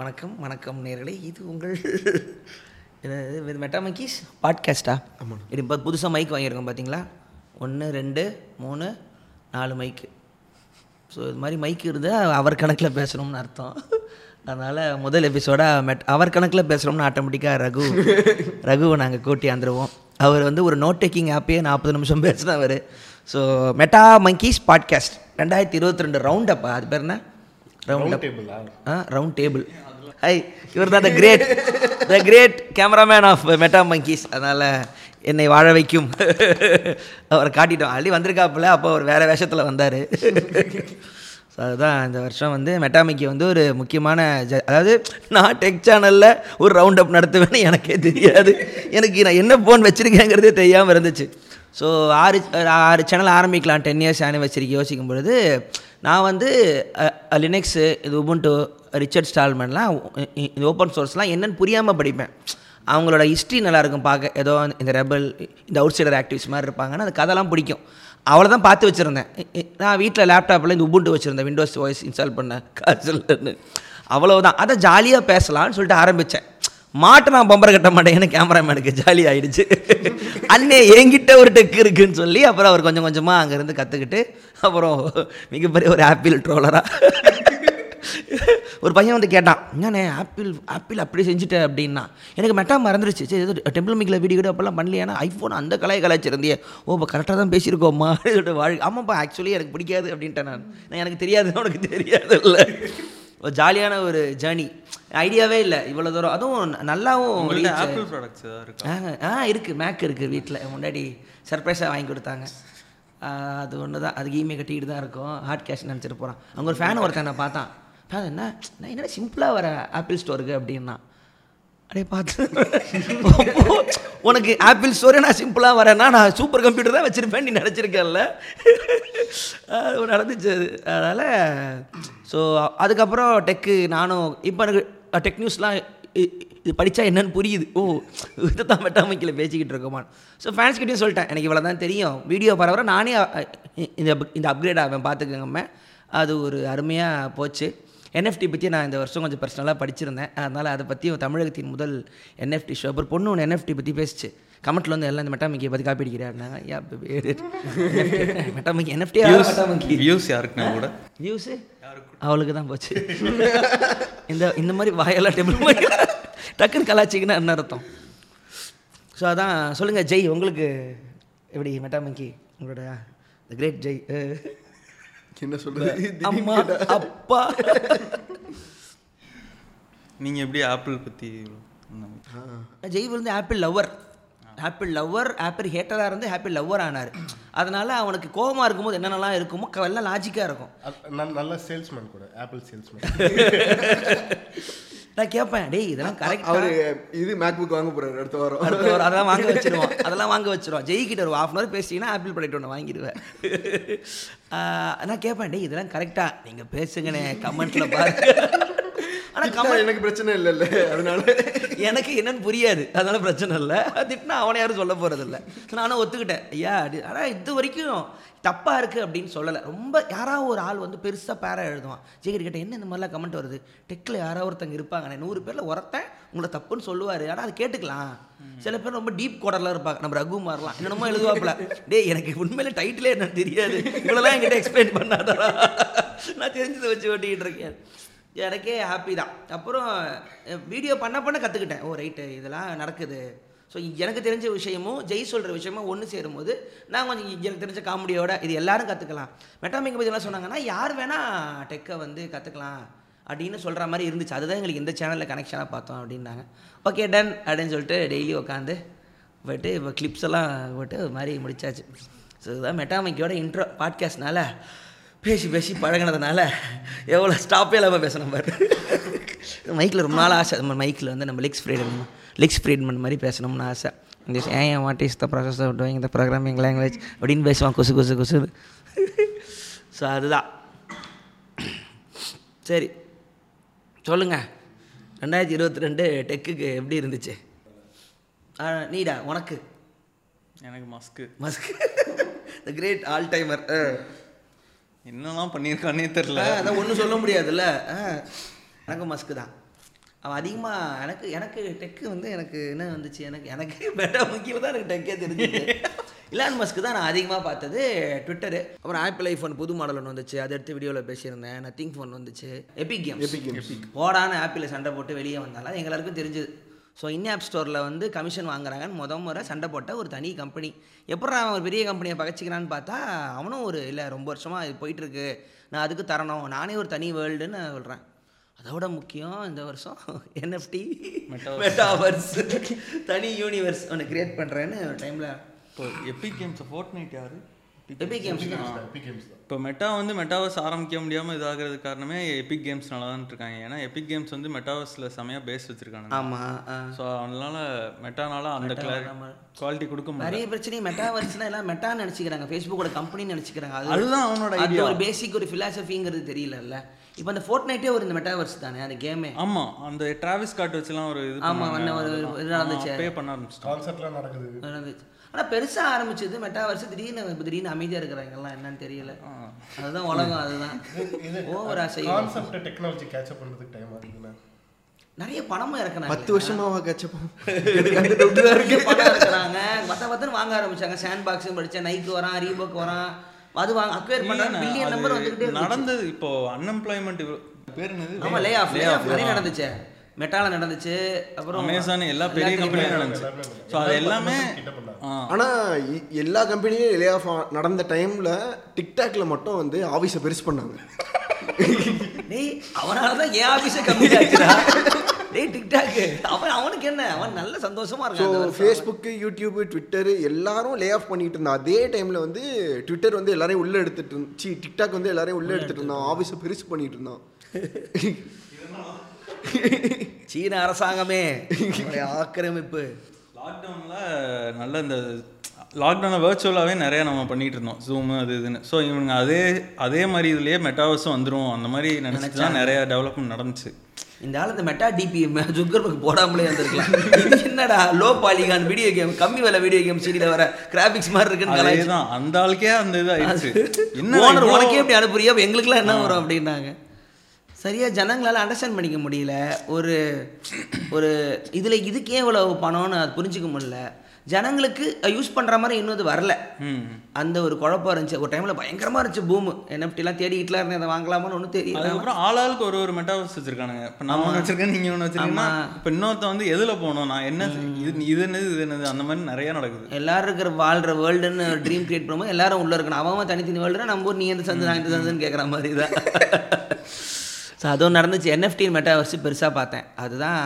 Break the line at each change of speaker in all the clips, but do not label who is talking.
வணக்கம் வணக்கம் நேர்களே இது உங்கள் என்னது, இது மெட்டாமக்கீஸ் பாட்காஸ்டா ஆமாம் இது இப்போ புதுசாக மைக் வாங்கியிருக்கோம் பார்த்தீங்களா ஒன்று ரெண்டு மூணு நாலு மைக்கு ஸோ இது மாதிரி மைக் இருந்தால் அவர் கணக்கில் பேசணும்னு அர்த்தம் அதனால் முதல் எபிசோடாக மெட் அவர் கணக்கில் பேசுகிறோம்னு ஆட்டோமேட்டிக்காக ரகு ரகுவை நாங்கள் கூட்டி வந்துடுவோம் அவர் வந்து ஒரு நோட் டேக்கிங் ஆப்பே நாற்பது நிமிஷம் பேசினவர் ஸோ மெட்டா மங்கீஸ் பாட்காஸ்ட் ரெண்டாயிரத்தி இருபத்தி ரெண்டு ரவுண்ட் அப்பா அது பேர் என்ன ரவுண்ட் அப் ஆ ரவுண்ட் டேபிள் ஹை இவர் தான் the great the great cameraman of Meta Monkeys அதனால் என்னை வாழ வைக்கும் அவரை காட்டிட்டோம் அள்ளி வந்திருக்காப்புல அப்போ அவர் வேறு வேஷத்தில் வந்தார் ஸோ அதுதான் இந்த வருஷம் வந்து மெட்டாமிக்கி வந்து ஒரு முக்கியமான ஜ- அதாவது நான் டெக் சேனலில் ஒரு ரவுண்ட் அப் நடத்துவேன்னு எனக்கே தெரியாது எனக்கு நான் என்ன ஃபோன் வச்சுருக்கேங்கிறதே தெரியாமல் இருந்துச்சு ஸோ ஆறு ஒரு ஆறு சேனல் ஆரம்பிக்கலாம் டென் இயர்ஸ் ஆனிவர்சரிக்கு யோசிக்கும் பொழுது நான் வந்து அ- அ, லினக்ஸு இது உபுண்டு ரிச்சர்ட் ஸ்டால்மன்லாம் இ- இ- இந்த ஓப்பன் சோர்ஸ்லாம் என்னன்னு புரியாமல் படிப்பேன் அவங்களோட ஹிஸ்ட்ரி நல்லாயிருக்கும் பார்க்க ஏதோ இந்த ரெபல் இந்த அவுட் சைடர் ஆக்டிவிஸ்ட் மாதிரி இருப்பாங்கன்னா அந்த கதைலாம் பிடிக்கும் அவளை தான் பார்த்து வச்சுருந்தேன் இ- இ- நான் வீட்டில் லேப்டாப்பில் இந்த உபுண்டு வச்சுருந்தேன் விண்டோஸ் வாய்ஸ் இன்ஸ்டால் பண்ண காசுலன்னு அவ்வளவுதான் அதை ஜாலியாக பேசலாம்னு சொல்லிட்டு ஆரம்பித்தேன் மாட்டை நான் பம்பரை கட்ட மாட்டேன் கேமராமேனுக்கு ஜாலி ஆயிடுச்சு அண்ணே என்கிட்ட ஒரு டெக் இருக்குன்னு சொல்லி அப்புறம் அவர் கொஞ்சம் கொஞ்சமாக அங்கேருந்து கற்றுக்கிட்டு அப்புறம் மிகப்பெரிய ஒரு ஆப்பிள் ட்ரோலராக ஒரு பையன் வந்து கேட்டான் என்னண்ணே ஆப்பிள் ஆப்பிள் அப்படி செஞ்சுட்டேன் அப்படின்னா எனக்கு மெட்டா மறந்துருச்சு சரி ஏதோ டெம்பிள் மிக்கில் வீடியோ கூட அப்போல்லாம் பண்ணலையானா ஐஃபோன் அந்த கலையை கலாய்ச்சிருந்தியே ஓ இப்போ கரெக்டாக தான் பேசியிருக்கோம்மா அப்படின்னு சொல்லிட்டு வாழ் ஆமாப்பா ஆக்சுவலி எனக்கு பிடிக்காது அப்படின்ட்டேன் நான் நான் எனக்கு தெரியாது உனக்கு தெரியாது இல்லை ஒரு ஜாலியான ஒரு ஜேர்னி ஐடியாவே இல்லை இவ்வளோ தூரம் அதுவும் நல்லாவும்
உங்கள்ட்ட
reach
ஆப்பிள் ப்ராடக்ட்ஸ் ஏதாவது இருக்கா
ஆ ஆ இருக்குது மேக் இருக்குது வீட்டில் முன்னாடி சர்ப்ரைஸாக வாங்கி கொடுத்தாங்க ஆ, அது ஒன்று தான் அதுக்கு இமெயில் கட்டிக்கிட்டு தான் இருக்கும் ஹார்ட் கேஷ் நினச்சிட்டு போகிறான் அவங்க ஒரு ஃபேன் ஒருத்தன் நான் பார்த்தான் ஃபேன் என்ன நான் என்னடா சிம்பிளாக வர ஆப்பிள் ஸ்டோருக்கு அப்படின்னா அப்படியே பார்த்து உனக்கு ஆப்பிள் ஸ்டோரே நான் சிம்பிளாக வரேன்னா நான் சூப்பர் கம்ப்யூட்டர் தான் வச்சுருப்பேன் நீ நினச்சிருக்கல அது நடந்துச்சு அது அதனால் ஸோ அதுக்கப்புறம் டெக்கு நானும் இப்போ எனக்கு டெக் நியூஸ்லாம் இது படித்தா என்னன்னு புரியுது ஓ இதை தான் மெட்டாமைக்கில் பேசிக்கிட்டு இருக்கோமான்னு ஸோ ஃபேன்ஸ் கிட்டேயும் சொல்லிட்டேன் எனக்கு இவ்வளோ தான் தெரியும் வீடியோ பரவாயில்ல நானே அ, அ, இந்த up- இந்த அப்கிரேட் ஆவேன் பார்த்துக்கங்கம்மா அது ஒரு அருமையாக போச்சு என்எஃப்டி பற்றி நான் இந்த வருஷம் கொஞ்சம் பர்சனலாக படிச்சிருந்தேன் அதனால் அதை பற்றி தமிழகத்தின் முதல் என்எஃப்டி ஷோ அப்புறம் பொண்ணு ஒன்று என்எஃப்டி பற்றி பேசிச்சு கமெண்ட்ல வந்து எல்லாம் இந்த மெட்டாமிக்கியை பற்றி காப்பி அடிக்கிறாருனாங்க யா மெட்டாமிக்கி என்எஃப்டி மெட்டாமிக்கி
வியூஸ் யாருக்குன்னா கூட
வியூஸு அவளுக்கு தான் போச்சு இந்த இந்த மாதிரி வாயெல்லாம் டேபிள் மாதிரி டக்குன்னு கலாச்சிங்கன்னா என்ன அர்த்தம் ஸோ அதான் சொல்லுங்கள் ஜெய் உங்களுக்கு எப்படி மெட்டாமங்கி உங்களோட த கிரேட் ஜெய் அஹ்,
என்ன சொல்றது
அம்மா அப்பா
நீங்க எப்படி ஆப்பிள் பத்தி இவ்வளவு சொன்னீங்க?
ஜெய் வந்து Apple lover Apple lover Apple ஹேட்டராக இருந்து ஆப்பிள் லவ்வர் ஆனார் அதனால அவனுக்கு கோவமா இருக்கும்போது என்னென்னலாம் இருக்குமோ க- எல்லாம் லாஜிக்காக இருக்கும்
அ- நல்ல- நல்ல சேல்ஸ்மேன் கூட ஆப்பிள் சேல்ஸ்மேன்
நான் கேட்பேன் டேய் இதெல்லாம் கரெக்ட்
அவரு இது மேக்புக் வாங்க போறாரு அடுத்த வாரம்
அடுத்த வாரம் அதெல்லாம் வாங்க வச்சிருவோம் அதெல்லாம் வாங்க வச்சிருவோம் ஜெயிக்கிட்ட ஒரு ஹாஃப் அன் அவர் பேசிங்கன்னா ஆப்பிள் ப்ராடக்ட் ஒன்று வாங்கிடுவேன் ஆஹ் நான் கேட்பேன் டேய் இதெல்லாம் கரெக்டாக நீங்கள் பேசுங்கண்ணே கமெண்ட்டில் பாருங்க ஆனால்
திட்டினா
கமெண்ட்
எனக்கு பிரச்சனை இல்ல இல்ல அதனால
எனக்கு என்னன்னு புரியாது அதனால பிரச்சனை இல்லை திட்டினா அவனை யாரும் சொல்ல போகிறதில்ல நானும் ஒத்துக்கிட்டேன் ஐயா அப்படி ஆனால் இது வரைக்கும் தப்பாக இருக்குது அப்படின்னு சொல்லலை ரொம்ப யாராவது ஒரு ஆள் வந்து பெருசாக பேரா எழுதுவான் ஜெயகிரி கிட்ட என்ன இந்த மாதிரிலாம் கமெண்ட் வருது டெக்கில் யாராவது ஒருத்தங்க இருப்பாங்கண்ணே நூறு பேரில் ஒருத்தன் உங்களை தப்புன்னு சொல்லுவார் ஆனால் அது கேட்டுக்கலாம் சில பேர் ரொம்ப டீப் கோடர்லாம் இருப்பாங்க நம்ம ரகு மாறலாம் என்னென்னமோ எழுதுவாப்புல டேய் எனக்கு உண்மையில டைட்டிலே என்னன்னு தெரியாது இவ்வளோலாம் என்கிட்ட எக்ஸ்பிளைன் பண்ணாதடா நான் தெரிஞ்சதை வச்சு ஓட்டிக்கிட்டு இருக்கேன் எனக்கே ஹாப்பி தான் அப்புறம் அஹ், வீடியோ பண்ண பண்ண கற்றுக்கிட்டேன் ஓ ரைட்டு இதெல்லாம் நடக்குது ஸோ எனக்கு தெரிஞ்ச விஷயமும் ஜெய் சொல்கிற விஷயமும் ஒன்று சேரும்போது நான் கொஞ்சம் எனக்கு தெரிஞ்ச காமெடியோட இது எல்லாரும் கற்றுக்கலாம் மெட்டாமிக் பற்றி என்ன சொன்னாங்கன்னா யார் வேணால் டெக்கை வந்து கற்றுக்கலாம் அப்படின்னு சொல்கிற மாதிரி இருந்துச்சு அதுதான் எங்களுக்கு இந்த சேனலில் கனெக்ஷனாக பார்த்தோம் அப்படின்னாங்க ஓகே டன் அப்படின்னு சொல்லிட்டு டெய்லி உட்காந்து போயிட்டு இப்போ கிளிப்ஸ் எல்லாம் போட்டு ஒரு மாதிரி முடிச்சாச்சு ஸோ இதுதான் மெட்டாமைக்கோட இன்ட்ரோ பாட்காஸ்ட்னால பேசி பேசி பழகினதுனால எவ்வளோ ஸ்டாப்பே இல்லாமல் பேசணும் பாரு மைக்கில் ரொம்ப நாள் ஆசை நம்ம மைக்கில் வந்து நம்ம லிக்ஸ் ஃப்ரீடம் லிக்ஸ் ஃப்ரீட்மெண்ட் மாதிரி பேசணும்னு ஆசை இந்த ஏன் what is the process of doing the programming language அப்படின்னு பேசுவான் கொசு கொசு கொசு ஸோ அதுதான் சரி சொல்லுங்கள் ரெண்டாயிரத்தி இருபத்தி ரெண்டு டெக்குக்கு எப்படி இருந்துச்சு ஆ, நீடா உனக்கு
எனக்கு மஸ்க்கு
Musk the great all timer
என்னெல்லாம் பண்ணியிருக்கானே தெரியல
அதான் ஒன்றும் சொல்ல முடியாதுல்ல ஆ, எனக்கு மஸ்க் தான் அவன் அதிகமாக எனக்கு எனக்கு டெக்கு வந்து எனக்கு என்ன வந்துச்சு எனக்கு எனக்கு பெட்டா முக்கியம் தான் எனக்கு டெக்கே தெரிஞ்சது இலான் மஸ்க்கு தான் நான் அதிகமாக பார்த்தது ட்விட்டரு அப்புறம் ஆப்பிள் ஐஃபோன் புது மாடல் ஒன்று வந்துச்சு அதை எடுத்து வீடியோவில் பேசியிருந்தேன் நத்திங் ஃபோன் வந்துச்சு எபிக் கேம்
Epic Games.
போடான்னு ஆப்பிள் சண்டை போட்டு வெளியே வந்தாலும் அது எல்லாருக்கும் தெரிஞ்சுது ஸோ இன்ஆப் ஸ்டோரில் வந்து கமிஷன் வாங்குறாங்கன்னு முத முறை சண்டை போட்ட ஒரு தனி கம்பெனி எப்படா அவன் ஒரு பெரிய கம்பெனியை பகச்சிக்கிறான்னு பார்த்தா அவனும் ஒரு இல்லை ரொம்ப வருஷமாக இது போயிட்டுருக்கு நான் அதுக்கு தரணும் நானே ஒரு தனி வேர்ல்டுன்னு சொல்கிறேன் அதோட முக்கியம் இந்த வருஷம் என்எஃப்டி மெட்டாவர்ஸ் தனி யூனிவர்ஸ் ஒன்று கிரியேட் பண்ணுறேன்னு டைமில்
இப்போ எப்பிக் கேம்ஸ் ஃபோர்ட் நைட் யாரு
எபி கேம்ஸ் தான்
Epic Games தான்
இப்போ மெட்டா வந்து மெட்டாவர்ஸ் ஆரம்பிக்க முடியாமல் இதாகிறது காரணமே எபிக் கேம்ஸ்னால தான் இருக்காங்க ஏன்னா எபிக் கேம்ஸ் வந்து மெட்டாவர்ஸில் செமையாக பேஸ் வச்சுருக்காங்க
ஆமாம்
ஸோ அதனால மெட்டானால அந்த குவாலிட்டி கொடுக்க முடியல
நிறைய பிரச்சனை மெட்டாவர்ஸ்னால் எல்லாம் மெட்டான்னு நினச்சிக்கிறாங்க ஃபேஸ்புக்கோட கம்பெனின்னு நினச்சிக்கிறாங்க அது ஒரு-
அதுதான் அவனோட
அது
idea.
ஒரு பேசிக் ஒரு ஃபிலாசபிங்கிறது தெரியலல்ல இப்போ அந்த ஃபோர்ட் நைட்டே ஒரு இந்த மெட்டாவர்ஸ் தானே அந்த கேமே
ஆமா அந்த டிராவிஸ் காட் வச்சுலாம் ஒரு இது
ஆமா, வந்து ஒரு இது நடந்துச்சு.
பே பண்ண ஆரம்பிச்சிட்டோம்
கான்செர்ட்லாம் நடக்குது
ஆனால் பெருசாக ஆரம்பிச்சது மெட்டாவர்ஸ் திடீர்னு இப்ப திடீர்னு அமைதியாக இருக்கிறாங்கலாம் என்னன்னு தெரியல அதுதான் உலகம் அதுதான் ஓவரா செய்யும்
கான்செப்ட் டெக்னாலஜி கேட்சப் பண்றதுக்கு டைம் ஆகுதுண்ணா
நிறைய பணமும் இறக்குனாங்க
பத்து வருஷமாவா கச்சப்போம் எனக்கு அந்த doubt தான் இருக்கு
பணம் இருக்கிறாங்க மத்த பத்தன்னு வாங்க ஆரம்பிச்சாங்க சாண்ட் பாக்ஸ் படிச்சேன் நைக்கு வரான் ரீபோக் வரான் அது வாங்க அக்வேர் பண்றாங்க பில்லியன் நம்பர் வந்துகிட்டே
இல்லைண்ணா,
இருந்துச்சு.
அது நடந்தது இப்போ அன்எம்ப்ளாய்மெண்ட் பேர் என்னது
ஆமா லே ஆஃப் லே ஆஃப் நிறைய நடந்துச்சு மெட்டால நடந்துச்சு அப்புறம்
அமேசான் எல்லா பெரிய
எல்லாத்துலயுமே
கம்பெனியும் நடந்துச்சு ஸோ அது எல்லாமே ஆ,
ஆனா இ- எல்லா கம்பெனியும் லே ஆஃப் நடந்த டைம்ல டிக்டாக்ல மட்டும் வந்து ஆபீஸை பெருசு பண்ணாங்க
டேய் அவனால தான் என் ஆபீஸே கம்மி ஆச்சுடா டேய் டிக்டாக் அவன் அவனுக்கு என்ன அவன் நல்ல சந்தோஷமா
ஸோ
இருக்கான் அந்த வருஷம்.
ஃபேஸ்புக்கு யூடியூப் ட்விட்டர் எல்லாரும் லே ஆஃப் பண்ணிட்டு இருந்தா அதே டைம்ல வந்து ட்விட்டர் வந்து எல்லாரையும் உள்ள எடுத்துட்டு இருந்துச்சு டிக்டாக் வந்து எல்லாரையும் உள்ள எடுத்துட்டு இருந்தான் ஆபீஸை பெருசு பண்ணிட்டு இருந்தான்
சீன அரசாங்கமே நம்மளுடைய ஆக்கிரமிப்பு
லாக்டவுன்ல நல்ல இந்த லாக்டவுனில் வர்ச்சுவலாகவே நிறைய நம்ம பண்ணிட்டு இருந்தோம் ஜூமு அது இதுன்னு ஸோ இவனுங்க அதே அதே மாதிரி இதுலயே மெட்டாவர்ஸும் வந்துரும் அந்த மாதிரி நினச்சி தான் நிறைய டெவலப்மெண்ட் நடந்துச்சு
இந்த ஆள் இந்த மெட்டா டிபி ஜுக்கர்பர்க் போடாமலே வந்திருக்கலாம் இது என்னடா லோ பாலிகான் வீடியோ கேம் கம்மி விலை வீடியோ கேம் சீடியில் வர கிராபிக்ஸ் மாதிரி இருக்குன்னு
அதே
கலாய்ச்சி.
தான் அந்த ஆளுக்கே அந்த இது ஆயிடுச்சு என்ன
ஓனர்
இவ்வளோ-
உனக்கே இப்படி அனுப்புறியா அப்ப எங்களுக்கெல்லாம் என்ன வரும் அப்படின்னாங்க சரியா ஜனங்களால அண்டர்ஸ்டாண்ட் பண்ணிக்க முடியல ஒரு ஒரு இதுல இதுக்கே இவ்வளவு பணம்னு அது புரிஞ்சுக்க முடியல ஜனங்களுக்கு யூஸ் பண்ற மாதிரி இன்னும் அது வரல
ம்
அந்த ஒரு குழப்பம் இருந்துச்சு ஒரு டைம்ல பயங்கரமா இருந்துச்சு பூம் என்எஃப்டிலாம் தேடிக்கிட்டுலாம் இருந்தேன் அதை வாங்கலாமான்னு ஒன்றும் தெரியல
அதுக்கப்புறம் ஆளாளுக்கு ஒரு ஒரு மெட்டாவர்ஸ் வச்சிருக்கானுங்க இப்போ நான் ஒன்று வச்சிருக்கேன் நீங்க ஒன்று வச்சிருக்கீங்கன்னா
ஆமா.
இப்போ இன்னொருத்தன் வந்து எதுல போகணும் நான் என்ன இது இது என்னது இது என்னது அந்த மாதிரி நிறைய நடக்குது
எல்லாரும் இருக்கிற வாழ்ற வேர்ல்டுன்னு ட்ரீம் கிரியேட் பண்ணும்போது எல்லாரும் உள்ள இருக்கணும் அவன் அவன் தனித்தனி வேர்ல்டுனா நம்ம ஊர் நீ எந்த சந்து நான் எந்த சந்துன்னு கேட்குற மாதிரி தான் ஸோ அதுவும் நடந்துச்சு என்எஃப்டி மெட்டாவர்ஸ் பெருசாக பார்த்தேன் அதுதான்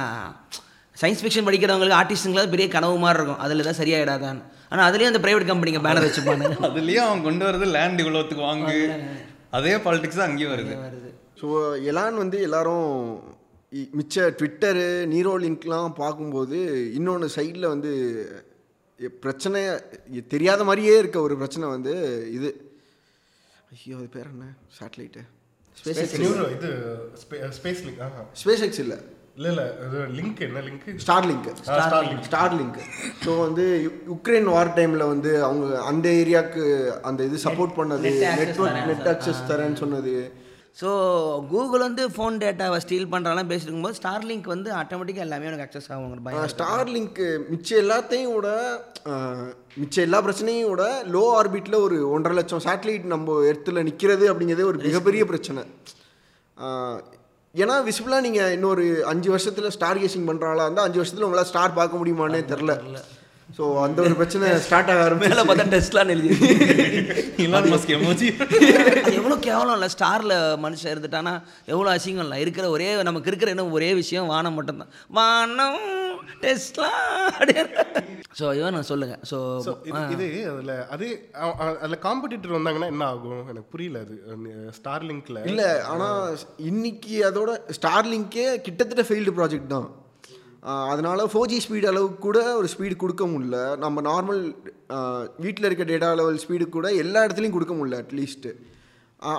சயின்ஸ் ஃபிக்ஷன் படிக்கிறவங்களுக்கு ஆர்டிஸ்ட்டுங்களாம் பெரிய கனவு மாதிரி இருக்கும் அதில் தான் சரியாயிடாதான்னு ஆனால் அதுலேயும் அந்த ப்ரைவேட் கம்பெனிங்க பேனர் வச்சுப்பாங்க
அதுலயும் அவன் கொண்டு வரது லேண்ட் இவ்வளோத்துக்கு வாங்கு அதே பாலிடிக்ஸ் தான் அங்கேயும் வருது
ஸோ எலான் வந்து எல்லாரும் இ- மிச்ச ட்விட்டரு நீரோ லிங்க்லாம் பார்க்கும்போது இன்னொன்று சைடில் வந்து எ- பிரச்சனை எ- தெரியாத மாதிரியே இருக்க ஒரு பிரச்சனை வந்து இது ஐயோ அது பேர் என்ன சேட்டலைட்டு ஸ்பேஸ் எக்ஸ்
நியூரோ இது ஸ்பேஸ் லிங்க் ஆஹா
ஸ்பேஸ் எக்ஸ் இல்லை
இல்ல இல்ல இது லிங்க் என்ன link
Starlink
Starlink
Starlink so வந்து யு- உக்ரைன் வார் டைமில் வந்து அவங்க அந்த ஏரியாவுக்கு அந்த இது சப்போர்ட் பண்ணது
net access
நெட்ஒர்க்
தரேன்
நெட் அக்சஸ் தரேன்னு சொன்னது
ஸோ கூகுள் வந்து ஃபோன் டேட்டாவை ஸ்டீல் பண்ணுறாலாம் பேசிட்டு இருக்கும்போது ஸ்டார்லிங்க் வந்து ஆட்டோமேட்டிக்காக எல்லாமே எனக்கு அக்சஸ் ஆகும் பயம்
ஸ்டார்லிங்க்கு மிச்ச எல்லாத்தையும் விட அஹ், மிச்ச எல்லா பிரச்சனையும் விட லோ ஆர்பிட்ல ஒரு ஒன்றரை லட்சம் சேட்டலைட் நம்ம இடத்துல நிற்கிறது அப்படிங்கிறதே ஒரு மிகப்பெரிய பிரச்சனை அஹ், ஏன்னா விசிபிளாக நீங்கள் இன்னொரு அஞ்சு வருஷத்தில் ஸ்டார் கேசிங் பண்ணுறாங்களா இருந்தால் அஞ்சு வருஷத்தில் உங்களால் ஸ்டார் பார்க்க முடியுமானே தெரில ஸோ அந்த ஒரு பிரச்சனை ஸ்டார்ட் ஆக ஆரம்பிச்சு
மேலே பார்த்தா டெஸ்ட்லாம் எழுதி
இலான் மஸ்க் எமோஜி
அது எவ்வளோ கேவலம் இல்லை ஸ்டாரில் மனுஷன் இருந்துட்டானா எவ்வளோ அசிங்கம் இல்லை இருக்கிற ஒரே நமக்கு இருக்கிற என்ன ஒரே விஷயம் வானம் மட்டும்தான் வானம் டெஸ்ட்லாம் ஸோ இவன் சொல்லுங்கள் ஸோ
So, இது இது அதுல அதே அ- அ- அதுல காம்படிட்டர் வந்தாங்கன்னா என்ன ஆகும் எனக்கு புரியல அது ஸ்டார் லிங்க்ல
இல்லை ஆனால் இன்னைக்கு அதோட ஸ்டார்லிங்கே கிட்டத்தட்ட ஃபெயில்டு ப்ராஜெக்ட் தான் ஆஹ் அதனால ஃபோர் ஜி ஸ்பீடு அளவுக்கு கூட ஒரு ஸ்பீடு கொடுக்க முடியல நம்ம நார்மல் வீட்டில் இருக்க டேட்டா லெவல் ஸ்பீடு கூட எல்லா இடத்துலையும் கொடுக்க முடியல அட்லீஸ்ட்டு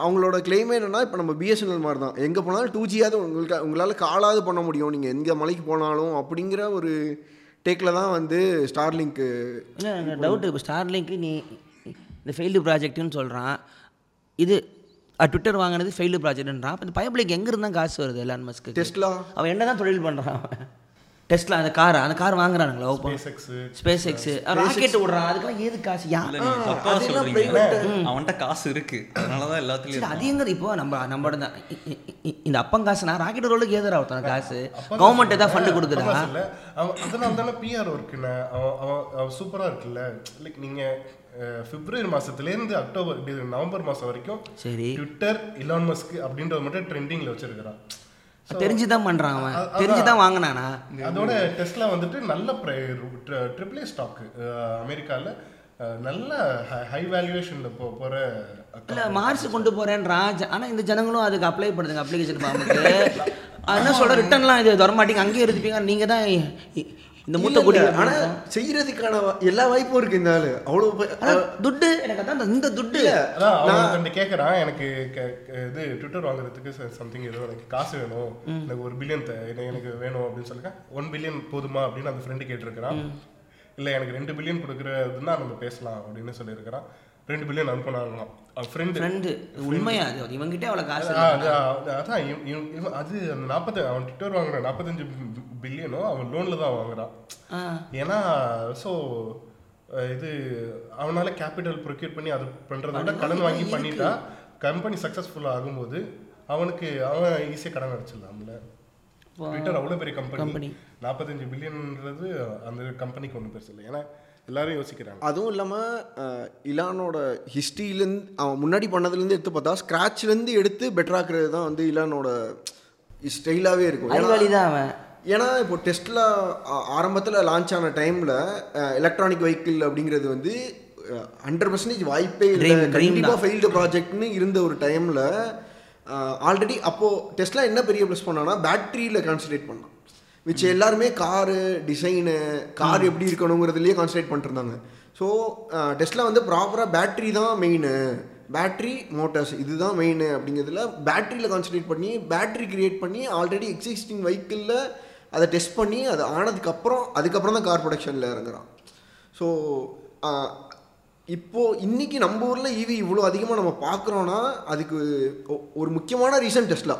அவங்களோட claim என்னன்னா இப்போ நம்ம பிஎஸ்என்எல் மாதிரி தான் எங்கே போனாலும் டூ ஜியாவது உங்களுக்கு உங்களால் காலாவது பண்ண முடியும் நீங்கள் எந்த மலைக்கு போனாலும் அப்படிங்கிற ஒரு டேக்கில் தான் வந்து ஸ்டார்லிங்க்கு
இல்லை எனக்கு டவுட் இப்போ ஸ்டார்லிங்க்கு நீ இந்த ஃபெயில்டு ப்ராஜெக்ட்னு சொல்கிறான் இது ட்விட்டர் வாங்கினது ஃபெயில்டு ப்ராஜெக்ட்ன்றான் அப்போ இந்த பயப்பிள்ளைக்கு எங்க இருந்தா காசு வருது எலான் மஸ்க்கு
டெஸ்ட்லா
அவன் என்ன தான் தொழில் பண்ணுறான் டெஸ்ட்லாம் அந்த காரை அந்த கார் வாங்குறானுங்களா open
SpaceX.
SpaceX rocket விடுறான் அதுக்கெல்லாம் ஏது காசு யா
இல்ல நீங்க தப்பா சொல்றீங்க அவன்கிட்ட காசு இருக்கு அதனாலதான் எல்லாத்துலயும்
சரி,
இருக்கு.
அது எங்க இப்போ நம்ம நம்மளோட இந்த- இ- இ- இ- இந்த அப்பன் காசு நான் ராக்கெட் ரோலுக்கு ஏதுரா ஒருத்தன காசு கவர்மெண்ட் ஏதாவது ஃபண்டு கொடுக்குதா
ஆமா, இல்ல அவன் அதனால தானே பிஆர் ஒர்க்குண்ணே அவன் அவன் அவன் சூப்பராக இருக்குல்ல லைக் நீங்கள் பிப்ரவரி மாசத்துலேருந்து அக்டோபர் இப்படி நவம்பர் மாசம் வரைக்கும்
சரி
ட்விட்டர் இலான் மஸ்க் அப்படின்றது மட்டும் ட்ரெண்டிங்கில் வச்சிருக்கிறான்
தெரிஞ்சுதான் பண்றான் அவன் தெரிஞ்சுதான் வாங்கினானா
அதோட டெஸ்ட்ல வந்துட்டு நல்ல ட்ரிபிள் ஏ ஸ்டாக் அமெரிக்கால அஹ், நல்ல ஹை வேல்யூவேஷன்ல போ போற
இல்ல மார்ஸ் கொண்டு போறேன்றான் ஜ- ஆனா இந்த ஜனங்களும் அதுக்கு அப்ளை பண்ணுதுங்க அப்ளிகேஷன் ஃபார்முக்கு என்ன சொல்ற ரிட்டர்ன்லாம் இது வர மாட்டீங்க அங்கேயே இருந்துப்பீங்க நீங்க தான் இ- இ- இந்த மூத்த குடி
ஆனா செய்யறதுக்கான வா- எல்லா வாய்ப்பும் இருக்கு இந்த ஆளு அவ்வளவு ப-
ஆனா துட்டு எனக்கு அதான் இந்த துட்டு
அதான் அவன் வந்து கேட்கறான் எனக்கு க- க- இது ட்விட்டர் வாங்குறதுக்கு சம்திங் ஏதோ எனக்கு காசு வேணும் எனக்கு ஒரு பில்லியன் எனக்கு வேணும் அப்படின்னு சொல்லிருக்கேன் ஒன் பில்லியன் போதுமா அப்படின்னு அந்த ஃப்ரெண்டு கேட்டிருக்கிறான் இல்ல எனக்கு ரெண்டு பில்லியன் கொடுக்குறதுன்னா நம்ம பேசலாம் அப்படின்னு சொல்லியிருக்கிறான் ரெண்டு பில்லியன் அனுப்பினாங்களாம் அவன் ஃப்ரெண்டு
ஃப்ரெண்டு உண்மையா அது இவங்கிட்டே அவ்வளவு காசு
அது- அது- அது- அதான் இவன்- இவன்- இவன் அது அந்த நாற்பத்தி அவன் ட்விட்டர் வாங்குற நாற்பத்தஞ்சு பில்லியனும் அவன் லோன்ல தான் வாங்குறான்
ஆ.
ஏன்னா ஸோ இது அவனால கேபிட்டல் ப்ரொக்யூர் பண்ணி அது பண்றத விட கடன் வாங்கி பண்ணிட்டா கம்பெனி சக்ஸஸ்ஃபுல்லாக ஆகும்போது அவனுக்கு அவன் ஈஸியாக கடன் அடைச்சிடலாம்ல ட்விட்டர் அவ்வளோ பெரிய
company.
கம்பெனி நாற்பத்தஞ்சு பில்லியன்ன்றது அந்த கம்பெனிக்கு ஒன்றும் பெருசு இல்லை ஏன்னா எல்லாரும் யோசிக்கிறாங்க
அதுவும் இல்லாம அஹ், இலானோட ஹிஸ்ட்ரியிலேருந்து அவன் முன்னாடி பண்ணதுலேருந்து எடுத்து பார்த்தா ஸ்க்ராட்ச்லேருந்து எடுத்து பெட்டராக்குறது தான் வந்து இலானோட ஸ்டைலாகவே இருக்கும் ஏன்னா-
அறிவாளி தான் அவன்
ஏன்னா இப்போ டெஸ்ட்லா ஆரம்பத்தில் லான்ச் ஆன டைமில் எலக்ட்ரானிக் வெஹிக்கிள் அப்படிங்கிறது வந்து ஹண்ட்ரட் பர்சன்டேஜ் வாய்ப்பே இல்லை
Dream- dream
கண்டிப்பாக
தான்.
ஃபெயில்டு ப்ராஜெக்ட்னு இருந்த ஒரு டைமில் ஆல்ரெடி அப்போது டெஸ்ட்லாம் என்ன பெரிய ப்ளஸ் பண்ணான்னா பேட்டரியில் கான்சன்ட்ரேட் பண்ணான் விச் எல்லாருமே காரு டிசைனு கார் எப்படி இருக்கணுங்கிறதுலேயே கான்சன்ட்ரேட் பண்ணிருந்தாங்க ஸோ டெஸ்ட்லாம் வந்து ப்ராப்பராக பேட்டரி தான் மெயின் பேட்டரி மோட்டார்ஸ் இதுதான் மெயின் அப்படிங்கிறதுல பேட்டரியில் கான்சன்ட்ரேட் பண்ணி பேட்டரி கிரியேட் பண்ணி ஆல்ரெடி எக்ஸிஸ்டிங் வெஹிக்கிளில் அதை டெஸ்ட் பண்ணி அது ஆனதுக்கப்புறம் அதுக்கப்புறம் தான் கார் ப்ரொடக்ஷனில் இறங்குறான் ஸோ இப்போ இன்னைக்கு நம்ம E ஊரில் ஈவி இவ்வளோ அதிகமாக நம்ம பார்க்குறோன்னா அதுக்கு ஒ- ஒரு முக்கியமான ரீசன் டெஸ்ட்லா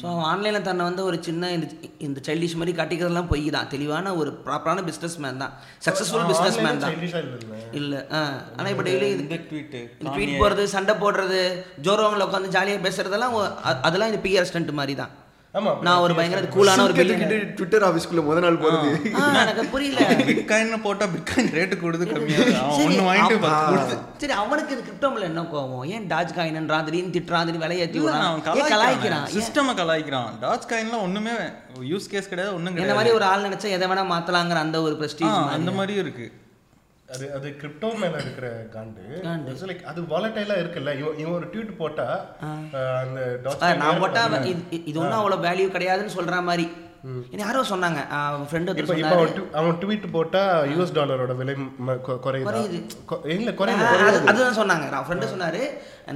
ஸோ அவன் ஆன்லைனில் தன்னை வந்து ஒரு சின்ன இந்த இந்த சைல்டிஷ் மாதிரி காட்டிக்கிறதெல்லாம் பொய் தான் தெளிவான ஒரு ப்ராப்பரான பிஸ்னஸ் மேன் தான் சக்ஸஸ்ஃபுல் பிஸ்னஸ் மேன் தான்
சைல்டிஷாக இல்லை
இல்லை ஆ ஆனால் இப்போ டெய்லி
இந்த ட்வீட்டு
ட்வீட் போடுறது சண்டை போடுறது ஜோரவங்களை உட்காந்து ஜாலியாக பேசுறதெல்லாம் ஒ- அ- அதெல்லாம் இந்த பிஆர் ஸ்டண்ட் மாதிரி தான்
ஆமா
நான் ஒரு பயங்கர கூலான ஒரு பில்லிங்
ட்விட்டர் ஆஃபீஸ்க்குள்ளே முத நாள் போகிறது
ஆ எனக்கு புரியல
பிட்காயின் போட்டா பிட்காயின் ரேட்டு கொடுத்து கம்மியா இருக்கு. அவன்
சரி,
ஒண்ணு வாங்கிட்டு
அவன்-
பத்து கொடுத்து
சரி அவனுக்கு இது கிரிப்டோமில் என்ன கோவம் ஏன் டாஜ் காயின்ன்றான் திடீர்னு திட்டுறான் திடீர்னு விலையேற்றி
இல்ல,
விடுறான்
அவன்
ஏன்
கலாய்க்கிறான்
கலாய்க்கிறான் ஏன்
சிஸ்டம கலாய்க்கிறான் டாட்ச் காயின்ல ஒண்ணுமே யூஸ் கேஸ் கிடையாது ஒண்ணும்
என்ன
கிடையாது
மாதிரி ஒரு ஆள் நினைச்சா எதை வேணா மாத்தலாங்கிற அந்த ஒரு
ஆ,
பிரஸ்டீஜ்
அந்த மாதிரியும் இருக்கு
அது அது கிரிப்டோ மேல இருக்கிற காண்டு லைக் அது வாலட்டைலா இருக்குல்ல இவன் இவன் ஒரு ட்வீட் போட்டா அஹ், அந்த
ஆ,
document
நான் போட்டா அவன் இது- இது- இது ஒன்றும் அவ்வளோ வேல்யூ கிடையாதுன்னு சொல்ற மாதிரி என்ன யாரோ சொன்னாங்க அவன் ஃப்ரெண்டு
இப்ப
ஒருத்தர்
இப்ப
சொன்னாரு
அவன் tw- அவன் ட்வீட் போட்டா யூஎஸ் டாலரோட விலை ம- கொ- குறையுதா
குறையுது.
கொ- இல்ல
ஆ,
குறையுது
அது- அதுதான் சொன்னாங்க நான் ஃப்ரெண்டு சொன்னாரு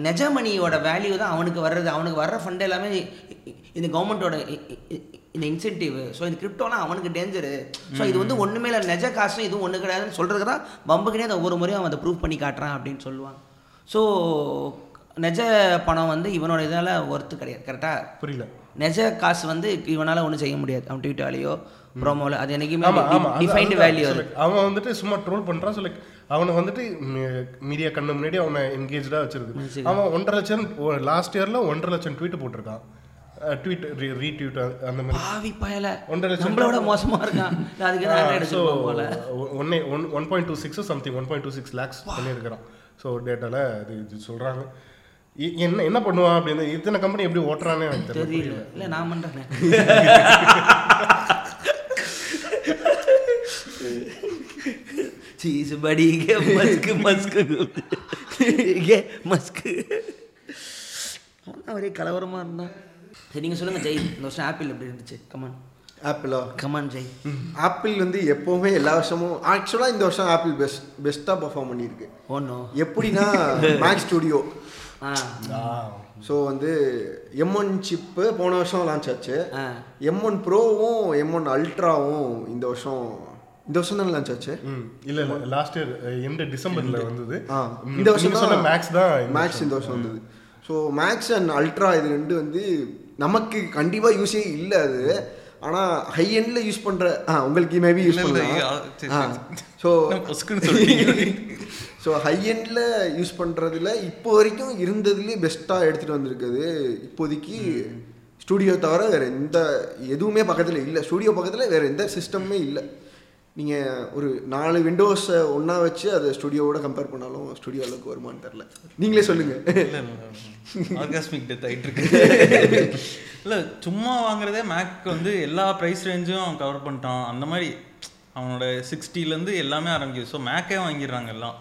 நெஜமணியோட வேல்யூ தான் அவனுக்கு வர்றது அவனுக்கு வர்ற ஃபண்ட் எல்லாமே இ- இ- இந்த கவர்மெண்ட்டோட இந்த இன்சென்டிவ் ஸோ இந்த கிரிப்டோலாம் அவனுக்கு டேஞ்சரு ஸோ இது வந்து ஒண்ணுமே இல்லை நெஜ காசும் இதுவும் ஒண்ணு கிடையாதுன்னு சொல்றதுக்கு தான் பம்புக்கினே அதை ஒவ்வொரு முறையும் அவன் அதை ப்ரூவ் பண்ணி காட்டுறான் அப்படின்னு சொல்லுவான் ஸோ நெஜ பணம் வந்து இவனோட இதால ஒர்த்து கிடையாது கரெக்டாக
புரியல
நெஜ காசு வந்து இவனால ஒன்றும் செய்ய முடியாது அவன் ட்விட்டாலேயோ ப்ரோமோல அது என்னைக்குமே
ஆமா ஆமா அது-
டிஃபைன்டு
அதுதான்.
வேல்யூ
So,
அது
like, அவன் வந்துட்டு சும்மா ட்ரோல் பண்றான் ஸோ லைக் அவனை வந்துட்டு மீடியா கண்ணு முன்னாடி அவனை என்கேஜா வச்சிருக்கு அவன் ஒன்றரை லட்சம் லாஸ்ட் இயர்ல ஒன்றரை லட்சம் ட்வீட் போட்டிருக்கான் ட்வீட் ரீட்வீட் அந்த மாதிரி
பாவி பயல
ஒன்றரை லட்சம்
நம்மளோட மோசமா இருக்கான் நான் அதுக்கு தான் ஆண்ட்ராய்டு
ஸோ
வச்சிருப்பேன் போல
ஒன்னே one one point two six something one point two six lakhs பண்ணியிருக்கிறான் ஸோ டேட்டாவில் அது இது சொல்கிறாங்க என்ன என்ன பண்ணுவான் அப்படின்னு இத்தனை கம்பெனி எப்படி ஓட்டுறான்னு எனக்கு தெரியல
தெரியல இல்ல நான் பண்றேன் चीज बड़ी के मस्क मस्क ये मस्क அவன் ஒரே கலவரமா இருந்தான் சரி நீங்க சொல்லுங்க ஜெய் இந்த வருஷம் ஆப்பிள் எப்படி இருந்துச்சு கமான்
ஆப்பிளா
கமான் ஜெய்
ஆப்பிள் வந்து எப்போவுமே எல்லா வருஷமும் ஆக்சுவலாக இந்த வருஷம் ஆப்பிள் பெஸ்ட் பெஸ்ட்டாக பர்ஃபார்ம் பண்ணியிருக்கு
ஒன்னோ
எப்படின்னா மேக் ஸ்டுடியோ
ஆ
ஸோ வந்து எம் ஒன் சிப்பு போன வருஷம் லான்ச் ஆச்சு
ஆ
எம் ஒன் ப்ரோவும் எம் ஒன் அல்ட்ராவும் இந்த வருஷம் இந்த வருஷம் தானே லான்ச் ஆச்சு
ம் இல்லை இல்லை லாஸ்ட் இயர் எண்டு டிசம்பரில் வந்தது
ஆ இந்த
நீங்க
வருஷம்
சொன்ன மேக்ஸ் தான் இந்த
மேக்ஸ் இந்த வருஷம் வந்தது ஸோ மேக்ஸ் அண்ட் அல்ட்ரா இது ரெண்டு வந்து நமக்கு கண்டிப்பாக யூஸே இல்லை அது ஆனால் ஹை எண்டில் யூஸ் பண்ணுற உங்களுக்கு மேபி யூஸ்
இல்ல, இல்ல, சரி,
பண்ணலாம்
சரி.
ஸோ
நான் பொசுக்குன்னு சொல்லிட்டீங்க.
ஸோ ஹை எண்டில் யூஸ் பண்ணுறதுல இப்போ வரைக்கும் இருந்ததுலேயே பெஸ்ட்டாக எடுத்துகிட்டு வந்திருக்குது இப்போதைக்கு ஸ்டுடியோ தவிர வேறு எந்த எதுவுமே பக்கத்தில் இல்லை ஸ்டுடியோ பக்கத்தில் வேறு எந்த சிஸ்டமுமே இல்லை நீங்கள் ஒரு நாலு விண்டோஸை ஒன்றா வச்சு அதை ஸ்டுடியோவோட கம்பேர் பண்ணாலும் ஸ்டுடியோ அளவுக்கு வருமான்னு தெரில நீங்களே சொல்லுங்கள்
இல்ல, இல்ல, இல்ல. Orgasmic death ஆயிட்டு இருக்கு. இல்ல, சும்மா வாங்குறதே மேக் வந்து எல்லா ப்ரைஸ் ரேஞ்சும் கவர் பண்ணிட்டான் அந்த மாதிரி அவனோட 60 ல இருந்து எல்லாமே ஆரம்பிக்குது ஸோ மேக்கே வாங்கிடுறாங்க எல்லாம்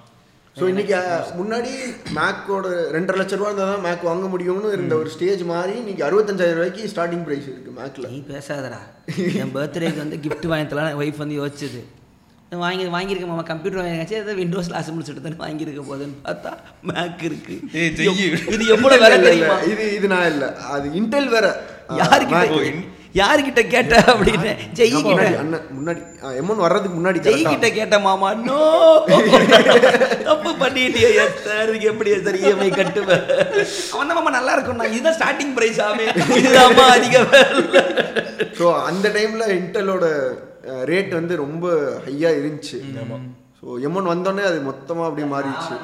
ஸோ இன்னைக்கு அஹ், முன்னாடி மேக்கோட ரெண்டரை லட்ச ரூபா இருந்தால் தான் மேக் வாங்க முடியும்னு இருந்த ஒரு ஸ்டேஜ் மாதிரி இன்னைக்கு அறுபத்தஞ்சாயிரம் ரூபாய்க்கு ஸ்டார்டிங் ப்ரைஸ் இருக்குது மேக்கில்
நீ பேசாதடா என் பர்த்டேக்கு வந்து கிஃப்ட் வாங்கிக்கலாம் என் ஒய்ஃப் வந்து யோசிச்சது நான் வாங்கி வாங்கியிருக்க மாமா கம்ப்யூட்டர் வாங்கியாச்சு ஏதோ விண்டோஸ் லாஸ் முடிச்சுட்டு தானே வாங்கியிருக்க போதுன்னு பார்த்தா மேக் இருக்கு
ஏய், ஜெய்யு.
இது எவ்வளோ வேலை தெரியுமா
இது இது நான் இல்லை அது இன்டெல் வேற அஹ், Mac.
யாருக்கிட்ட யாருக்கிட்ட கேட்ட அப்படின்னு ஜெய்
முன்னாடி
கிட்ட
அண்ணன் முன்னாடி எம்என் வர்றதுக்கு முன்னாடி
ஜெய்
correct ஆ?
கிட்ட கேட்ட மாமா நோ தப்பு பண்ணிட்டியே சார் இதுக்கு எப்படி E சார் இஎம்ஐ கட்டுவேன் அவன் தான் மாமா நல்லா இருக்கும் நான் இதுதான் ஸ்டார்டிங் பிரைஸ் ஆமே இதுதாம்மா அதிக வேலை.
ஸோ அந்த டைமில் இன்டெலோட ரேட் வந்து ரொம்ப ஹையாக இருந்துச்சு ஸோ எம்என் வந்தோடனே அது மொத்தமாக அப்படியே மாறிடுச்சு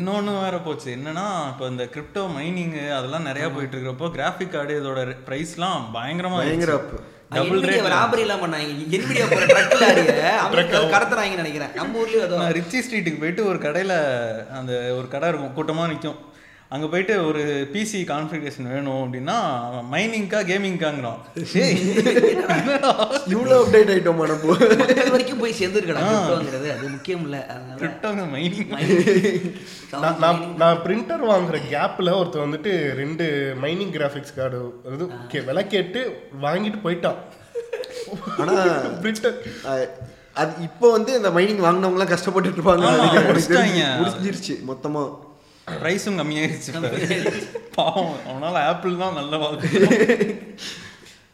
இன்னொன்று வேற போச்சு என்னன்னா இப்போ இந்த கிரிப்டோ மைனிங்கு அதெல்லாம் நிறையா போயிட்டு இருக்கிறப்போ கிராஃபிக் கார்டு இதோட ப்ரைஸ்லாம் பயங்கரமாக
பயங்கர up.
Double
NVIDIA
rate
robbery எல்லாம் பண்ணாங்க. NVIDIA போற truck லாரிய அமெரிக்காவுல கடத்துறாங்கன்னு நினைக்கிறேன். நம்ம ஊர்லயும் ஏதோ.
நான் ரிச்சி ஸ்ட்ரீட்டுக்கு போயிட்டு ஒரு கடையில் அந்த ஒரு கடை இருக்கும் கூட்டமாக நிற்கும் அங்கே போயிட்டு ஒரு பிசி கான்ஃபிகரேஷன் வேணும் அப்படின்னா மைனிங்க்கா கேமிங்க்காங்கிறான்
இவ்வளோ அப்டேட் ஆகிட்டோமா நம்ம
மக்கள் வரைக்கும் போய் சேர்ந்துருக்கடா, கிறிஸ்தவங்கிறது. அது முக்கியம் இல்ல. அதனால
கிரிப்டோங்க மைனிங்
நான்
sound
நான் நான் பிரிண்டர் வாங்குற கேப்பில் ஒருத்தர் வந்துட்டு ரெண்டு மைனிங் கிராஃபிக்ஸ் கார்டு அது கே- விலை கேட்டு வாங்கிட்டு போயிட்டான்
ஆனால்
பிரிண்டர்
அது இப்போ வந்து இந்த மைனிங் வாங்கினவங்களாம் கஷ்டப்பட்டுட்டு இருப்பாங்க
ஆமா,
நினைக்கிறேன். எனக்கு தெரிஞ்சு
முடிச்சிட்டாங்க.
முடிஞ்சிருச்சு மொத்தமாக
ப்ரைஸும் கம்மியாயிருச்சு இப்ப. பாவம் அவனால் ஆப்பிள் தான் நல்ல வாழ்க்கை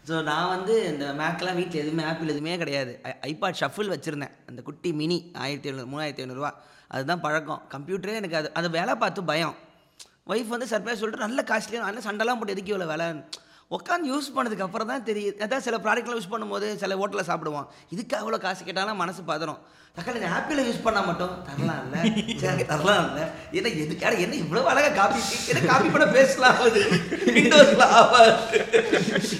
ஸோ நான் வந்து இந்த மேக்கெலாம் வீட்டில் எதுவுமே ஆப்பிள் எதுவுமே கிடையாது ஐபாட் ஷஃபிள் வச்சுருந்தேன் அந்த குட்டி மினி ஆயிரத்தி எழுநூறு மூணாயிரத்தி ஐநூறுரூவா அதுதான் பழக்கம் கம்ப்யூட்டரே எனக்கு அது அதை வேலை பார்த்து பயம் ஒய்ஃப் வந்து சர்ப்ரைஸ் சொல்லிட்டு நல்ல காஸ்ட்லியாக நல்ல சண்டைலாம் போட்டு எதுக்கு இவ்வளோ வேலை உட்காந்து யூஸ் பண்ணதுக்கு அப்புறம் தான் தெரியுது அதான் சில ப்ராடக்ட்லாம் யூஸ் பண்ணும்போது சில ஹோட்டலில் சாப்பிடுவோம் இதுக்கு அவ்வளோ காசு கேட்டாலும் மனசு பதறும் தக்காளி இந்த ஆப்பிளை யூஸ் பண்ணால் மட்டும் தரலாம் இல்லை சரி தரலாம் இல்லை ஏன்னா எதுக்கு ஏன்னா என்ன இவ்வளோ அழகாக காப்பி ஏன்னா காப்பி பண்ண பேசலாம் ஆகுது விண்டோஸில் ஆகாது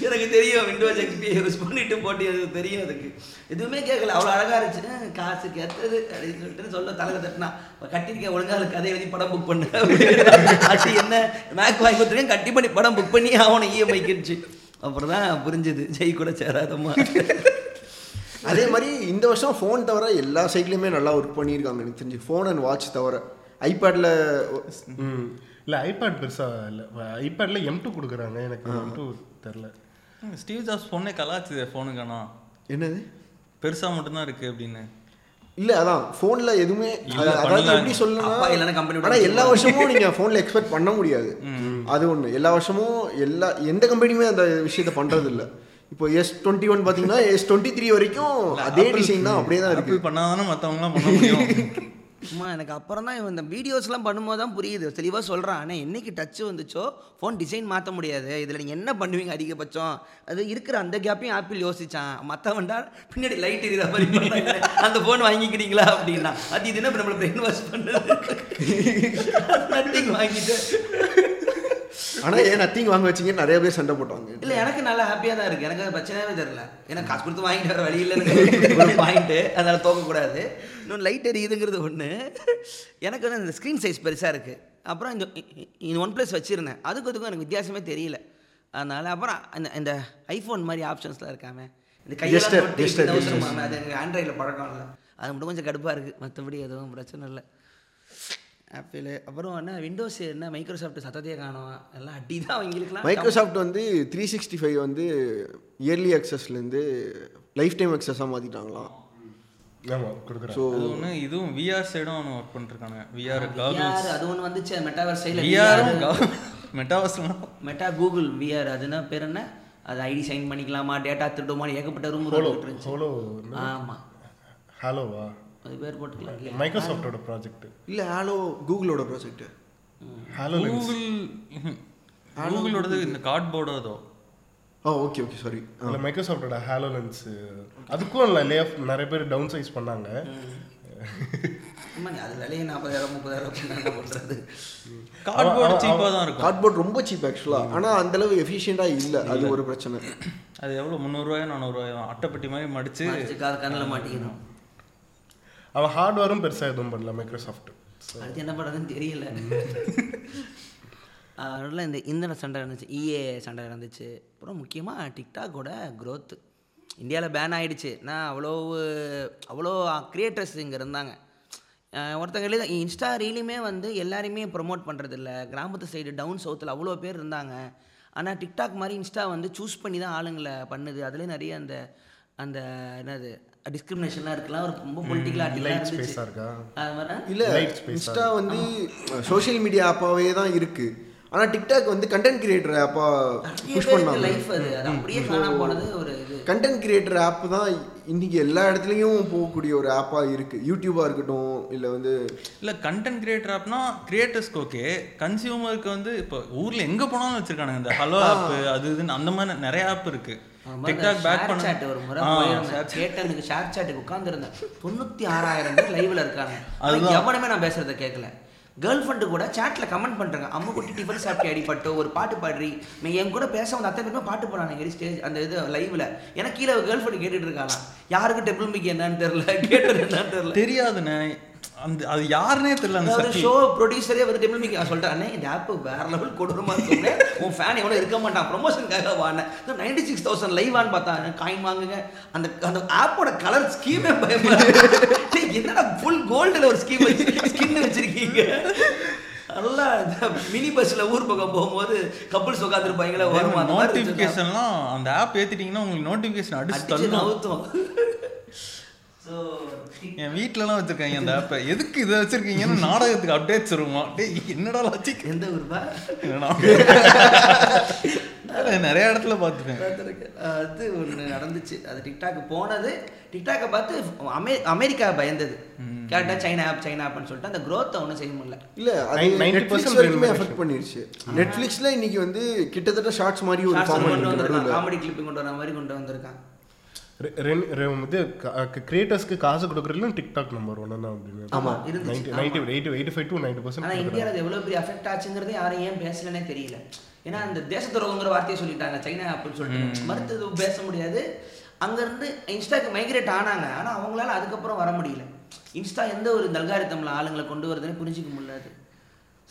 எனக்கு தெரியும் விண்டோஸ் எக்ஸ்பி யூஸ் பண்ணிட்டு போட்டு எனக்கு தெரியும் அதுக்கு எதுவுமே கேட்கல அவ்வளோ அழகாக இருந்துச்சு "ஆ, காசு கேட்டது அப்படின்னு சொல்லிட்டு சொல்ல தலைவர் தட்டினா "இப்ப கட்டியிருக்கேன் ஒழுங்கா அதுக்கு கதை எழுதி படம் புக் பண்ணு அது என்ன மேக் வாங்கி கொடுத்துருக்கேன் கட்டி பண்ணி படம் புக் பண்ணி அவனை இஎம்ஐ கிடுச்சு அப்புறம் தான் புரிஞ்சுது ஜெய் கூட சேராதம்மா
அதே மாதிரி இந்த வருஷம் ஃபோன் தவிர எல்லா சைட்லையுமே நல்லா ஒர்க் பண்ணியிருக்காங்க எனக்கு தெரிஞ்சு ஃபோன் அண்ட் வாட்ச் தவிர ஐபேடில்
ம் இல்லை ஐபேட் பெருசாக இல்லை ஐபேடில் எம் டூ கொடுக்குறாங்க எனக்கு எம் டூ தெரில
ஸ்டீவ் ஜாப்ஸ் ஃபோனே கலாச்சுது ஃபோனுக்கானா
என்னது
பெருசாக மட்டும்தான் இருக்கு அப்படின்னு
இல்ல அதான் போன்ல எதுவுமே
இல்ல,
அது- அதாவது
பண்ணல.
எப்படி சொல்லணும்னா
அப்பா இல்லைன்னா company விட்டு
ஆனா எல்லா
வெளியே
வருஷமும் நீங்க போன்ல எக்ஸ்பெக்ட் பண்ண முடியாது அது ஒண்ணு எல்லா வருஷமும் எல்லா எந்த கம்பெனியுமே அந்த விஷயத்த பண்றது இல்ல இப்போ எஸ் டுவெண்ட்டி ஒன் பாத்தீங்கன்னா எஸ் டுவெண்ட்டி த்ரீ வரைக்கும் அதே டிசைன் தான் அப்படியே தான் இருக்கு
ஆப்பிள் பண்ணாதானே மற்றவங்களாம் பண்ண முடியும்
அம்மா எனக்கு அப்புறம் தான் இவன் இந்த வீடியோஸ்லாம் பண்ணும்போது தான் புரியுது தெளிவாக சொல்கிறான் ஆனால் என்னைக்கு டச்சு வந்துச்சோ ஃபோன் டிசைன் மாற்ற முடியாது இதில் நீங்கள் என்ன பண்ணுவீங்க அதிகபட்சம் அது இருக்கிற அந்த கேப்பையும் ஆப்பிள் யோசிச்சான் மற்றவன்டா பின்னாடி லைட் எரியுற மாதிரி பண்ணாங்க. அந்த ஃபோன் வாங்கிக்கிறீங்களா அப்படின்னா அது இது என்ன இப்ப நம்மளை பிரெயின் வாஷ் பண்ணுது நத்திங் வாங்கிட்டு
ஆனா ஏன் நத்திங் வாங்க வச்சீங்க நிறைய பேர் சண்டை போட்டாங்க
இல்லை எனக்கு நல்லா ஹாப்பியாக தான் இருக்குது எனக்கு அது பிரச்சனையாகவே தெரியல ஏன்னா காசு கொடுத்து வாங்கிட்டு வர வழி இல்லை பாயிண்ட்டு அதனால் தோக்கக்கூடாது இன்னும் லைட் எரியுதுங்கிறது ஒன்று எனக்கு வந்து இந்த ஸ்க்ரீன் சைஸ் பெருசாக இருக்குது அப்புறம் இந்த இந்த ஒன் ப்ளஸ் வச்சுருந்தேன் அதுக்கும் இதுக்கும் எனக்கு வித்தியாசமே தெரியல அதனால் அப்புறம் அந்த இந்த ஐஃபோன் மாதிரி ஆப்ஷன்ஸ்லாம் இருக்காமே இந்த
Gesture,
கையெல்லாம் தொட்டு
gesture,
இப்படி
gesture.
நவுத்துறோமாமே, அது எனக்கு ஆண்ட்ராய்டில் பழக்கம் இல்லை அது மட்டும் கொஞ்சம் கடுப்பாக இருக்குது மற்றபடி எதுவும் பிரச்சனை இல்லை ஆப்பிள் அப்புறம் என்ன விண்டோஸ் என்ன மைக்ரோசாஃப்ட் சத்தத்தையே காணும் எல்லாம் அடி தான் அவங்களுக்குலாம்
மைக்ரோசாஃப்ட் வந்து த்ரீ சிக்ஸ்டி ஃபைவ் வந்து இயர்லி அக்சஸ்லேருந்து லைஃப் டைம் அக்சஸாக மாற்றிட்டாங்களாம்
ஆமாம் கொடுக்குறாங்க
ஸோ
அது ஒன்று இதுவும் விஆர் சைடும் அவனு ஒர்க் பண்ணிருக்கானுங்க விஆர்
VR,
காகுல்ஸ்
அது ஒன்று வந்துச்சு மெட்டாவர் சைடில்
விஆரும் மெட்டாவர்ஸ்லாம்
மெட்டா கூகுள் விஆர் அதுனா பேர் என்ன அது ஐடி சைன் பண்ணிக்கலாமா டேட்டா திருடுமா ஏகப்பட்ட ரூம் இருந்துச்சு
ஹோலோ
ஆமாம்
ஹலோவா
அது பேர் போட்டுக்கலாம்
மைக்ரோசாஃப்டோட ப்ராஜெக்ட்
இல்லை ஹலோ கூகுளோட ப்ராஜெக்ட்
ஹலோ
கூகுள் கூகுளோடது இந்த கார்ட்போர்டோ
ஆ ஓகே ஓகே சாரி
அதில் மைக்ரோசாஃப்டோட ஹாலோ லென்ஸ் அதுக்கும் இல்லை லே ஆஃப் நிறைய பேர் டவுன் சைஸ் பண்ணாங்க
ஆமாங்க அது விலையே நாற்பதாயிரம் முப்பதாயிரம் என்ன பண்ணுறது
கார்ட்போர்டு சீப்பாக தான் இருக்கும்
கார்ட்போர்ட் ரொம்ப சீப் ஆக்சுவலாக ஆனால் அந்த அளவு எஃபிஷியண்டாக இல்லை அது ஒரு பிரச்சனை
அது எவ்வளோ முந்நூறுரூவாயோ நானூறுரூவாயோ அட்டைப்பட்டி மாதிரி மடிச்சு
காது கண்ணில் மாட்டிக்கணும்
அவன் ஹார்ட்வேரும் பெருசாக எதுவும் பண்ணல மைக்ரோசாஃப்ட்
அடுத்து என்ன பண்ணுறதுன்னு தெரியல அதனால இந்த இந்த சண்டை நடந்துச்சு இஏ சண்டை நடந்துச்சு அப்புறம் முக்கியமாக டிக்டாக்கோட growth இந்தியாவில் பேன் ஆயிடுச்சு நான் அவ்வளோ அவ்வளோ கிரியேட்டர்ஸ் இங்கே இருந்தாங்க அஹ் ஒருத்தங்க எழுத இன்ஸ்டா ரீலுமே வந்து எல்லாரையுமே ப்ரொமோட் பண்ணுறதில்ல கிராமத்து சைடு டவுன் சவுத்தில் அவ்வளோ பேர் இருந்தாங்க ஆனால் டிக்டாக் மாதிரி இன்ஸ்டா வந்து சூஸ் பண்ணி தான் ஆளுங்களை பண்ணுது அதுலேயும் நிறைய அந்த அந்த என்னது டிஸ்கிரிமினேஷன்லாம் இருக்கலாம் ஒரு ரொம்ப பொலிட்டிக்கலாக
ஸ்பேஸாக
இருந்துச்சு
இருக்கா
அது மாதிரி
இல்லை
Light space-ஆ
இன்ஸ்டா வந்து சோஷியல் மீடியா ஆப்பாவே தான் இருக்கு ஆனால் டிக்டாக் வந்து கண்டென்ட் கிரியேட்டர் ஆப்பா புஷ் பண்ணாங்க
லைஃப் அது அது அப்படியே காணாம போனது ஒரு இது
கண்டென்ட் கிரியேட்டர் ஆப் தான் இன்னைக்கு எல்லா இடத்துலையும் போகக்கூடிய ஒரு ஆப்பாக இருக்கு யூடியூபாக இருக்கட்டும் இல்லை வந்து
இல்லை கண்டென்ட் கிரியேட்டர் ஆப்னா கிரியேட்டர்ஸ்க்கு ஓகே கன்சியூமருக்கு வந்து இப்போ ஊரில் எங்கே போனாலும் வச்சுருக்கானுங்க இந்த ஹலோ ஆப் அது இதுன்னு அந்த மாதிரி நிறைய ஆப் இருக்குது டிக்டாக் பேக் பண்ண
சாட் ஒரு முறை
ஆ,
போயிருந்தேன் கேட்டனுக்கு ஷேர் சாட்டுக்கு உட்காந்துருந்தேன் தொண்ணூற்றி ஆறாயிரம் பேர் லைவ்ல இருக்காங்க அது எவனுமே நான் பேசுறத கேட்கல கேர்ள் ஃப்ரெண்டு கூட சாட்ல கமெண்ட் பண்றாங்க அம்மா குட்டி டிஃபன் சாப்பிட்டு அடிப்பட்டோ ஒரு பாட்டு பாடுறி நீ என் கூட பேச வந்த அத்தனை பேருமே பாட்டு பாடுறாங்க எடி ஸ்டேஜ் அந்த இது லைவ்ல எனக்கு கீழே கேர்ள் ஃப்ரெண்டு கேட்டுட்டு இருக்காங்க யாருக்கு டெபிள் மிக் என்னன்னு தெரியல கேட்டது என்னன்னு தெரியல
தெரியாதுண்ணே அந்த அது யாருனே தெரியல அந்த
அதாவது
சர்க்கிள்
ஷோ ப்ரொடியூசரே வந்து டெபிள் மிக்கி சொல்லிட்டானே இந்த ஆப் வேற லெவல் கொடூரமா இருக்கும்னே உன் ஃபேன் எவ்வளோ இருக்க மாட்டான் ப்ரொமோஷனுக்காக வானேன் நைன்டி சிக்ஸ் தௌசண்ட் லைவான்னு பார்த்தா காயின் வாங்குங்க அந்த அந்த ஆப்போட கலர் ஸ்கீமே பயமா இருக்கு. டேய், என்னடா ஃபுல் கோல்டில் ஒரு ஸ்கீம் ஸ்கின் வச்சிருக்கீங்க நல்லா இந்த மினி பஸ்ல ஊர் பக்கம் போகும்போது கப்புள்ஸ் உட்காந்துருப்பாங்களே ஓரமா அந்த மாதிரி இருந்துச்சு.
நோட்டிஃபிகேஷன்லாம் அந்த ஆப் ஏற்றிட்டிங்கன்னா உங்களுக்கு நோட்டிஃபிகேஷன் அடிச்சு
அடிச்சு
தள்ளும்
நவுத்தும் ஸோ
என் வீட்டிலலாம் வச்சுருக்காங்க அந்த ஆப்பை எதுக்கு இதை வச்சுருக்கீங்கன்னு நாடகத்துக்கு அப்டேட் சொல்லுமா டேய் என்னடா லாஜிக்
எந்த ஊர்பா
நிறைய இடத்துல பார்த்துருக்கேன்
பார்த்திருக்கேன். அது ஒன்று நடந்துச்சு அது டிக்டாக் போனது டிக்டாக்கை பார்த்து அமெ அமெரிக்கா பயந்தது கேட்டால் சைனா ஆப் சைனா ஆப்னு சொல்லிட்டு அந்த growth ஒன்றும் செய்ய முடியல
இல்லை அது
90%
நெட்ஃப்ளிக்ஸ் வரைக்குமே
remuneration.
அஃபெக்ட் பண்ணிருச்சு நெட்ஃப்ளிக்ஸில் இன்னைக்கு வந்து கிட்டத்தட்ட ஷார்ட்ஸ் மாதிரி ஒரு
Shorts கொண்டு
ஃபார்ம்
வந்திருக்காங்க காமெடி கிளிப்பிங் கொண்டு வர மாதிரி கொண்டு வந்திருக்காங்க
ரெ- ரென்- ரெ- இது கிரியேட்டர்ஸ்க்கு காசு கொடுக்குறதுலும் டிக்டாக் நம்பர் ஒன்று தான் அப்படின்னு
ஆமா, இருந்துச்சு.
Ninety ninety eighty eighty five to ninety
ஆனா
பர்சன்ட்
இந்தியாவில் அது எவ்வளோ பெரிய அஃபெக்ட் ஆச்சுங்கிறது யாரும் ஏன் பேசலனே தெரியல ஏன்னா அந்த தேச துரோகங்கிற வார்த்தையை சொல்லிட்டாங்க சைனா அப்படின்னு சொல்லிட்டு மறுத்தது பேச முடியாது அங்கேருந்து இன்ஸ்டாக்கு மைக்ரேட் ஆனாங்க ஆனா அவங்களால அதுக்கப்புறம் வர முடியல இன்ஸ்டா எந்த ஒரு நல்காரித்தமில் ஆளுங்களை கொண்டு வருதுன்னு புரிஞ்சிக்க முடியாது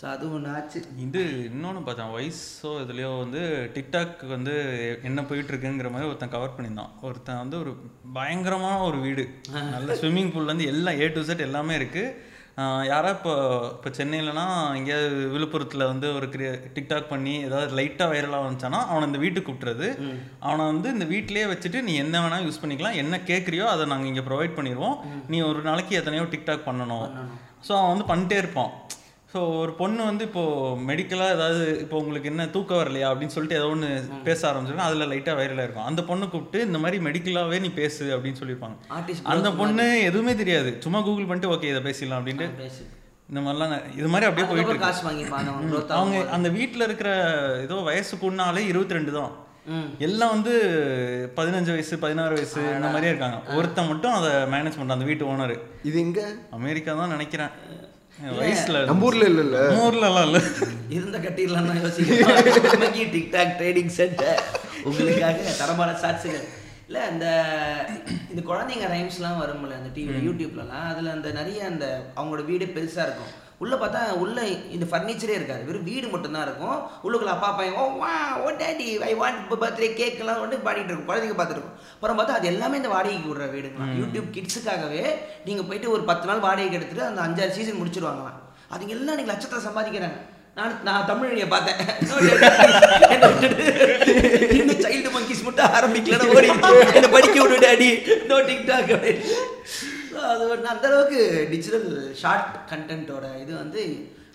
ஸோ அது ஒன்று ஆச்சு
இது இன்னொன்று பார்த்தேன் வயசோ இதுலேயோ வந்து டிக்டாக் வந்து என்ன போயிட்டு இருக்குங்கிற மாதிரி ஒருத்தன் கவர் பண்ணியிருந்தான் ஒருத்தன் வந்து ஒரு பயங்கரமான ஒரு வீடு நல்ல ஸ்விம்மிங் பூல்லேருந்து எல்லாம் ஏ டு செட் எல்லாமே இருக்குது யாரா இப்போ இப்போ சென்னையிலனா எங்கேயாவது விழுப்புரத்தில் வந்து ஒரு கிரியே டிக்டாக் பண்ணி ஏதாவது லைட்டாக வைரலாக வந்துச்சானா அவனை இந்த வீட்டுக்கு கூப்பிட்றது அவனை வந்து இந்த வீட்டிலேயே வச்சுட்டு நீ என்ன வேணால் யூஸ் பண்ணிக்கலாம் என்ன கேட்குறியோ அதை நாங்கள் இங்கே ப்ரொவைட் பண்ணிடுவோம் நீ ஒரு நாளைக்கு எத்தனையோ டிக்டாக் பண்ணணும் ஸோ அவன் வந்து பண்ணிட்டே இருப்பான் ஸோ ஒரு பொண்ணு வந்து இப்போது மெடிக்கலாக ஏதாவது இப்போ உங்களுக்கு என்ன தூக்கம் வரலையா அப்படின்னு சொல்லிட்டு ஏதோ ஒன்று பேச ஆரம்பிச்சோன்னா அதில் லைட்டாக வைரலாக இருக்கும் அந்த பொண்ணு கூப்பிட்டு இந்த மாதிரி மெடிக்கலாகவே நீ பேசு அப்படின்னு சொல்லியிருப்பாங்க
ஆர்டிஸ்ட்
அந்த பொண்ணு எதுவுமே தெரியாது சும்மா கூகுள் பண்ணிட்டு ஓகே இதை பேசிடலாம் அப்படின்ட்டு
பேசு
இந்த மாதிரிலாம் நெ- இது மாதிரி அப்படியே போயிட்டு
அதுக்கப்புறம்
இருக்கு
காசு வாங்கிப்பாங்க அவங்க growth
அவங்க
ஆகும்
அந்த வீட்டில் இருக்கிற ஏதோ வயசு கூடனாலே இருபத்தி ரெண்டு தான்
ம்.
எல்லாம் வந்து பதினஞ்சு வயசு பதினாறு வயசு இந்த மாதிரியே இருக்காங்க ஒருத்தன் மட்டும் அதை மேனேஜ் பண்ணுறான் அந்த வீட்டு ஓனர்
இது எங்க
அமெரிக்கா தான் நினைக்கிறேன் வயசில்
நம்ம ஊர்ல இல்லைல்ல
நம்ம ஊர்லலாம் இல்லை
இருந்த கட்டிடலாம் தான் யோசிக்கிறேன் டிக்டாக் ட்ரேடிங் சென்டர் உங்களுக்காக தரமான சாட்சிகள் இல்லை அந்த இந்த குழந்தைங்க ரைம்ஸ்லாம் வரும்ல அந்த டிவி யூடியூப்லலாம் அதில் அந்த நிறைய அந்த அவங்களோட வீடே பெருசாக இருக்கும் உள்ளே பார்த்தா உள்ளே இந்த ஃபர்னிச்சரே இருக்காது வெறும் வீடு மட்டும்தான் இருக்கும் உள்ளுக்குள்ள அப்பா பையன் ஓ வா oh daddy I want birthday கேக்லாம் வந்து பாடிட்டு இருக்கும் குழந்தைங்க பார்த்துருக்கும் அப்புறம் பார்த்தா அது எல்லாமே இந்த வாடகைக்கு விடுற வீடுங்களாம் யூடியூப் கிட்ஸுக்காகவே நீங்கள் போயிட்டு ஒரு பத்து நாள் வாடகைக்கு எடுத்துட்டு அந்த அஞ்சாறு சீசன் முடிச்சிருவாங்களாம் அதுங்க எல்லாம் இன்னைக்கு லட்சத்தில் சம்பாதிக்கிறாங்க நான் நான் தமிழ் பார்த்தேன் என்னை விட்டுடு. இன்னும் சைல்டு மங்கிஸ் மட்டும் ஆரம்பிக்கலன்னு ஓடி என்னை படிக்க விடு அடி நோ டிக்டாக் அப்படின்னு So, அது ஒன்று அந்த அளவுக்கு டிஜிட்டல் ஷார்ட் கண்டென்ட்டோட இது வந்து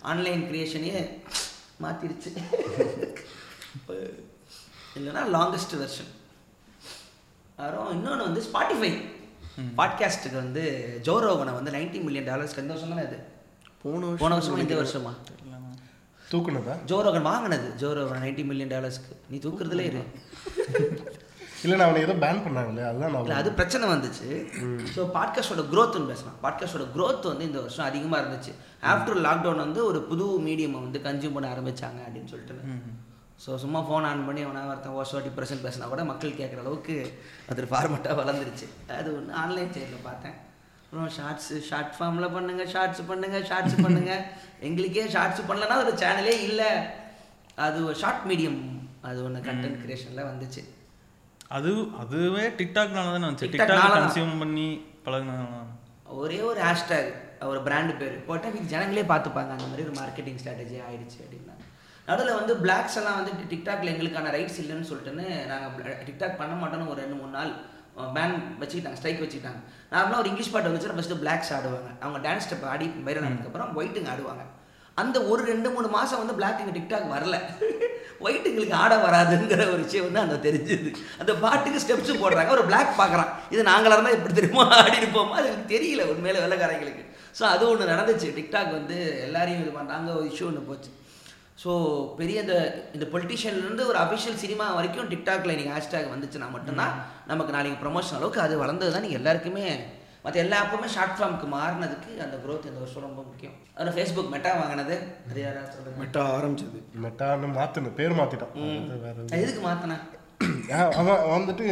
ஆன்லைன் கிரியேஷனையே மாற்றிடுச்சு இல்லைன்னா லாங்கஸ்ட் வெர்ஷன் அப்புறம் இன்னொன்று வந்து ஸ்பாட்டிஃபை பாட்காஸ்ட்டுக்கு வந்து ஜோரோகனை வந்து 90 மில்லியன் டாலர்ஸ் எந்த வருஷம் தானே அது
போன வருஷம்
போன வருஷமா இந்த வருஷமா
தூக்குனதா
ஜோரோகன் வாங்கினது ஜோரோகன் நைன்டி மில்லியன் டாலர்ஸ்க்கு நீ தூக்குறதுல இரு
இல்ல நான் அவனை ஏதோ பேன் பண்ணாங்களே அதுதான்
இல்ல
நான்
அது பிரச்சனை வந்துச்சு ஸோ பாட்காஸ்டோட க்ரோத்னு பேசலாம் பாட்காஸ்டோட growth வந்து இந்த வருஷம் அதிகமாக இருந்துச்சு ஆஃப்டர் லாக்டவுன் வந்து ஒரு புது மீடியமை வந்து கன்சியூம் பண்ண ஆரம்பிச்சாங்க அப்படின்னு சொல்லிட்டு ஸோ சும்மா ஃபோன் ஆன் பண்ணி அவனா ஒருத்தன் ஓசோ டிப்ரெஷன் பேசினா கூட மக்கள் கேட்குற அளவுக்கு அது ஃபார்மெட்டாக வளர்ந்துருச்சு அது ஒன்று ஆன்லைன் சைடில் பார்த்தேன் அப்புறம் ஷார்ட்ஸு ஷார்ட் ஃபார்மில் பண்ணுங்க ஷார்ட்ஸ் பண்ணுங்க ஷார்ட்ஸ் பண்ணுங்க எங்களுக்கே ஷார்ட்ஸ் பண்ணலன்னா ஒரு சேனலே இல்லை அது ஷார்ட் மீடியம் அது ஒன்று கண்டென்ட் கிரியேஷனில் வந்துச்சு
அது அதுவே டிக்டாக்னால தானே வந்துச்சு
TikTok
டிக்டாக்
னால தான்.
கன்சியூம் பண்ணி பழகினாங்க
ஒரே ஒரு ஹேஷ்டேக் ஒரு பிராண்டு பேர் போட்டால் இது ஜனங்களே பார்த்துப்பாங்க அந்த மாதிரி ஒரு மார்க்கெட்டிங் ஸ்ட்ராட்டஜி ஆயிடுச்சு அப்படின்னா நடுவில் வந்து பிளாக்ஸ் எல்லாம் வந்து டிக்டாக்ல எங்களுக்கான ரைட்ஸ் இல்லைன்னு சொல்லிட்டுன்னு நாங்கள் டிக்டாக் பண்ண மாட்டோம்னு ஒரு ரெண்டு மூணு நாள் பேன் வச்சுக்கிட்டாங்க ஸ்ட்ரைக் வச்சுக்கிட்டாங்க நார்மலாக ஒரு இங்கிலீஷ் பாட்டு வந்துச்சுன்னா ஃபஸ்ட்டு பிளாக்ஸ் ஆடுவாங்க அவங்க டான்ஸ் ஸ்டெப் ஆடி வைரல் ஆனதுக்கப்புறம் ஒயிட்டுங்க ஆடுவாங்க அந்த ஒரு ரெண்டு மூணு மாதம் வந்து black இங்க டிக்டாக் வரல ஒயிட்டுங்களுக்கு ஆட வராதுங்கிற ஒரு விஷயம் வந்து அந்த தெரிஞ்சுது அந்த பாட்டுக்கு ஸ்டெப்ஸ் போடுறாங்க ஒரு black பார்க்குறான் இது நாங்களாக இருந்தால் எப்படி தெரியுமா ஆடி இருப்போமா அது எனக்கு தெரியல உண்மையில வெள்ளைக்காரங்களுக்கு ஸோ அது ஒன்று நடந்துச்சு டிக்டாக் வந்து எல்லாரையும் இது பண்ணாங்க ஒரு இஷ்யூ ஒன்று போச்சு ஸோ பெரிய இந்த இந்த பொலிட்டிஷியன்லேருந்து ஒரு அஃபிஷியல் சினிமா வரைக்கும் டிக்டாக்ல நீங்கள் ஹேஷ்டேக் வந்துச்சுன்னா மட்டும்தான் நமக்கு நாளைக்கு ப்ரொமோஷன் அளவுக்கு அது வளர்ந்தது தான் நீங்கள் எல்லாருக்குமே மற்ற எல்லா ஆப்புமே ஷார்ட் ஃபார்முக்கு மாறினதுக்கு அந்த growth இந்த வருஷம் ரொம்ப முக்கியம் அதில் ஃபேஸ்புக் மெட்டா வாங்கினது அது யாரா சொல்லுங்க
மெட்டா ஆரம்பிச்சது
மெட்டான்னு மாத்தணும் பேர் மாத்திட்டான் அது வேற இது.
அது எதுக்கு மாற்றினா
ஆ- அவன் வந்துட்டு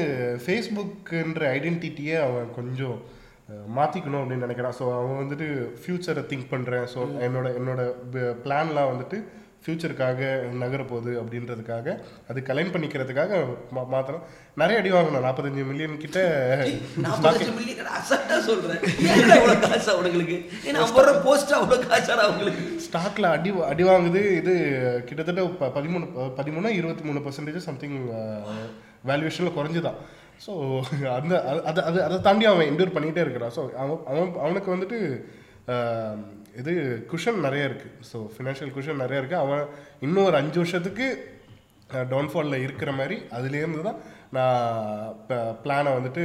ஃபேஸ்புக்குன்ற ஐடென்டிட்டியே அவன் கொஞ்சம் அஹ், மாத்திக்கணும் அப்படின்னு நினைக்கிறான் ஸோ அவன் வந்துட்டு ஃப்யூச்சரை திங்க் பண்றேன் ஸோ என்னோட என்னோட பிளான்லாம் வந்துட்டு ஃப்யூச்சருக்காக நகரப்போகுது அப்படின்றதுக்காக அது கலைன் பண்ணிக்கிறதுக்காக மா மாத்தணும் நிறைய அடி வாங்கணும் நாற்பத்தஞ்சு மில்லியன் கிட்ட
நாற்பத்தஞ்சு மில்லியன் அசட்டாக சொல்கிறேன் ஏன் அவ்வளோ காசா அவங்களுக்கு ஏன்னா ஐம்பது ரூபா போஸ்ட்டாக அவ்வளோ காசாடா அவங்களுக்கு
ஸ்டாக்ல அடி அடி வாங்குது இது கிட்டத்தட்ட ப- பதிமூணு ப- பதிமூணு இருபத்தி மூணு பர்சன்டேஜ் சம்திங் வேல்யூஷனில் uh, குறைஞ்சுதான் ஸோ அந்த அது- அது அது அதை தாண்டி அவன் என்டூர் பண்ணிகிட்டே இருக்கிறான் ஸோ அவன் அவன் அவனுக்கு வந்துட்டு ஆஹ், இது குஷன் நிறைய இருக்குது ஸோ ஃபினான்ஷியல் குஷன் நிறைய இருக்குது அவன் இன்னும் ஒரு அஞ்சு வருஷத்துக்கு டவுன்ஃபாலில் இருக்கிற மாதிரி அதுலேருந்து தான் நான் பிளானை வந்துட்டு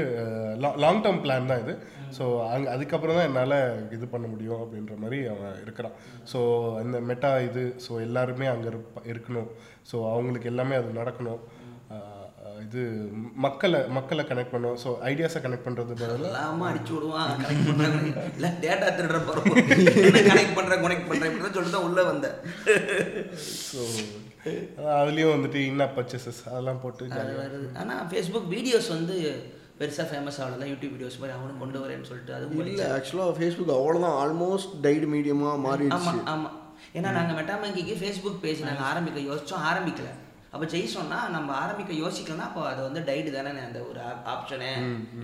லாங் டேர்ம் பிளான் தான் இது ஸோ அங் அதுக்கப்புறம் தான் என்னால் இது பண்ண முடியும் அப்படின்ற மாதிரி அவன் இருக்கிறான் ஸோ இந்த மெட்டா இது ஸோ எல்லாருமே அங்கே இருக்கணும் ஸோ அவங்களுக்கு எல்லாமே அது நடக்கணும் அஹ், அஹ், இது மக்களை மக்களை கனெக்ட் பண்ணணும் ஸோ ஐடியாஸை கனெக்ட் பண்ணுறது பதில்
எல்லாமே அடிச்சு விடுவான் கனெக்ட் பண்றாங்க இல்லை டேட்டா திருடுற போகிறோம் கனெக்ட் பண்ணுறேன் கனெக்ட் பண்ணுறேன் இப்படி தான் சொல்லிட்டு தான் உள்ளே வந்தேன்
ஸோ அதுலேயும் வந்துட்டு இன்னா பர்ச்சேசஸ் அதெல்லாம் போட்டு
அது
jolly ஆ-
வருது ஆனால் ஃபேஸ்புக் வீடியோஸ் வந்து பெருசாக ஃபேமஸ் ஆகலை யூடியூப் வீடியோஸ் மாதிரி அவனும் கொண்டு வரேன்னு சொல்லிட்டு அதுவும் போயிடுச்சு.
இல்லை ஆக்சுவலாக ஃபேஸ்புக் அவ்வளோதான் ஆல்மோஸ்ட் டைடு மீடியமாக
ஆமா
மாறிடுச்சு
ஆமா ஏன்னா நாங்க மெட்டாமங்கிக்கு ஃபேஸ்புக் பேஜ் நாங்க ஆரம்பிக்க யோசிச்சோம் ஆரம்பிக்கல அப்ப ஜெய் சொன்னா நம்ம ஆரம்பிக்க யோசிக்கலன்னா அப்போ அது வந்து டைடு தானே அந்த ஒரு ஆப்ஷனு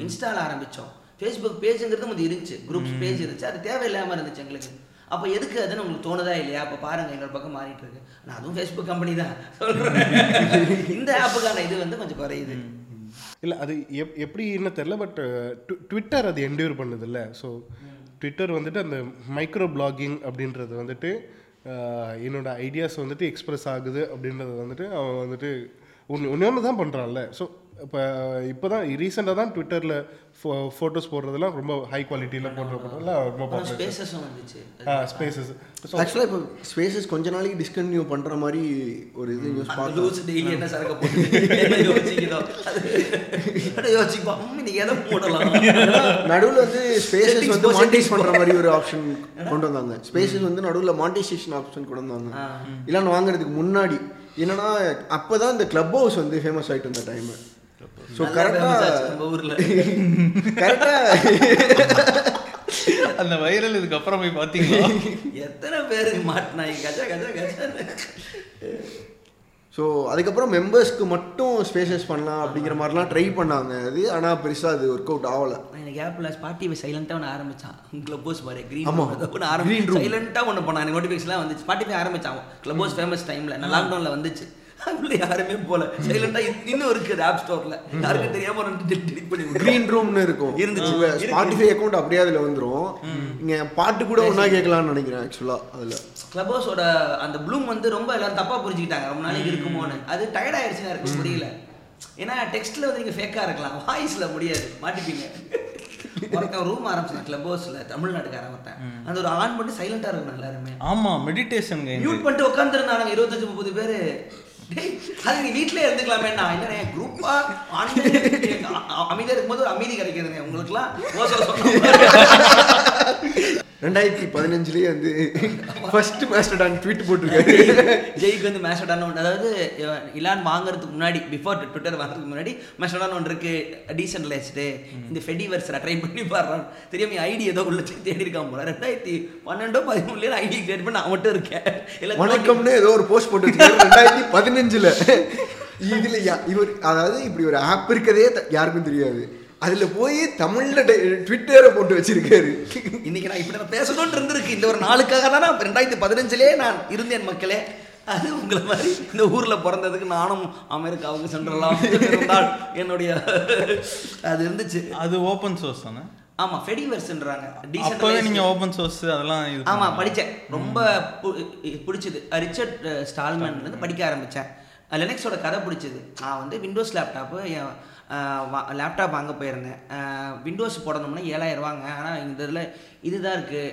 இன்ஸ்டால ஆரம்பிச்சோம் ஃபேஸ்புக் பேஜுங்கிறது வந்து இருந்துச்சு குரூப்ஸ் பேஜ் இருந்துச்சு அது தேவையில்லாம இருந்துச்சு எங்களுக்கு அப்ப எதுக்கு அதுன்னு உங்களுக்கு தோணுதா இல்லையா அப்ப பாருங்க எங்கள் பக்கம் மாறிட்டு இருக்கு நான் அதுவும் ஃபேஸ்புக் கம்பெனி தான் சொல்றேன் இந்த ஆப்புக்கான இது வந்து கொஞ்சம் குறையுது
இல்லை அது எப் எப்படின்னு தெரில பட் ட்விட்டர் அது என்டியூர் பண்ணுது இல்லை ஸோ ட்விட்டர் வந்துட்டு அந்த மைக்ரோ பிளாகிங் அப்படின்றது வந்துட்டு அஹ், என்னோட ஐடியாஸ் வந்துட்டு எக்ஸ்பிரஸ் ஆகுது அப்படின்றது வந்துட்டு அவன் வந்துட்டு ஒன்று ஒன்று ஒன்று தான் பண்ணுறான்ல ஸோ இப்போ இப்போ தான் ரீசெண்டாக தான் ட்விட்டரில் ஃபோ ஃபோட்டோஸ் போடுறதெல்லாம் ரொம்ப ஹை குவாலிட்டியில் போடுற போடுறதுலாம் ரொம்ப
அப்புறம் ஸ்பேசஸும் வந்துச்சு
ஸ்பேசஸ் ஸோ
ஆக்சுவலாக இப்போ ஸ்பேசஸ் கொஞ்ச நாளைக்கு டிஸ்கன்டினியூ பண்ணுற மாதிரி ஒரு இது நியூஸ் பார்த்தோம்
லூஸ் டெய்லி என்ன சரக்க போட்டு என்ன யோசிக்கிறோம் அது யோசிப்போம் ம், இன்னைக்கு எதை போடலாம்
நடுவில் வந்து ஸ்பேசஸ்
Settings
வந்து
போ, settings
மானிட்டைஸ் பண்ணுற மாதிரி ஒரு ஆப்ஷன் கொண்டு வந்தாங்க ஸ்பேசஸ் வந்து நடுவில் மானிட்டைசேஷன் ஆப்ஷன் கொண்டு வந்தாங்க இல்லைன்னு வாங்குறதுக்கு முன்னாடி என்னன்னா அப்போ தான் இந்த கிளப் ஹவுஸ் வந்து ஃபேமஸ் ஆயிட்டு இருந்த டைம் ஸோ
நல்லா famous ஆச்சு
கரெக்டாக
நம்ம ஊர்ல
கரெக்டாக
அந்த வைரல் இதுக்கு அப்புறம் போய் பார்த்தீங்களா
எத்தனை பேருக்கு மாட்டினாங்க கஜா கஜா கஜா
ஸோ அதுக்கப்புறம் மெம்பர்ஸ்க்கு மட்டும் ஸ்பேசஸ் பண்ணலாம் அப்படிங்கிற மாதிரிலாம் ட்ரை பண்ணாங்க அது ஆனால் பெருசாக அது ஒர்க் அவுட் ஆகலை
இந்த கேப்ல ஸ்பாட்டி சைலண்டா ஒன்று ஆரம்பிச்சான் கிளப் ஹவுஸ் மாதிரி கிரீன்
ஆமா.
ஒன்று ஆரம்பிச்சு சைலண்டா ஒன்று பண்ணான் எனக்கு நோட்டிஃபிகேஷன்லாம் வந்துச்சு ஸ்பாட்டி ஆரம்பிச்சான் கிளப் ஹவுஸ் ஃபேமஸ் டைம்ல நான் லாக்டவுன்ல வந்துச்சு அதுக்குள்ள யாருமே போல சைலண்டா இன்னும் இருக்குது ஆப் ஸ்டோர்ல யாருக்கும் தெரியாம டெலிட் பண்ணி விட்டுருவான்.
க்ரீன் ரூம்னு இருக்கும்
இருந்துச்சு.
உங்க ஸ்பாட்டிஃபை அக்கௌண்ட் அப்படியே அதில் வந்துடும் நீங்கள் பாட்டு கூட ஒன்றா கேட்கலாம்னு நினைக்கிறேன் ஆக்சுவலாக அதில்
கிளப் ஹவுஸோட அந்த ப்ளூம் வந்து ரொம்ப எல்லாரும் தப்பா புரிஞ்சுக்கிட்டாங்க ரொம்ப நாளைக்கு இருக்குமோன்னு அது டயர்ட் ஆயிடுச்சுன்னா இருக்கு புரியல ஏன்னா டெக்ஸ்ட்ல வந்து நீங்க ஃபேக்கா இருக்கலாம் வாய்ஸ்ல முடியாது மாட்டிப்பீங்க ஒருத்தன் ரூம் ஆரம்பிச்சான் கிளப் ஹவுஸில் தமிழ்நாட்டுக்காரன் ஒருத்தன் அந்த ஒரு ஆன் பண்ணி சைலண்டாக இருக்கணும் எல்லாருமே
ஆமா மெடிடேஷன்
மியூட் பண்ணிட்டு உட்காந்துருந்தாங்க இருபத்தஞ்சு முப்பது பேர் அது நீ வீட்டிலே இருந்துக்கலாமே நான் இல்லை குரூப்பா அமைதியா இருக்கும்போது ஒரு அமைதி கிடைக்கிறதுங்க உங்களுக்குலாம் ஓசை
ரெண்டாயிரத்தி பதினஞ்சுலேயே வந்து ஃபர்ஸ்ட் மாஸ்டர்டான் ட்வீட் போட்டிருக்காரு
ஜெய்க்கு வந்து மேஷடான ஒன்று அதாவது இவன் இலான் வாங்குறதுக்கு முன்னாடி பிஃபோர் ட்விட்டர் வாங்குறதுக்கு முன்னாடி மேஷடான ஒன்று இருக்கு டீசென்ட்ரலைஸ்டு இந்த ஃபெடிவர்ஸில் ட்ரை பண்ணி பாடுறான் தெரியாம ஐடி ஏதோ உள்ள வச்சு தேடி இருக்கான் போல ரெண்டாயிரத்தி பன்னெண்டோ பதிமூணுலேயே ஐடி கிரியேட் பண்ணி நான் மட்டும் இருக்கேன் எல்லாத்தையும்
வணக்கம்னு ஏதோ ஒரு போஸ்ட் போட்டு வச்சிருக்காரு ரெண்டாயிரத்தி பதினஞ்சுல இதுல யா- இவர் அதாவது இப்படி ஒரு ஆப் இருக்கதே த- யாருக்கும் தெரியாது அதுல போய் தமிழ்ல ட்விட்டரை போட்டு வச்சிருக்காரு
இன்னைக்கு நான் இப்படி நான் பேசணும்னு இருந்திருக்கு இந்த ஒரு நாளுக்காக தான் நான் ரெண்டாயிரத்தி பதினஞ்சுலேயே நான் இருந்தேன் மக்களே அது உங்களை மாதிரி இந்த ஊரில் பிறந்ததுக்கு நானும் அமெரிக்காவுக்கு சென்றலாம் இருந்தால் என்னுடைய அது இருந்துச்சு
அது ஓப்பன் சோர்ஸ் தானே
ஆமாம் ஃபெடிவர்ஸ்ன்றாங்க
அப்பவே
Decentralized-
நீங்க ஓப்பன் சோர்ஸ் அதெல்லாம் இது
ஆமா படிச்சேன் ரொம்ப பு- பிடிச்சது ரிச்சர்ட் அஹ், ஸ்டால்மன்ல இருந்து படிக்க ஆரம்பிச்சேன் லெனக்ஸோட கதை பிடிச்சது நான் வந்து விண்டோஸ் லேப்டாப்பு என் லேப்டாப் வாங்க போயிருந்தேன் விண்டோஸ் போடணும்னா ஏழாயிரம் ரூபாங்க ஆனால் இந்த இதில் இதுதான் இருக்குது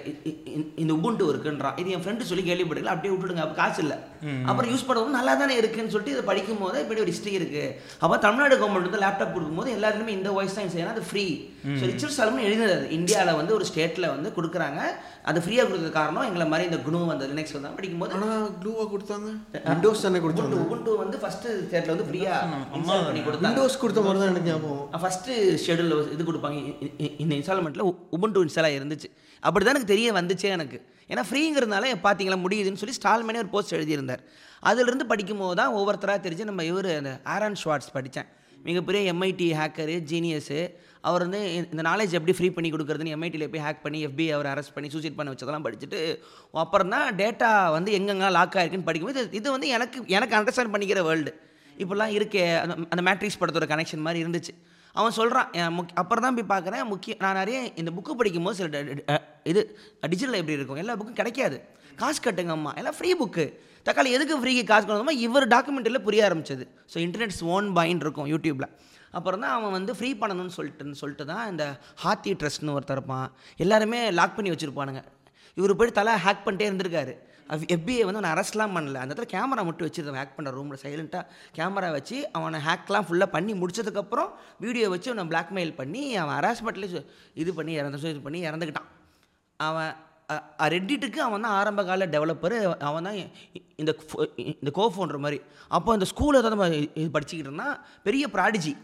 இந்த உபுண்டு இருக்குன்றான் இது என் ஃப்ரெண்டு சொல்லி கேள்விப்பட்டுக்கல அப்படியே விட்டுடுங்க அப்போ காசு இல்லை அப்புறம் யூஸ் பண்ணவும் நல்லா தானே இருக்குன்னு சொல்லிட்டு இதை படிக்கும் போது இப்படி ஒரு ஹிஸ்ட்ரி இருக்குது அப்போ தமிழ்நாடு கவர்மெண்ட் வந்து லேப்டாப் கொடுக்கும்போது எல்லாருமே இந்த வாய்ஸ் தான் செய்யணும் அது ஃப்ரீ ஸோ ரிச்சர்ட் சாலமன் எழுதினது அது. இந்தியால வந்து ஒரு ஸ்டேட்டில் வந்து கொடுக்குறாங்க அது ஃப்ரீயாக கொடுக்குற காரணம் எங்களை மாதிரி இந்த குணு அந்த லினக்ஸ் வந்து படிக்கும்போது
ஆனா க்ளூவா கொடுத்தாங்க விண்டோஸ் தானே கொடுத்தாங்க
உபுண்டு வந்து ஃபஸ்ட்டு ஸ்டேட்டில் வந்து ஃப்ரீயாக இன்ஸ்டால் பண்ணி கொடுத்தாங்க
விண்டோஸ் கொடுத்த மாதிரி தான் எனக்கு ஞாபகம்
ஃபஸ்ட்டு ஷெடியூலில் இது கொடுப்பாங்க இ- இ- இ- இந்த இன்ஸ்டால்மெண்ட்டில் உபுண்டு இன்ஸ்டால் இருந்துச்சு அப்படி தான் எனக்கு தெரிய வந்துச்சே எனக்கு ஏன்னா ஃப்ரீங்கிறதுனால பார்த்தீங்களா முடியுதுன்னு சொல்லி ஸ்டால்மேனே ஒரு போஸ்ட் எழுதியிருந்தார் அதிலிருந்து படிக்கும்போது தான் ஒவ்வொருத்தராக தெரிஞ்சு நம்ம இவர் அந்த ஆரான் ஷுவார்ட்ஸ் படித்தேன் மிகப்பெரிய எம்ஐடி ஹேக்கரு ஜீனியஸு அவர் வந்து இந்த- இந்த நாலேஜ் எப்படி ஃப்ரீ பண்ணி கொடுக்குறதுன்னு எம்ஐடியில் போய் ஹேக் பண்ணி FBI அவர் அரெஸ்ட் பண்ணி சூசைட் பண்ண வச்சதெல்லாம் படிச்சுட்டு அப்புறம் தான் டேட்டா வந்து எங்கெங்கே லாக் ஆயிருக்குன்னு படிக்கும்போது இது- இது வந்து எனக்கு எனக்கு அண்டர்ஸ்டாண்ட் பண்ணிக்கிற வேர்ல்டு இப்படிலாம் இருக்கே அந்த அந்த மேட்ரிக்ஸ் படத்தோட கனெக்ஷன் மாதிரி இருந்துச்சு அவன் சொல்கிறான் அப்புறம் தான் போய் பார்க்குறேன் முக்கிய நான் நிறைய இந்த புக்கு படிக்கும்போது சில ட- ட- இது டிஜிட்டல் லைப்ரரி இருக்கும் எல்லா புக்கும் கிடைக்காது காசு கட்டுங்க அம்மா எல்லாம் ஃப்ரீ புக்கு தக்காளி எதுக்கு ஃப்ரீக்கு காசு கொடுத்தோமோ இவர் டாக்குமெண்ட்டில் புரிய ஆரம்பிச்சது ஸோ இன்டர்நெட்ஸ் ஓன் பைன் இருக்கும் யூடியூப்பில் அப்புறம் தான் அவன் வந்து ஃப்ரீ பண்ணணும்னு சொல்லிட்டு சொல்லிட்டு தான் இந்த ஹாத்தி ட்ரஸ்ட்னு ஒருத்தர் இருப்பான் எல்லாருமே லாக் பண்ணி வச்சுருப்பானுங்க இவர் போய் தலை ஹேக் பண்ணிட்டே இருந்திருக்காரு எஃபிஐ வந்து அவனை அரெஸ்ட்லாம் பண்ணல அந்த இடத்துல கேமரா மட்டும் வச்சிருந்தவன் ஹேக் பண்ண ரூமில் சைலண்ட்டாக கேமரா வச்சு அவனை ஹேக்லாம் ஃபுல்லாக பண்ணி முடிச்சதுக்கப்புறம் வீடியோ வச்சு அவனை blackmail பண்ணி அவன் ஹராஸ்மெண்ட்லேயே இது பண்ணி இறந்து suicide பண்ணி இறந்துக்கிட்டான் அவன் அ- அ- ரெட்டிட்டுக்கு அவன் தான் ஆரம்ப கால டெவலப்பர் அவன் தான் இ- இந்த ஃபோ- இந்த கோஃபோன்ற மாதிரி அப்போ இந்த ஸ்கூலில் தான் நம்ம இது படிச்சுக்கிட்டு இருந்தான் பெரிய ப்ராடிஜி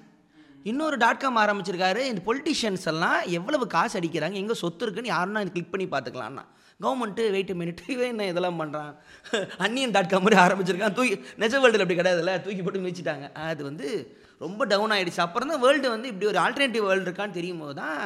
இன்னொரு டாட் காம் ஆரம்பிச்சிருக்காரு இந்த பொலிட்டிஷியன்ஸ் எல்லாம் எவ்வளவு காசு அடிக்கிறாங்க எங்கே சொத்து இருக்குன்னு யாருன்னா இது கிளிக் பண்ணி பார்த்துக்கலாம்னா கவர்மெண்ட்டு வெயிட் மினிட் இவன் என்ன இதெல்லாம் பண்ணுறான் அன்னியன் டாட் காம் மாதிரி ஆரம்பிச்சிருக்கான் தூக்கி நிஜ வேர்ல்டில் அப்படி கிடையாதுல்ல தூக்கி போட்டு மிதிச்சிட்டாங்க அது வந்து ரொம்ப டவுன் ஆயிடுச்சு அப்புறம் தான் வேர்ல்டு வந்து இப்படி ஒரு ஆல்டர்னேட்டிவ் வேர்ல்டு இருக்கான்னு தெரியும் போது தான்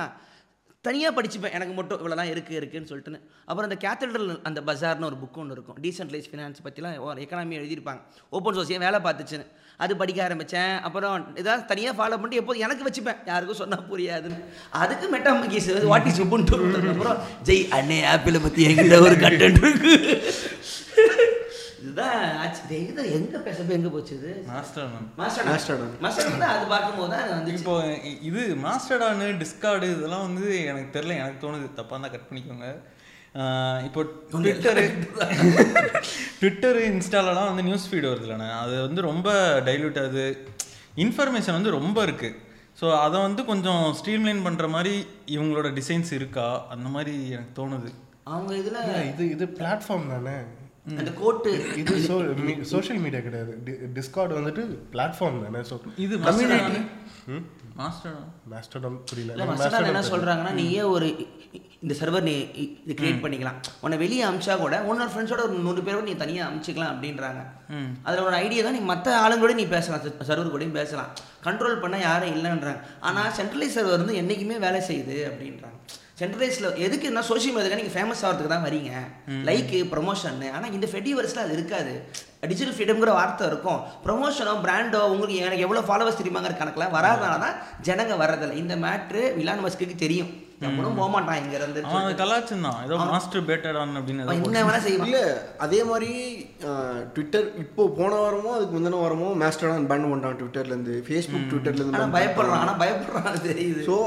தனியாக படிச்சுப்பேன் எனக்கு மட்டும் இவ்வளோதான் இருக்குது இருக்குன்னு சொல்லிட்டுன்னு அப்புறம் அந்த கேத்தட்ரல் அந்த பஜார்னு ஒரு புக் ஒன்று இருக்கும் டீசென்ட்லைஸ் ஃபினான்ஸ் பற்றிலாம் ஒரு எக்கனாமி எழுதியிருப்பாங்க ஓப்பன் சோர்ஸ் ஏன் வேலை பார்த்துச்சுன்னு அது படிக்க ஆரம்பித்தேன் அப்புறம் இதாக தனியாக ஃபாலோ பண்ணிட்டு எப்போதும் எனக்கு வச்சுப்பேன் யாருக்கும் சொன்னால் புரியாதுன்னு அதுக்கு மெட்டாமகிஸ் வாட் இஸ் உப்புன்ட்டு அப்புறம் ஜெய் அண்ணே ஆப்பிளை பற்றி என்கிட்ட ஒரு கண்டென்ட் இருக்கு இதுதான் ஆச்சு டேய், இது எங்கே பேசப்போ எங்கே போச்சு இது
மாஸ்டர் மேம்
மாஸ்டர் மாஸ்டர்
Mastodon.
மாஸ்டர் அது பார்க்கும்போது தான் அது வந்துச்சு
இப்போ இ- இது மாஸ்டர்டானு டிஸ்கார்டு இதெல்லாம் வந்து எனக்கு தெரியல எனக்கு தோணுது தப்பா இருந்தா கட் பண்ணிக்கோங்க ஆஹ் இப்போ ட்விட்டரு ட்விட்டரு இன்ஸ்டாலலாம் வந்து நியூஸ் ஃபீடு வருதுலண்ணே அது வந்து ரொம்ப டைல்யூட் ஆகுது இன்ஃபர்மேஷன் வந்து ரொம்ப இருக்கு ஸோ அதை வந்து கொஞ்சம் ஸ்ட்ரீம்லைன் பண்ற மாதிரி இவங்களோட டிசைன்ஸ் இருக்கா அந்த மாதிரி எனக்கு தோணுது
அவங்க இதில்
இல்ல, இது இது பிளாட்ஃபார்ம் தானே
அந்த கோட்டு
இது சோஷியல் மீடியா கிடையாது டிஸ்கார்ட் வந்துட்டு பிளாட்ஃபார்ம் தானே ஸோ
இது
கம்யூனிட்டி
மாஸ்டர்
மாஸ்டர்டம்
இல்ல,
புரியல
மசடான் என்ன சொல்றாங்கன்னா நீயே ஒரு இ- இ- இந்த சர்வர் நீ இ- இது கிரியேட் பண்ணிக்கலாம் உன்னை வெளியே அமிச்சா கூட உன்னோட ஃப்ரெண்ட்ஸோட ஒரு நூறு பேரோட நீ தனியா அமிச்சிக்கலாம் அப்படின்றாங்க அதுல ஒரு ஐடியா தான் நீ மற்ற ஆளுங்களோட நீ பேசலாம் சர்வர் கூடயும் பேசலாம் கண்ட்ரோல் பண்ண யாரும் இல்லைன்றாங்க ஆனா சென்ட்ரலைஸ் சர்வர் வந்து என்னைக்குமே வேலை செய்யுது அப்படின்றாங்க சென்ட்ரலைஸில் எதுக்கு என்ன சோஷியல் மீடியா நீங்கள் ஃபேமஸ் ஆகிறதுக்கு தான் வரீங்க லைக்கு ப்ரொமோஷன் ஆனால் இந்த ஃபெடிவர்ஸில் அது இருக்காது டிஜிட்டல் ஃப்ரீடம்ங்கிற வார்த்தை இருக்கும் ப்ரொமோஷனோ பிராண்டோ உங்களுக்கு எனக்கு எவ்வளோ ஃபாலோவர்ஸ் தெரியுமாங்கிற கணக்கெலாம் வராதனால தான் ஜனங்க வர்றதில்லை இந்த மேட்ரு விலான் மஸ்க்கு தெரியும் நம்மளும் போக மாட்டான் இங்க இருந்து
அவன் அதை கலாச்சிருந்தான் ஏதோ மாஸ்டர் பேட்டட் ஆன் அப்படின்னு ஏதோ
அவன் என்ன வேணா செய்வான்
இல்லை அதே மாதிரி ட்விட்டர் இப்போ போன வாரமோ அதுக்கு முந்தின வாரமோ மேஸ்டர்டான் பேன் பண்ணிட்டான் ட்விட்டர்லேருந்து ஃபேஸ்புக்
ஆனா
ட்விட்டர்லேருந்து
பயப்படுறான் ஆனா பயப்படுறான் அது தெரியுது
ஸோ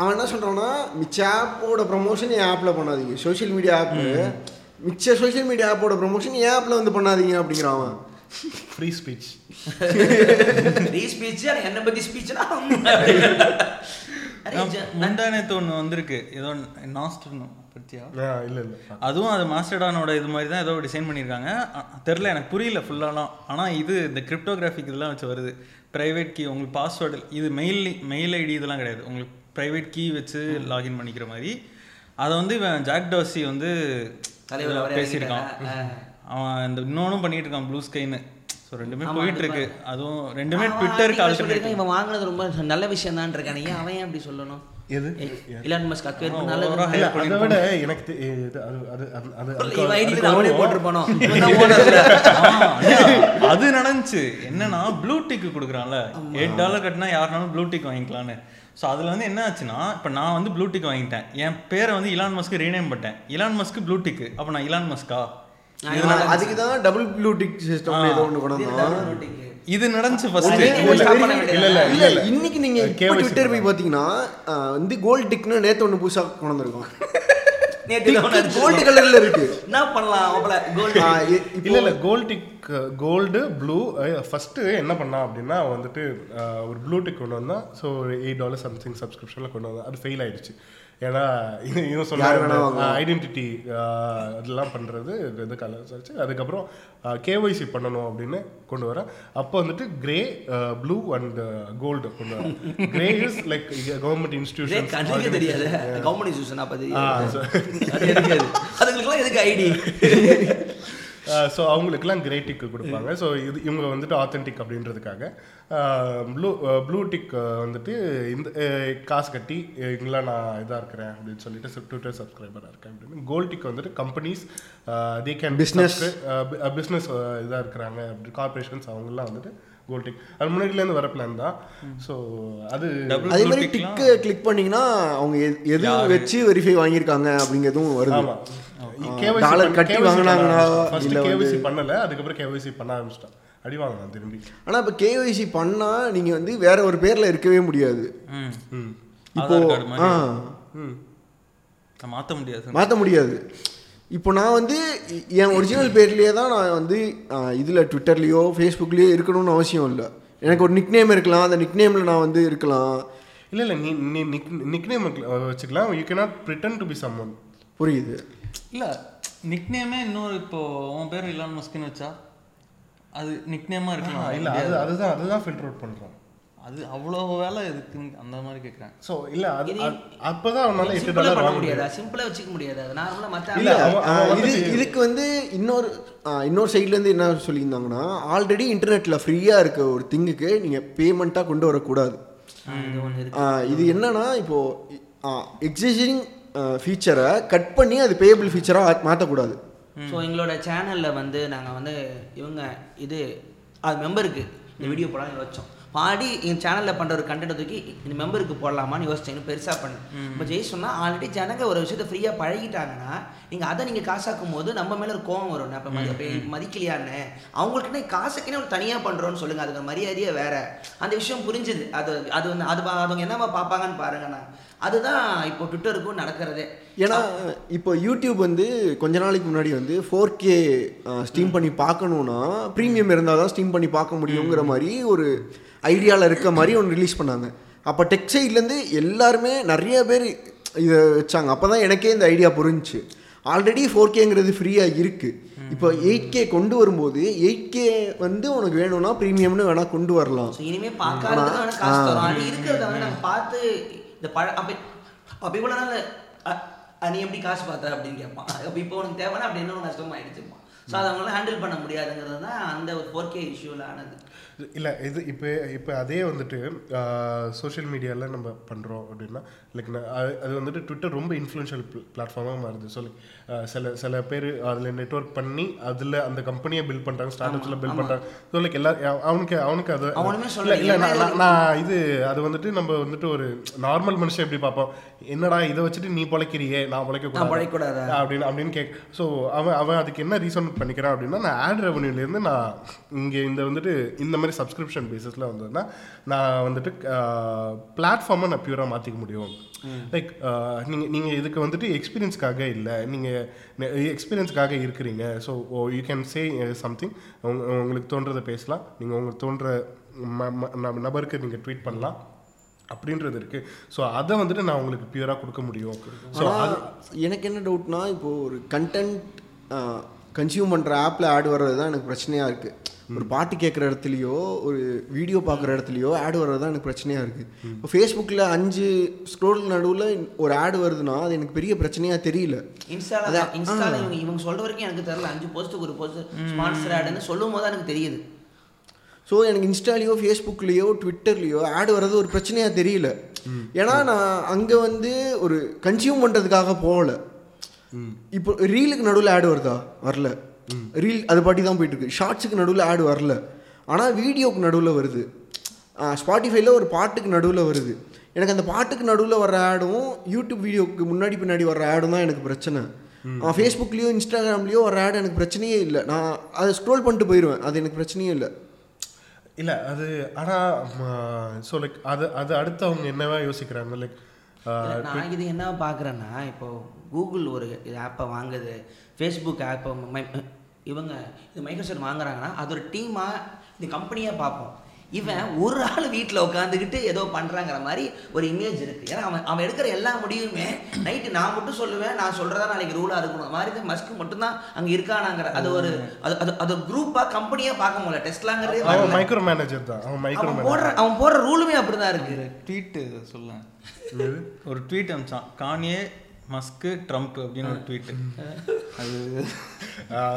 அவன் என்ன சொல்கிறான்னா மிச்ச ஆப்போட ப்ரொமோஷன் என் ஆப்பில் பண்ணாதீங்க சோஷியல் மீடியா ஆப்பு மிச்ச சோஷியல் மீடியா ஆப்போட ப்ரொமோஷன் என் ஆப்பில் வந்து பண்ணாதீங்க அப்படிங்கிறான் அவன்
ஃப்ரீ ஸ்பீச்
ரீ ஸ்பீச் என்ன பத்தி ஸ்பீச்னா
முந்தானத்து ஒன்று வந்திருக்கு ஏதோ நாஸ்டர்னு பற்றியா
இல்ல இல்ல
அதுவும் அது மாஸ்டர்டானோட இது மாதிரி தான் ஏதோ டிசைன் பண்ணியிருக்காங்க அ- தெரில எனக்கு புரியல ஃபுல்லாலாம் ஆனால் இது இந்த கிரிப்டோகிராஃபிக் இதெல்லாம் வச்சு வருது ப்ரைவேட் கீ உங்களுக்கு பாஸ்வேர்டு இது மெயில் மெயில் ஐடி இதெல்லாம் கிடையாது உங்களுக்கு ப்ரைவேட் கீ வச்சு லாகின் பண்ணிக்கிற மாதிரி அதை வந்து இவன் ஜாக் டாசி வந்து
தலைவர் அவரே
பேசியிருக்கான் அவன் இந்த இன்னொன்னும் பண்ணிட்டு இருக்கான் ப்ளூ ஸ்கைன்னு ஸோ ரெண்டுமே போயிட்டு இருக்கு அதுவும் ரெண்டுமே ட்விட்டர் கால்ட்டு
இவன் வாங்குனது ரொம்ப நல்ல விஷயம் தான் இருக்கான் ஏன் அவன் ஏன் அப்படி சொல்லணும்
எது
இலான் மஸ்க் அக்கு நல்ல
overall
இல்ல அதை விட எனக்கு தெ- இது அது அது அது அது
இவன் ஐடி அவனே
அதுக்கு வரும்.
போட்டிருப்பானோ இவன் தான் owner இல்ல.
ஆ, அண்ணா, அது நடந்துச்சு என்னன்னா ப்ளூ டிக் கொடுக்குறான்ல எயிட் டாலர் கட்டினா யாருனாலும் ப்ளூ டிக் வாங்கிக்கலாம்னு ஸோ அதில் வந்து என்ன ஆச்சுன்னா இப்போ நான் வந்து ப்ளூ டிக் வாங்கிட்டேன் என் பேரை வந்து இலான் மஸ்க்கு ரீநேம் பண்ணிட்டேன் இலான் மஸ்க்கு ப்ளூ டிக் அப்போ நான் இலான் மஸ்கா
அதுக்கு தான் டபுள் ப்ளூ டிக் சிஸ்டம் ஏதோ ஒன்று கொண்டு வந்தான்
இது நடந்துச்சு ஃபர்ஸ்ட்
நீங்க stop பண்ண வேண்டியது
இல்ல, இல்ல,
இல்ல
இல்ல.
இன்னைக்கு நீங்க இப்போ
KYC
ட்விட்டர் போய் பாத்தீங்கன்னா அஹ், வந்து கோல்ட் டிக்னு நேத்து ஒண்ணு புதுசா கொண்டு வந்திருக்கோம்
நேத்து தான் ஒண்ணு அடிச்சு.
கோல்ட் கலர்ல இருக்கு
என்ன பண்ணலாம் அவளை கோல்டு
அஹ், இ- இப்போ-
இல்ல இல்ல gold tick gold blue first என்ன பண்ணா அப்படின்னா அவன் வந்துட்டு அஹ், ஒரு ப்ளூ டிக் கொண்டு வந்தான் ஸோ எயிட் டாலர் சம்திங் சப்ஸ்கிரிப்ஷன்ல கொண்டு வந்தான் அது ஃபெயில் ஆயிடுச்சு ஏன்னா இது இவன்
யார் வேணா
சொன்ன
வாங்கலாம்.
ஐடென்டிட்டி அதெல்லாம் பண்றது இது கலர்ஸ் ஆச்சு அதுக்கப்புறம் கேஒய்சி பண்ணணும் அப்படின்னு கொண்டு வரேன் அப்போ வந்துட்டு கிரே ப்ளூ அண்ட் கோல்டு கொண்டு வரேன் grey is like government institution
கண்ணுக்கு தெரியாது கவர்மெண்ட் இன்ஸ்டியூஷன் அப்ப தெரியாது
so-
அது எதுக்காது அதுங்களுக்குலாம் எதுக்கு ஐடி
ஸோ அவங்களுக்குலாம் கிரே டிக் கொடுப்பாங்க ஸோ இது இவங்க வந்துட்டு ஆத்தென்டிக் அப்படின்றதுக்காக ப்ளூ ப்ளூ டிக் வந்துட்டு இந்த அஹ், காசு கட்டி இங்கெல்லாம் நான் இதாக இருக்கிறேன் அப்படின்னு சொல்லிட்டு ட்விட்டர் சப்ஸ்கிரைபராக இருக்கேன் அப்படின்னு கோல்ட் டிக் வந்துட்டு companies they can
Business.
Business இதாக இருக்கிறாங்க அப்படி கார்பரேஷன்ஸ் அவங்கெல்லாம் வந்துட்டு கோல்ட் டிக் அது முன்னாடியிலேருந்து வர பிளான் தான் ஸோ அது
டபுள்
அதே
ப்ளூ
மாதிரி
டிக்லாம்
டிக்கு கிளிக் பண்ணீங்கன்னா அவங்க எது- எது வச்சு வெரிஃபை வாங்கியிருக்காங்க அப்படிங்கிறதும் வருது
ஆமாம்
Dollar கட்டி வாங்குனாங்களா?
ஃபர்ஸ்ட்
இல்ல வந்து-
கேஒய்சி பண்ணல அதுக்கப்புறம் கேஒய்சி பண்ண ஆரம்பிச்சிட்டான் அடி வாங்கினான் திரும்பி
ஆனா இப்போ கேஒய்சி பண்ணா நீங்க வந்து வேற ஒரு பேர்ல இருக்கவே முடியாது
ம்.
ம்
இப்போ
ஆதார் கார்டு
ஆ
மாதிரி நான் மாற்ற முடியாது
மாற்ற முடியாது இப்போ நான் வந்து இ- என் ஒரிஜினல் பேர்லயே தான் நான் வந்து அஹ், இதுல ட்விட்டர்லயோ ஃபேஸ்புக்லயோ இருக்கணும்னு அவசியம் இல்லை எனக்கு ஒரு நிக்நேம் இருக்கலாம் அந்த நிக்நேம்ல நான் வந்து இருக்கலாம்
இல்ல இல்ல நீ நீ நிக் நிக்னேம் வச்சுக்கலாம் you cannot pretend to be someone
புரியுது
இல்லை நிக்நேமே இன்னொரு இப்போ உன் பேர் இலான் மஸ்க்குன்னு வச்சா அது நிக்நேமாக இருக்கலாம்
இல்ல அது அதுதான் அதுதான் ஃபில்டர் அவுட் பண்றோம்
அது அவ்வளோ வேலை எதுக்குன்னு அந்த மாதிரி கேட்குறேன்
சோ இல்ல அது அது- அப்பதான் அவனால எட்டு
சிம்பிளா
டாலர்
பண்ண
வாங்க முடியாது
முடியாதா சிம்பிளா வச்சுக்க முடியாது அது நார்மலா மத்த
இல்ல,
இல்ல
அவன்- அவன்
அஹ், இது
வந்துட்டு-
இதுக்கு வந்து இன்னொரு அஹ், இன்னொரு சைட்லேருந்து என்ன சொல்லியிருந்தாங்கன்னா ஆல்ரெடி இன்டர்நெட்டில் ஃப்ரீயாக இருக்க ஒரு திங்குக்கு நீங்கள் பேமெண்ட்டாக கொண்டு வரக்கூடாது
இது ஒண்ணு இருக்கு
அஹ், இது என்னன்னா இப்போது எக்ஸிஸ்டிங் ஃபீச்சரை கட் பண்ணி அது பேபிள் ஃபீச்சராக மாற்றக்கூடாது
ஸோ எங்களோட சேனல்ல வந்து நாங்க வந்து இவங்க இது அது மெம்பருக்கு இந்த வீடியோ போடலாம் யோசிச்சோம் பாடி என் சேனல்ல பண்ற ஒரு கண்டென்ட் தூக்கி இந்த மெம்பருக்கு போடலாமான்னு யோசிச்சேன் இன்னும் பெருசா பண்ணு இப்போ ஜெய் சொன்னா ஆல்ரெடி ஜனங்க ஒரு விஷயத்த ஃப்ரீயா பழகிட்டாங்கன்னா நீங்க அதை நீங்க காசாக்கும் போது நம்ம மேல ஒரு கோவம் வரும் அப்போ மதிக்கலையான்னு அவங்களுக்குன்னே காசுக்குன்னே ஒரு தனியா பண்றோம்னு சொல்லுங்க அதுக்கு மரியாதையே வேற அந்த விஷயம் புரிஞ்சுது அது அது வந்து அது பா- அவங்க என்னவா பார்ப்பாங்கன்னு பாருங்கண்ணா அதுதான் இப்போ ட்விட்டருக்கும் நடக்கிறதே
ஏன்னா இப்போ யூடியூப் வந்து கொஞ்ச நாளைக்கு முன்னாடி வந்து ஃபோர் கே ஸ்டீம் பண்ணி பார்க்கணுன்னா ப்ரீமியம் இருந்தால் தான் ஸ்டீம் பண்ணி பார்க்க முடியுங்கிற மாதிரி ஒரு ஐடியாவில் இருக்க மாதிரி ஒன்று ரிலீஸ் பண்ணாங்க அப்போ டெக் சைட்லேருந்து எல்லாருமே நிறைய பேர் இதை வச்சாங்க அப்போ தான் எனக்கே இந்த ஐடியா புரிஞ்சுச்சு ஆல்ரெடி ஃபோர் கேங்கிறது ஃப்ரீயாக இருக்குது இப்போ எயிட் கே கொண்டு வரும்போது எயிட் கே வந்து உனக்கு வேணும்னா ப்ரீமியம்னு வேணால் கொண்டு வரலாம்
ஸோ இனிமே பார்க்காதது வேணா காசு தரும் அது இருக்கிறத வந்து நம்ம பார்த்து இந்த பழ அப்போ அப்போ இவ்வளோ நாள் அ- அ, நீ எப்படி காசு பார்த்த அப்படின்னு கேட்பான் அப்போ இப்போ உனக்கு தேவைன்னா அப்படி இன்னும் கஷ்டமாக ஆயிடுச்சுப்பான் ஸோ அதை அவங்களால ஹேண்டில் பண்ண முடியாதுங்கிறது தான் அந்த ஒரு ஃபோர் கே இஷ்யூவில் ஆனது
இல்லை இது இப்போ இப்போ அதே வந்துட்டு சோஷியல் மீடியாவில் நம்ம பண்ணுறோம் அப்படின்னா லைக் அது வந்துட்டு ட்விட்டர் ரொம்ப இன்ஃப்ளூன்ஷியல் பிளாட்ஃபார்மாக மாறுது ஸோ சில சில பேர் அதில் நெட்வொர்க் பண்ணி அதில் அந்த கம்பெனியை பில்ட் பண்ணுறாங்க ஸ்டார்ட் அப்ஸில் பில்ட் பண்ணுறாங்க ஸோ லைக் எல்லா அவனுக்கு அவனுக்கு அது
அவனுமே
இல்ல,
சொல்லலை.
இல்ல, நான் நான்- நான் இது அது வந்துட்டு நம்ம வந்துட்டு ஒரு நார்மல் மனுஷன் எப்படி பார்ப்போம் என்னடா இதை வச்சுட்டு நீ பொழைக்கிறியே நான் பொழைக்க
நான் பொழைக்கக்கூடாதா?
அப்படின்னு அப்படின்னு கேக் ஸோ அவன் அவன் அதுக்கு என்ன ரீசன் பண்ணிக்கிறான் அப்படின்னா நான் ஆட் ரெவன்யூலேருந்து நான் இங்கே இந்த வந்துட்டு இந்த மாதிரி சப்ஸ்கிரிப்ஷன் பேசிஸில் வந்ததுன்னா நான் வந்துட்டு பிளாட்ஃபார்மை நான் பியூராக மாற்றிக்க முடியும் லைக் நீங்கள் நீங்கள் இதுக்கு வந்துட்டு எக்ஸ்பீரியன்ஸ்க்காக இல்லை நீங்கள் எக்ஸ்பீரியன்ஸ்க்காக இருக்கிறீங்க so you can say something உங்களுக்கு தோன்றதை பேசலாம் நீங்கள் உங்களுக்கு தோன்ற ம- ம- நப- நபருக்கு நீங்கள் ட்வீட் பண்ணலாம் அப்படின்றது இருக்கு ஸோ அதை வந்துட்டு நான் உங்களுக்கு பியூராக கொடுக்க முடியும் ஸோ
ஆனால் எனக்கு என்ன டவுட்னா இப்போ ஒரு கண்டென்ட் கன்சியூம் பண்ணுற ஆப்பில் ஆட் வர்றது தான் எனக்கு பிரச்சனையாக இருக்குது ஒரு பாட்டு கேட்குற இடத்துலையோ ஒரு வீடியோ பார்க்குற இடத்துலையோ ஆட் வர்றது தான் எனக்கு பிரச்சனையாக இருக்குது இப்போ ஃபேஸ்புக்கில் அஞ்சு ஸ்க்ரோல் நடுவில் ஒரு ஆட் வருதுன்னா அது எனக்கு பெரிய பிரச்சனையாக தெரியல
இன்ஸ்டால
அதான்,
இன்ஸ்டால இவங்க இவங்க சொல்ற வரைக்கும் எனக்கு தெரியல அஞ்சு போஸ்ட்டுக்கு ஒரு போஸ்ட் ஸ்பான்சர் ஆடுன்னு சொல்லும் போது தான் எனக்கு தெரியுது
ஸோ எனக்கு இன்ஸ்டாலேயோ ஃபேஸ்புக்லேயோ ட்விட்டர்லேயோ ஆட் வர்றது ஒரு பிரச்சனையாக தெரியல ஏன்னா நான் அங்கே வந்து ஒரு கன்சியூம் பண்ணுறதுக்காக போகல இப்போ ரீலுக்கு நடுவில் ஆட் வருதா வரல ரீல் அது பாட்டி தான் போயிட்டு இருக்கு ஷார்ட்ஸுக்கு நடுவில் ஆட் வரல ஆனால் வீடியோக்கு நடுவில் வருது ஸ்பாட்டிஃபைல ஒரு பாட்டுக்கு நடுவில் வருது எனக்கு அந்த பாட்டுக்கு நடுவில் வர ஆடும் யூடியூப் வீடியோக்கு முன்னாடி பின்னாடி வர ஆடும் தான் எனக்கு பிரச்சனை ஃபேஸ்புக்லேயோ இன்ஸ்டாகிராம்லேயோ ஒரு ஆட் எனக்கு பிரச்சனையே இல்லை நான் அதை ஸ்க்ரோல் பண்ணிட்டு போயிடுவேன் அது எனக்கு பிரச்சனையே இல்லை
இல்லை அது ஆனால் ஸோ லைக் அது அது அடுத்து அவங்க என்னவா யோசிக்கிறாங்க லைக்
இல்ல, நான் இது என்ன பார்க்குறேன்னா இப்போ கூகுள் ஒரு ஆப்பை வாங்குது ஃபேஸ்புக் ஆப்பை இவங்க இது மைக்ரோசாஃப்ட் வாங்குறாங்கன்னா அது ஒரு டீமாக இது கம்பெனியாக பார்ப்போம் இவன் ஒரு ஆள் வீட்டில் உட்காந்துக்கிட்டு ஏதோ பண்ணுறாங்கிற மாதிரி ஒரு இமேஜ் இருக்குது ஏன்னா அவன் அவன் எடுக்கிற எல்லா முடிவுமே நைட்டு நான் மட்டும் சொல்லுவேன் நான் சொல்கிறதா நாளைக்கு ரூலாக இருக்கணும் அது மாதிரி தான் மஸ்க்கு மட்டும்தான் அங்கே இருக்கானாங்கிற அது ஒரு அது அது அது குரூப்பாக கம்பெனியாக பார்க்க முடியல டெஸ்ட்லாங்கிறதே
அவன்
வரல.
மைக்ரோ மேனேஜர் தான் அவன் மைக்ரோ
அவன் போடுற
மேனேஜர்
அவன் போடுற ரூலுமே அப்படி தான் இருக்குது
ட்வீட்டு சொல்லேன் ஒரு ட்வீட் அமிச்சான் கானியே மஸ்க்கு ட்ரம்ப் அப்படின்னு ஒரு ட்வீட் அது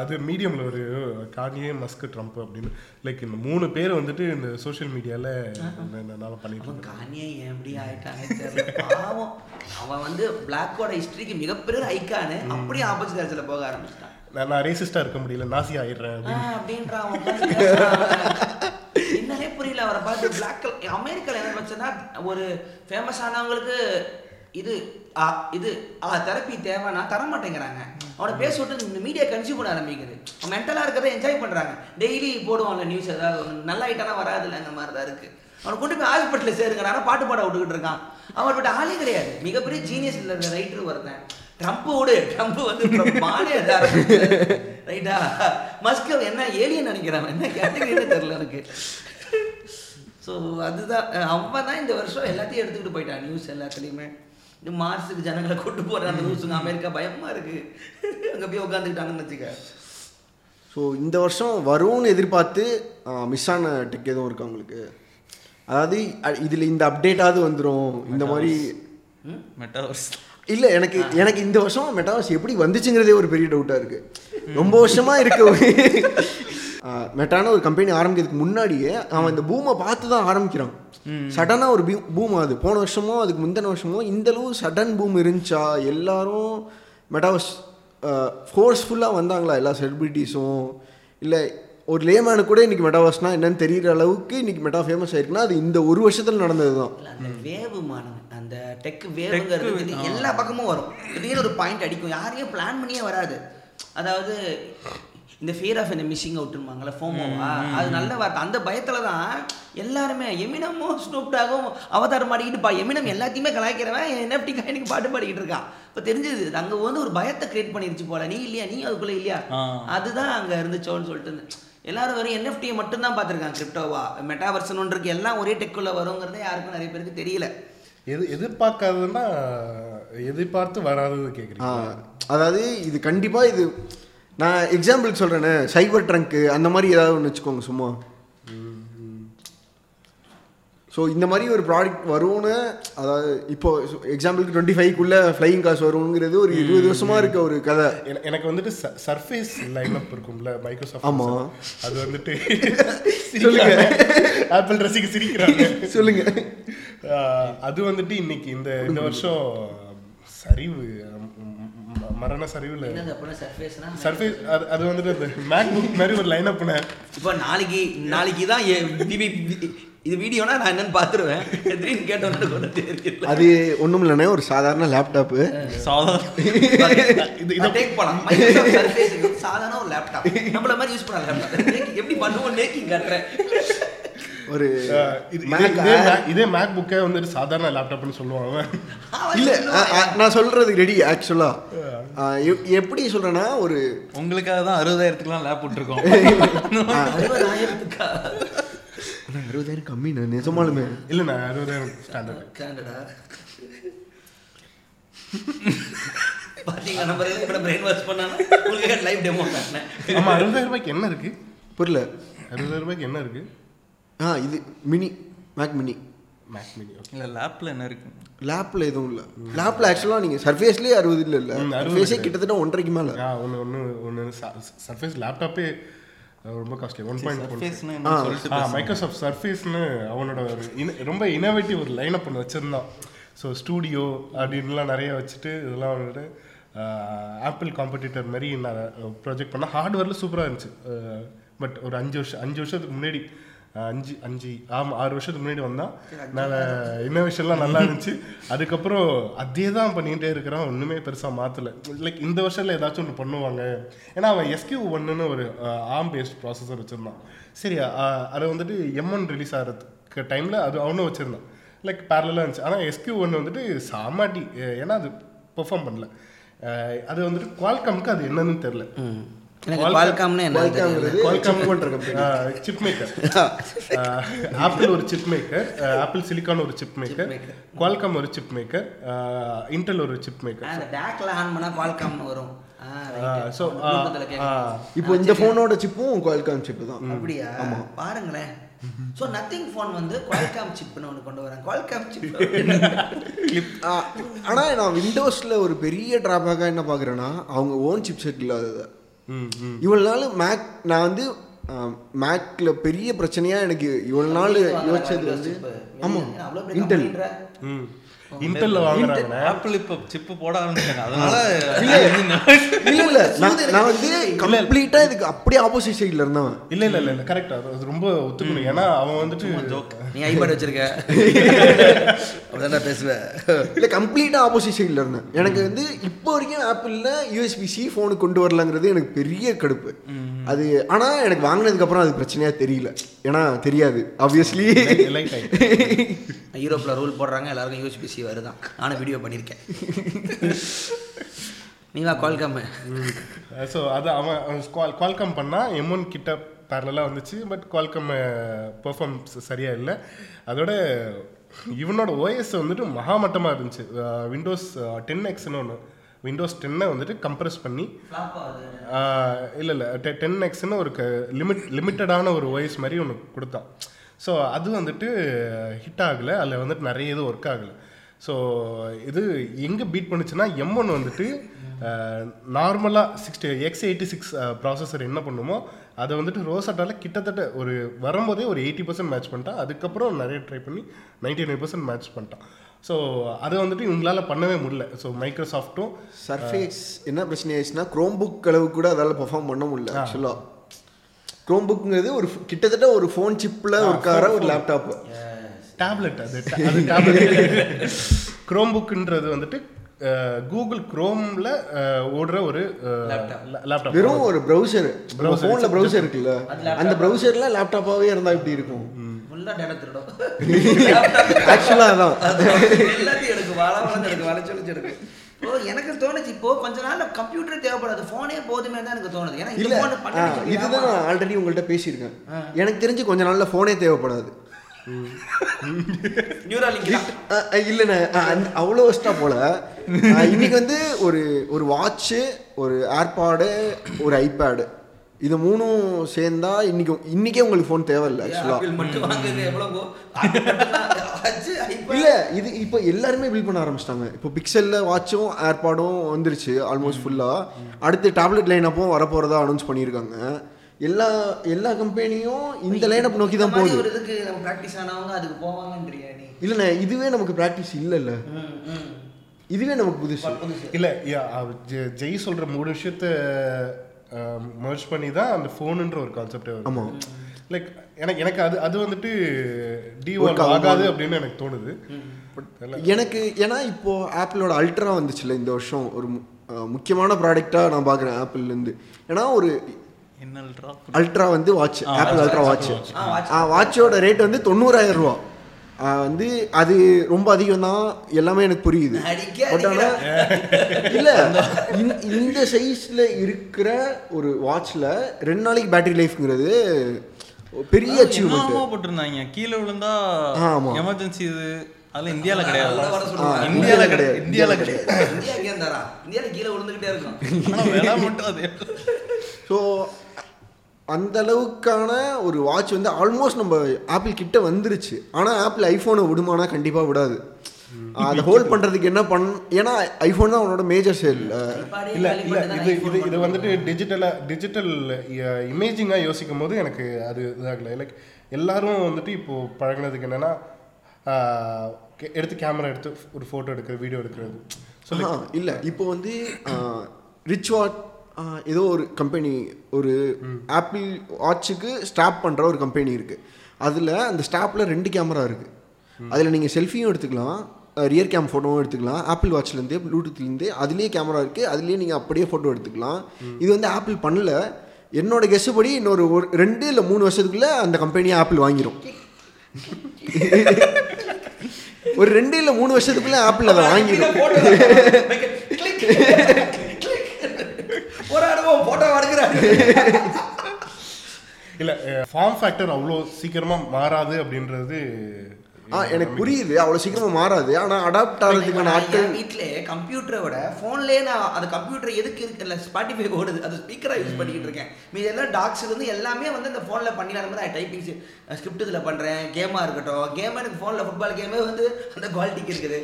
அது மீடியமில் ஒரு கானியே மஸ்க் ட்ரம்ப் அப்படின்னு லைக் இந்த மூணு பேர் வந்துட்டு இந்த சோஷியல் மீடியாவில் என்னால் பண்ணிட்டு
அவன்
இருக்காங்க
கானியே ஏன் எப்படி ஆயிட்டானே தெரியல பாவம் அவன் வந்து பிளாக்கோட ஹிஸ்டரிக்கு மிகப்பெரிய ஐக்கானு அப்படியே ஆப்போசிட் அரசில் போக ஆரம்பிச்சிட்டான்
நான் நான் ரேசிஸ்டாக இருக்க முடியல நாசி ஆயிடுறேன்
ஆ,
அப்படின்னு
அப்படின்ற அவன் உட்கார்ந்து பேசுறான். என்னன்னே புரியல அவரை பார்த்து பிளாக் அமெரிக்கால என்ன பிரச்சனை ஒரு ஃபேமஸ் ஆனவங்களுக்கு இது ஆ, இது தெரப்பி தேவைன்னா தர மாட்டேங்கிறாங்க அவனை பேச விட்டு இந்த மீடியா கன்சியூம் பண்ண ஆரம்பிக்குது அவன் மென்டலாக இருக்கிறத என்ஜாய் பண்ணுறாங்க டெய்லி போடுவாங்க நியூஸ் ஏதாவது ஒண்ணு. நல்லா ஐட்டானா வராது இல்லைங்க மாதிரி தான் இருக்குது அவனை கொண்டு போய் ஹாஸ்பிட்டலில் சேருங்கிறான பாட்டு பாட விட்டுக்கிட்டு இருக்கான் அவர்கிட்ட ஆளே கிடையாது மிகப்பெரிய ஜீனியஸ் இல்லை ரைட்டர் வருதேன் ட்ரம்ப் விடு ட்ரம்ப் வந்து மாலே ரைட்டா மஸ்க் என்ன ஏலியன் நினைக்கிறான் என்ன கேட்டகரியே தெரியல எனக்கு ஸோ அதுதான் அஹ் அவன் தான் இந்த வருஷம் எல்லாத்தையும் எடுத்துக்கிட்டு போயிட்டான் நியூஸ் எல்லாத்துலேயுமே இந்த மார்ஸுக்கு ஜனங்களை கூட்டு போகிற அந்த நியூஸுங்க அமெரிக்கா பயமா இருக்கு அங்கே போய் உட்காந்துக்கிட்டாங்கன்னு வச்சுக்க
ஸோ இந்த வருஷம் வரும்னு எதிர்பார்த்து மிஸ் ஆன டெக் எதுவும் இருக்கா உங்களுக்கு அதாவது இதில் இந்த அப்டேட்டாவது வந்துடும் இந்த மாதிரி
மெட்டாவர்ஸ்
இல்லை எனக்கு எனக்கு இந்த வருஷம் மெட்டாவர்ஸ் எப்படி வந்துச்சுங்கிறதே ஒரு பெரிய டவுட்டாக இருக்குது ரொம்ப வருஷமாக இருக்க மெட்டான ஒரு கம்பெனி ஆரம்பிக்கிறதுக்கு முன்னாடியே அவன் இந்த பூமை பார்த்து தான் ஆரம்பிக்கிறான் சடனாக ஒரு பூம் ஆகுது போன வருஷமோ அதுக்கு முந்தின வருஷமோ இந்த அளவு சடன் பூம் இருந்துச்சா எல்லாரும் மெட்டாவர்ஸ் ஃபோர்ஸ்ஃபுல்லாக வந்தாங்களா எல்லா செலிபிரிட்டிஸும் இல்லை ஒரு லேமேனு கூட இன்னைக்கு மெட்டாவர்ஸ்னால் என்னன்னு தெரியிற அளவுக்கு இன்னைக்கு மெட்டா ஃபேமஸ் ஆயிருக்குன்னா அது இந்த ஒரு வருஷத்தில் நடந்தது தான்
இல்ல, அந்த வேவு மாணவன் அந்த டெக் வேவுங்கிறது வந்து எல்லா பக்கமும் வரும் திடீர்னு ஒரு பாயிண்ட் அடிக்கும் யாரையும் பிளான் பண்ணியே வராது அதாவது இந்த ஃபியர் ஆஃப் இந்த மிஸ்ஸிங் அவுட்ருமாங்களே ஃபோமோவா அது நல்ல வார்த்தை அந்த பயத்தில் தான் எல்லாருமே எமினமும் ஸ்னூப்டாகவும் அவதாரம் மாடிக்கிட்டு பா எமினம் எல்லாத்தையுமே கலாய்க்கிறவன் என்எஃப்டி காயினுக்கு பாட்டு பாடிக்கிட்டு இருக்கான் இப்போ தெரிஞ்சது அங்கே வந்து ஒரு பயத்தை கிரியேட் பண்ணிருச்சு போல நீ இல்லையா நீ அதுக்குள்ளே இல்லையா
ஆ.
அதுதான் அங்கே இருந்துச்சோன்னு சொல்லிட்டு இருந்தேன். எல்லாரும் வெறும் என்எஃப்டியை மட்டும்தான் பார்த்துருக்காங்க கிரிப்டோவா மெட்டாவர்சன் ஒன்று இருக்கு எல்லாம் ஒரே டெக்குள்ளே வருங்கிறதே யாருக்கும் நிறைய பேருக்கு தெரியல
எது எதிர்பார்க்காததுன்னா எதிர்பார்த்து வராதது கேட்குறீங்க
ஆ, அதாவது இது கண்டிப்பாக இது நான் எக்ஸாம்பிளுக்கு சொல்கிறேனே சைபர் ட்ரங்க்கு அந்த மாதிரி ஏதாவது ஒன்று வச்சுக்கோங்க சும்மா ஸோ இந்த மாதிரி ஒரு ப்ராடக்ட் வரும்னு அதாவது இப்போ எக்ஸாம்பிளுக்கு டுவெண்ட்டி ஃபைவ்க்குள்ளே ஃப்ளையிங் காசு வருங்கிறது ஒரு இருபது வருஷமா இருக்க ஒரு கதை
என- எனக்கு வந்துட்டு சர்ஃபேஸ் லைன் அப் இருக்கும்ல மைக்ரோசாஃப்ட்
ஆமா.
அது வந்துட்டு
சொல்லுங்க.
ஆப்பிள் ரசிக்க சிரிக்கிறாங்க
சொல்லுங்க
ஆஹ், அது வந்துட்டு இன்னைக்கு இந்த இந்த வருஷம் சரிவு ம- ம- மரண சரிவுல
என்னது அப்படின்னா சர்ஃபேஸ்னா
சர்ஃபேஸ் அது அது வந்துட்டு அந்த மேக் புக் மாதிரி ஒரு லைன் அப்னு
இப்போ நாளைக்கு நாளைக்கு தான் இது வீடியோனா நான் என்னன்னு பார்த்துருவேன் எதிரின்னு கேட்டோன்னு கூட தெரியல
அது ஒன்றும் இல்லைண்ணே ஒரு சாதாரண லேப்டாப்பு
சாதாரண
இது இதை டேக் பண்ணலாம் Microsoft Surface இது சாதாரண ஒரு லேப்டாப் நம்மள மாதிரி யூஸ் பண்ணலாம் லேப்டாப் எப்படி பண்ணுவோம் நேக்கிங் காட்டுறேன்
ஒரு Mac
இதே
Air.
Mac- இதே மேக் புக்கை வந்துட்டு சாதாரண லேப்டாப்னு சொல்லுவாங்க
இல்லை நான் சொல்கிறது ரெடி ஆக்சுவலாக எப்படி சொல்கிறேன்னா ஒரு
உங்களுக்காக தான் அறுபதாயிரத்துக்குலாம் லேப் விட்டுருக்கோம்
அறுபதாயிரத்துக்கா
அண்ணா, அறுபதாயிரம் கம்மி நான் நிஜமாலுமே
இல்ல நான் அறுபதாயிரம் ஸ்டாண்டர்ட்
கேண்டடா பார்த்தீங்களா நம்ம இவ்வளோ பிரெயின் வாஷ் பண்ணாலும் உங்களுக்கு லைவ் டெமோ காட்டினேன்
ஆமா அறுபதாயிரம் ரூபாய்க்கு என்ன இருக்கு
புரியல
அறுபதாயிரம் ரூபாய்க்கு என்ன இருக்கு
ஆ இது mini Mac mini
Mac mini
இல்லை லேப்பில் என்ன இருக்கு
லேப்பில் எதுவும் இல்லை லேப்பில் ஆக்சுவலாக நீங்கள் சர்ஃபேஸ்லேயே அறுபது இல்லை இல்லை
ம், 60
சர்ஃபேஸே
கிடையாது.
கிட்டத்தட்ட ஒன்றரைக்கு மேலே
ஆ ஒன்று ஒன்று ஒன்று சர்ஃபேஸ் லேப்டாப்பே ரொம்ப காஸ்ட்லி ஒன் பாயிண்ட்
சர்ஃபேஸ்னு என்னன்னு சொல்லிட்டு
ஆ மைக்ரோசாஃப்ட் சர்ஃபேஸ்னு அவனோட ஒரு இன- ரொம்ப இனோவேட்டிவ் ஒரு லைனப் ஒன்று வச்சுருந்தான் ஸோ ஸ்டூடியோ அப்படின்லாம் நிறைய வச்சுட்டு இதெல்லாம் வந்துட்டு ஆப்பிள் காம்படிட்டர் மாதிரி நான் ப்ராஜெக்ட் பண்ண ஹார்ட்வேரில் சூப்பராக இருந்துச்சு பட் ஒரு அஞ்சு வருஷம் அஞ்சு வருஷத்துக்கு முன்னாடி அஹ், அஞ்சு அஞ்சு ஆமாம் ஆறு வருஷத்துக்கு முன்னாடி வந்தான் நான் இன்னோவேஷன்லாம் நல்லா இருந்துச்சு அதுக்கப்புறம் அதே தான் பண்ணிகிட்டே இருக்கிறான் ஒன்றுமே பெருசாக மாற்றலை லைக் இந்த வருஷத்தில் ஏதாச்சும் ஒன்று பண்ணுவாங்க ஏன்னா அவன் எஸ்கியூ ஒன்றுன்னு ஒரு ஆம் பேஸ்ட் ப்ராசஸர் வச்சுருந்தான் சரி அஹ், அது வந்துட்டு எம் ஒன் ரிலீஸ் ஆகிறதுக்கு டைமில் அது அவனும் வச்சுருந்தான் லைக் பேரலாக இருந்துச்சு ஆனால் எஸ்கியூ ஒன்று வந்துட்டு சாமாட்டி அஹ், ஏன்னா அது பெர்ஃபார்ம் பண்ணல அஹ், அது வந்துட்டு குவால்காம்க்கு அது என்னன்னு தெரில
எனக்கு பால்காம்னு என்ன
குவால்காம்ங்கிறது சிப் பண்ற company.
சிப் மேக்கர் ஆப்பிள் ஒரு சிப் மேக்கர் ஆப்பிள் சிலிக்கான் ஒரு சிப் மேக்கர் குவால்காம் ஒரு சிப் மேக்கர் இன்டெல் ஒரு சிப் மேக்கர்
அந்த பேக்கில் ஆன் பண்ணால் பால்காம்னு வரும் ஆ
ஸோ
இப்போ இந்த ஃபோனோட சிப்பும் குவால்காம் சிப்பு தான்
அப்படியா பாருங்களேன் ஸோ நத்திங் ஃபோன் வந்து குவால்காம் சிப்னு ஒன்று கொண்டு வராங்க குவால்காம் சிப்
ஆ, ஆனா நான் விண்டோஸ்ல ஒரு பெரிய டிராபேக்கா என்ன பார்க்குறேன்னா அவங்க ஓன் சிப் செட் இல்லாதது இவ்வளவு நாள் மேக் நான் வந்து மேக்ல பெரிய பிரச்சனையா எனக்கு இவ்வளவு நாள் யோசிச்சது வந்து ஆமா இன்டெல்
ம் இன்டெல்ல வாங்குறாங்க
ஆப்பிள் இப்போ சிப்பு போட ஆரம்பிச்சாங்க அதனால
இல்ல இல்ல நான் நான் வந்து கம்ப்ளீட்டா இதுக்கு அப்படியே ஆப்போசிட் சைடுல இருந்தவன்
இல்ல இல்ல இல்ல இல்ல கரெக்ட் அது ரொம்ப ஒத்துக்கணும் ஏன்னா அவன் வந்துட்டு
நீ ஐபேட் வச்சிருக்க அப்படிதான் பேசுவேன்
இல்ல கம்ப்ளீட்டா ஆப்போசிட் சைடுல இருந்தேன் எனக்கு வந்து இப்போ வரைக்கும் ஆப்பிள்ல யூஎஸ்பி சி ஃபோனு கொண்டு வரலங்கிறது எனக்கு பெரிய கடுப்பு அது ஆனா எனக்கு வாங்கினதுக்கு அப்புறம் அது பிரச்சனையா தெரியல ஏன்னா தெரியாது ஆப்வியஸ்லி
லைட் ஆயிட்டு
யூரோப்பில் ரூல் போடுறாங்க எல்லாருக்கும் யூஎஸ்பிசி வருதான் நானும் வீடியோ பண்ணியிருக்கேன் நீ தான் குவால்காம்
ஸோ அது அவன் அவன் குவால் குவால்காம் பண்ணால் எம்ஒன் கிட்ட பேரலாக வந்துச்சு பட் குவால்காம் பெர்ஃபார்மன்ஸ் சரியாக இல்லை அதோட இவனோட ஓஎஸ் வந்துட்டு மகாமட்டமாக இருந்துச்சு விண்டோஸ் டென் எக்ஸ்னு ஒன்று விண்டோஸ் டென்னை வந்துட்டு கம்ப்ரஸ் பண்ணி இல்லை இல்லை டென் எக்ஸ்னு ஒரு லிமிட் லிமிட்டடான ஒரு ஓஎஸ் மாதிரி ஒன்று கொடுத்தான் ஸோ அது வந்துட்டு ஹிட் ஆகலை அதில் வந்துட்டு நிறைய இது ஒர்க் ஆகலை ஸோ இது எங்கே பீட் பண்ணுச்சுன்னா எம் ஒன் வந்துட்டு நார்மலாக sixty X eighty six processor என்ன பண்ணுமோ அதை வந்துட்டு ரோசட்டால கிட்டத்தட்ட ஒரு வரும்போதே ஒரு எயிட்டி பர்சன்ட் மேட்ச் பண்ணிட்டான் அதுக்கப்புறம் நிறைய ட்ரை பண்ணி நைன்டி நைன் பர்சன்ட் மேட்ச் பண்ணிட்டான் ஸோ அதை வந்துட்டு இவங்களால பண்ணவே முடியல ஸோ மைக்ரோசாஃப்ட்டும்
சர்ஃபேஸ் என்ன பிரச்சனை ஆயிடுச்சுன்னா குரோம் புக் அளவு கூட அதால பெர்ஃபார்ம் பண்ண முடியல ஆக்சுவலா குரோம் புக்ங்கிறது ஒரு ஃப- கிட்டத்தட்ட ஒரு ஃபோன் சிப்பில் ஒரு கார ஒரு லேப்டாப்
டேப்லெட் அது ta- அது டேப்லெட் குரோம் புக்குன்றது வந்துட்டு கூகுள் குரோம்ல ஓடுற ஒரு லேப்டாப்
வெறும் ஒரு ப்ரௌசர் ஃபோனில் ப்ரௌசர் இருக்குல்ல அந்த ப்ரௌசர்ல லேப்டாப்பாவே இருந்தா இப்படி இருக்கும்
ஃபுல்லாக டேட்டா திருடும்
ஆக்சுவலாக தான்
எல்லாத்தையும் எடுக்கு வாழ வளர்ந்து எடுக்கு வளைச்சொலிச்சு எடுக்கு ஓ எனக்கு தோணுச்சு இப்போ கொஞ்ச நாள்ல கம்ப்யூட்டர் தேவைப்படாது ஃபோனே போதுமே தான் எனக்கு தோணுது ஏன்னா
இல்ல
இந்த ஃபோன்
ஆ,
பண்ணி
இதுதான் நான் ஆல்ரெடி உங்கள்கிட்ட பேசியிருக்கேன் எனக்கு தெரிஞ்சு கொஞ்ச நாள்ல ஃபோனே தேவைப்படாது
நியூராலிங்க் தான்
இல்லைண்ணே அவ்வளோ வருஷம் போல ஆ, இன்னைக்கு வந்து ஒரு ஒரு வாட்ச்சு ஒரு ஏர்பாடு ஒரு ஐபேடு இது மூணும் சேர்ந்தா இன்னைக்கு இன்னைக்கே உங்களுக்கு ஃபோன் தேவையில்லை ஆக்சுவலாக
ஆப்பிள் மட்டும் வாங்குறது எவ்வளவோ Apple மட்டும் ஆச்சு, iPad.
இல்லை இது இப்போ எல்லாருமே பில் பண்ண ஆரம்பிச்சிட்டாங்க இப்போ பிக்சலில் வாட்சும் ஏர்பாடும் வந்துருச்சு ஆல்மோஸ்ட் ஃபுல்லாக அடுத்து டேப்லெட் லைன் அப்போ வரப்போகிறதா அனௌன்ஸ் பண்ணியிருக்காங்க எல்லா எல்லா கம்பெனியும் இந்த லைன் அப் நோக்கி தான்
இந்த மாதிரி
போகுது
ஒரு இதுக்கு நம்ம ப்ராக்டிஸ் ஆனவங்க அதுக்கு போவாங்கன்றியா நீ
இல்லைண்ணே இதுவே நமக்கு ப்ராக்டிஸ் இல்லைல்ல இதுவே நமக்கு புதுசு
இல்ல yeah, அவ- ஜெ- ஜெய் சொல்ற மூணு விஷயத்த மர்ஜ் பண்ணி தான் அந்த ஃபோனுன்ற ஒரு கான்செப்டே
ஆமா.
வரும் லைக் எனக்கு எனக்கு அது அது வந்துட்டு
Work
டிவால்
ஆகுமா?
ஆகாது அப்படின்னு எனக்கு தோணுது பட்
எனக்கு ஏன்னா இப்போ ஆப்பிளோட அல்ட்ரா வந்துச்சுல்ல இந்த வருஷம் ஒரு மு- அஹ் முக்கியமான ப்ராடக்டாக நான் பார்க்குறேன் ஆப்பிள்லேருந்து ஏன்னா ஒரு
என்னல்ட்ரா
அல்ட்ரா வந்து watch Apple ultra watch
ah, watch.
வாட்சோட ரேட் வந்து தொண்ணூறாயிரம் ரூபா ஆ, வந்து அது ரொம்ப அதிகம் தான் எல்லாமே எனக்கு புரியுது
அடிக்க,
பட் ஆனால் இல்லை இந்த சைஸில் இருக்கிற ஒரு வாட்ச்ல ரெண்டு நாளைக்கு பேட்டரி லைஃப்ங்கிறது பெரிய அச்சீவ்மெண்ட்
என்னமோ போட்டிருந்தாங்க கீழே விழுந்தா
ஆமா.
எமர்ஜென்சி இது அதெல்லாம் இந்தியால கிடையாது
அதெல்லாம் வர சொல்லுவாங்க.
இந்தியால
இந்தியால
கிடையாது இந்தியால
இந்தியால
கிடையாது
இந்தியா எங்கே இருந்தாரா இந்தியாவில் கீழே விழுந்துக்கிட்டே இருக்கும்
ஆனா விலை மட்டும் அது
ஸோ அந்த அளவுக்கான ஒரு வாட்ச் வந்து ஆல்மோஸ்ட் நம்ம ஆப்பிள் கிட்ட வந்துருச்சு ஆனால் ஆப்பிள் ஐஃபோனை விடுமானா கண்டிப்பாக விடாது அதை ஹோல்ட் பண்ணுறதுக்கு என்ன பண் ஏன்னா ஐஃபோன் தான் அவனோட மேஜர் சேல்
இப்பாடியே
இல்ல
காலி பண்ணிட்டு தான்
இல்ல
iPhone
இது இது இது
பண்ணுவோம்.
வந்துட்டு டிஜிட்டலா டிஜிட்டல் இமேஜிங்கா யோசிக்கும் போது எனக்கு அது இதாகல லைக் எல்லாரும் வந்துட்டு இப்போ பழகுனதுக்கு என்னன்னா ஆஹ், கே- எடுத்து கேமரா எடுத்து ஒரு போட்டோ எடுக்கிறது வீடியோ எடுக்கிறது ஸோ
இல்லை இப்போ வந்து ரிச் வாட் ஏதோ ஒரு கம்பெனி ஒரு ஆப்பிள் வாட்சுக்கு ஸ்டாப் பண்ணுற ஒரு கம்பெனி இருக்குது அதில் அந்த ஸ்டாப்பில் ரெண்டு கேமரா இருக்குது அதில் நீங்கள் செல்ஃபியும் எடுத்துக்கலாம் ரியர் கேம் ஃபோட்டோவும் எடுத்துக்கலாம் ஆப்பிள் வாட்ச்லேருந்தே ப்ளூடூத்லேருந்து அதுலேயே கேமரா இருக்குது அதுலேயே நீங்கள் அப்படியே ஃபோட்டோ எடுத்துக்கலாம் இது வந்து ஆப்பிள் பண்ணல என்னோட கெஸ்ஸு படி இன்னொரு ஒரு ரெண்டு இல்லை மூணு வருஷத்துக்குள்ளே அந்த கம்பெனியை ஆப்பிள் வாங்கிரும் ஒரு ரெண்டு இல்லை மூணு வருஷத்துக்குள்ளே ஆப்பிள் அதை வாங்கிடும்
போராடுவோம் போட்டோ அடுக்கிறாங்க
இல்ல ஃபார்ம் ஃபேக்டர் அவ்வளோ சீக்கிரமா மாறாது அப்படின்றது
ஆ எனக்கு புரியுது அவ்வளோ சீக்கிரமா மாறாது ஆனா அடாப்ட் ஆகிறதுக்கான ஆட்கள்
வீட்டிலே கம்ப்யூட்டரை விட ஃபோன்லேயே நான் அந்த கம்ப்யூட்டர் எதுக்கு இருக்குல்ல ஸ்பாட்டிஃபை ஓடுது அது ஸ்பீக்கராக யூஸ் பண்ணிக்கிட்டு இருக்கேன் மீது எல்லாம் docs ல இருந்து எல்லாமே வந்து இந்த ஃபோனில் பண்ணினாலும் தான் டைப்பிங் ஸ்கிரிப்ட் இதில் பண்ணுறேன் கேமாக இருக்கட்டும் கேம் எனக்கு ஃபோனில் ஃபுட்பால் கேமே வந்து அந்த குவாலிட்டிக்கு இருக்குது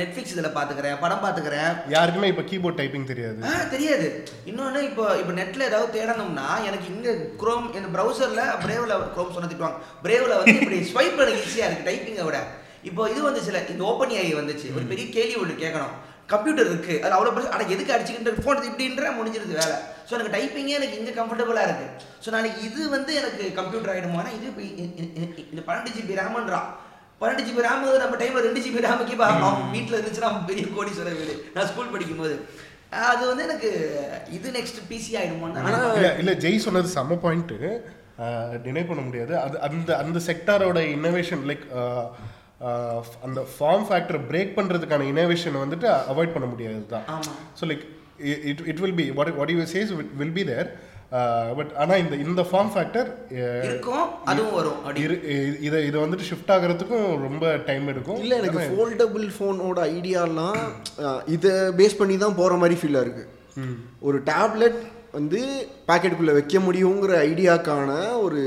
நெட்ஃப்ளிக்ஸ் இதில் பார்த்துக்கிறேன் படம் பார்த்துக்கிறேன்
யாருக்குமே இப்போ கீபோர்ட் டைப்பிங் தெரியாது
ஆ தெரியாது இன்னொன்று இப்போ இப்போ நெட்டில் ஏதாவது தேடணும்னா எனக்கு இங்கே குரோம் இந்த ப்ரௌசரில் பிரேவில் குரோம் சொன்ன திட்டுவாங்க பிரேவில் வந்து இப்படி ஸ்வைப் எனக்கு ஈஸியாக இருக்குது டைப்பிங்கை விட இப்போ இது வந்துச்சுல இந்த ஓப்பன் ஏஐ வந்துச்சு ஒரு பெரிய கேள்வி ஒன்று கேட்கணும் கம்ப்யூட்டர் இருக்குது அது அவ்வளோ பெரிய ஆனால் எதுக்கு அடிச்சுக்கிட்டு ஃபோன் இப்படின்ற முடிஞ்சிருது வேலை ஸோ எனக்கு டைப்பிங்கே எனக்கு இங்கே கம்ஃபர்டபுளாக இருக்குது ஸோ நாளைக்கு இது வந்து எனக்கு கம்ப்யூட்டர் ஆகிடுமோ ஆனால் இது இப்ப இ- இ- இ- இந்த பன்னெண்டு ஜிபி ரேமன்றா பன்னெண்டு ஜிபி ரேம் நம்ம டைமில் ரெண்டு ஜிபி ரேமுக்கு இப்போ வீட்டில் இருந்துச்சுன்னா அவன் பெரிய கோடீஸ்வரர் வீடு நான் ஸ்கூல் படிக்கும்போது அது வந்து எனக்கு இது நெக்ஸ்ட் பிசி ஆயிடுமோன்னு ஆனால்
இல்ல இல்ல ஜெய் சொன்னது செம பாயிண்ட் டினை பண்ண முடியாது அது அந்த அந்த செக்டாரோட இன்னோவேஷன் லைக் அந்த ஃபார்ம் ஃபேக்டரை பிரேக் பண்றதுக்கான இன்னோவேஷனை வந்துட்டு அவாய்ட் பண்ண முடியாது தான்
ஆமா.
So like it it will be what what you says will be there but ஆனா இந்த இந்த ஃபார்ம் ஃபேக்டர்
இருக்கும் அதுவும் வரும் அப்படி
இரு- இ- இதை இதை வந்துட்டு ஷிஃப்ட் ஆகுறதுக்கும் ரொம்ப டைம் எடுக்கும்
இல்ல எனக்கு ஃபோல்டபுள் ஃபோனோட ஐடியாலாம் இதை பேஸ் பண்ணி தான் போற மாதிரி ஃபீலாக இருக்கு ஒரு டேப்லெட் வந்து பாக்கெட்டுக்குள்ள வைக்க முடியுங்கிற ஐடியாக்கான ஒரு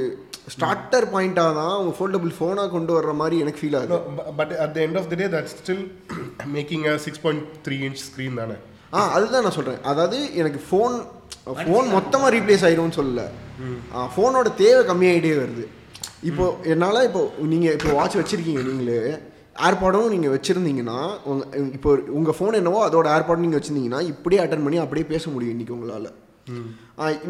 ஸ்டார்டர் பாயிண்டாக தான் அவங்க ஃபோல்டபுள் ஃபோனாக கொண்டு வர்ற மாதிரி எனக்கு ஃபீல் ஆகுது
but at the end of the day that still making a six point three inch screen தானே
ஆ அதுதான் நான் சொல்கிறேன் அதாவது எனக்கு ஃபோன் ஃபோன் மொத்தமாக ரீப்ளேஸ் ஆயிரும்னு சொல்லல ஃபோனோட தேவை கம்மியாகிட்டே வருது இப்போ என்னால் இப்போ நீங்கள் இப்போ வாட்ச் வச்சுருக்கீங்க நீங்களே ஏர்பாடும் நீங்கள் வச்சுருந்தீங்கன்னா உங்கள் இப்போ உங்கள் ஃபோன் என்னவோ அதோட ஏர்பாடும் நீங்கள் வச்சுருந்தீங்கன்னா இப்படியே அட்டன் பண்ணி அப்படியே பேச முடியும் இன்றைக்கி உங்களால்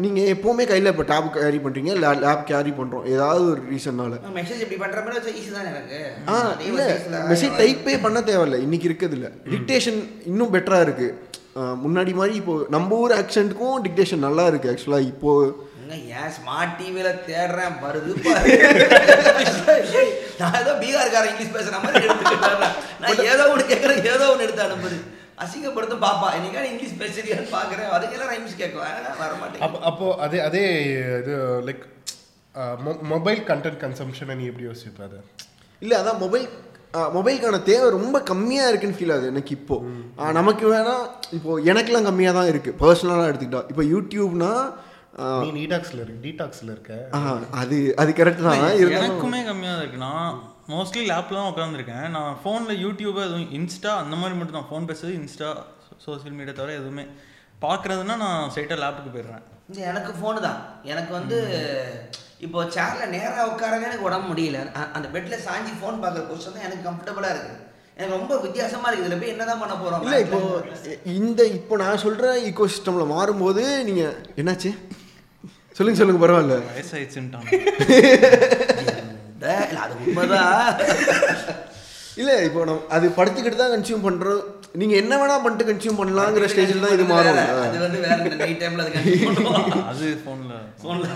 நீங்கள் எப்போவுமே கையில் இப்போ டேப் கேரி பண்ணுறீங்க லேப் கேரி பண்ணுறோம் ஏதாவது ஒரு ரீசன்னால
மெசேஜ் இப்படி பண்ற மாதிரி வச்சா ஈஸி தானே எனக்கு
ஆ
அதே
இல்லை
message-ல
மெசேஜ் டைப்பே பண்ண தேவையில்ல இன்னைக்கு இருக்கிறதுல டிக்டேஷன் இன்னும் பெட்டராக இருக்கு ஆ, முன்னாடி மாதிரி இப்போ நம்ம ஊர் ஆக்சென்ட்டுக்கும் டிக்டேஷன் நல்லா இருக்கு ஆக்சுவலாக இப்போ
ஏங்க, ஏன் ஸ்மார்ட் டிவியில தேடுறேன் வருது பாரு. நான் ஏதோ பீகார்காரன் இங்கிலீஷ் பேசுற மாதிரி எடுத்துட்டு வர்றேன். நான் ஏதோ ஒன்று கேட்கறேன் ஏதோ ஒன்று எடுத்து அனுப்புது அசிங்கப்படுத்தும் பாப்பா என்னைக்கான இங்கிலீஷ் பேசுறியான்னு பாக்குறேன் அதுக்கெல்லாம் ரைம்ஸ் கேட்குவேன் வர மாட்டேன்
அப்போ அப்போ அதே அதே இது லைக் மொபைல் கண்டென்ட் கன்சம்ஷனை நீ எப்படி யோசிப்ப அதை
இல்லை அதான் மொபைல் மொபைலுக்கான தேவை ரொம்ப கம்மியாக இருக்குன்னு ஃபீல் ஆகுது எனக்கு இப்போ ஆ, நமக்கு வேணா இப்போ எனக்கெல்லாம் கம்மியாக தான் இருக்குது பர்சனலாக எடுத்துக்கிட்டா இப்போ யூடியூப்னா ஆ,
நீ டீடாக்ஸ்ல இருக்க டீடாக்ஸ்ல இருக்க
ஆஹா, அது அது கரெக்ட் தான் இருந்தாலும்
எனக்குமே கம்மியாக தான் இருக்கு நான் மோஸ்ட்லி லேப்ல தான் உட்காந்துருக்கேன் நான் ஃபோனில் யூடியூப் அதுவும் இன்ஸ்டா அந்த மாதிரி மட்டும் தான் ஃபோன் பேசுறது இன்ஸ்டா சோஷியல் மீடியா தவிர எதுவுமே பார்க்குறதுன்னா நான் ஸ்ட்ரைட்டாக லேப்புக்கு போயிடுறேன்
இது எனக்கு ஃபோனு தான் எனக்கு வந்து இப்போ சேர்ல நேரா உட்காரவே எனக்கு உடம்பு முடியல அ- அந்த பெட்ல சாஞ்சி ஃபோன் பார்க்குற பொசிஷன் தான் எனக்கு கம்ஃபர்டபுளா இருக்கு எனக்கு ரொம்ப வித்தியாசமா இருக்கு இதுல போய் என்னதான் பண்ண போறோம்
இல்லை இப்போ இந்த இப்போ நான் சொல்கிற ஈகோ சிஸ்டமில் மாறும்போது நீங்கள் என்னாச்சு சொல்லுங்க சொல்லுங்க பரவாயில்ல
வயசாயிடுச்சுன்ட்டாங்க
டேய், இல்ல, அது உண்மைதான்
இல்லை இப்போ நம்ம அது படுத்துக்கிட்டு தான் கன்சியூம் பண்ணுறோம் நீங்கள் என்ன வேணா பண்ணிட்டு கன்சியூம் பண்ணலாங்கிற ஸ்டேஜில் தான் இது மாறும்
வேற. அது வந்து வேற நைட் டைம்ல அது continue பண்ணுவோம்.
அது ஃபோனில்
Phone ல.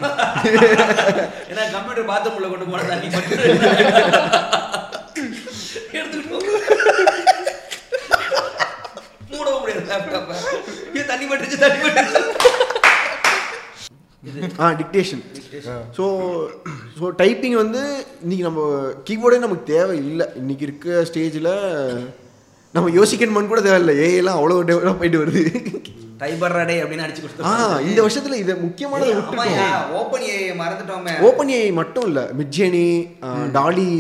ஏன்னா கம்ப்யூட்டர் பாத்ரூம் உள்ள கொண்டு போனா தண்ணி மட்டும் எடுத்துக்கிட்டு போ. மூடவும் முடியாது லேப்டாப்ப ஏன் தண்ணி மட்டும் தண்ணி மட்டும்
ஆ டிக்டேஷன் ஸோ ஸோ டைப்பிங் வந்து இன்னைக்கு நம்ம கீபோர்டே நமக்கு தேவை இல்லை இன்னைக்கு இருக்க ஸ்டேஜில் நம்ம யோசிக்கணுமான்னு கூட தேவையில்லை ஏஐலாம் அவ்வளோ டெவலப் ஆயிட்டு வருது
டைபர்ராடே அப்படின்னு அடிச்சு
ஆ
கொடுத்தோம்
இந்த வருஷத்துல இதை முக்கியமானதை விட்டுட்டோம்
ஓப்பன் ஏ மறந்துட்டோமே
ஓப்பன் ஏஐ மட்டும் இல்லை மிட்ஜேனி டாலி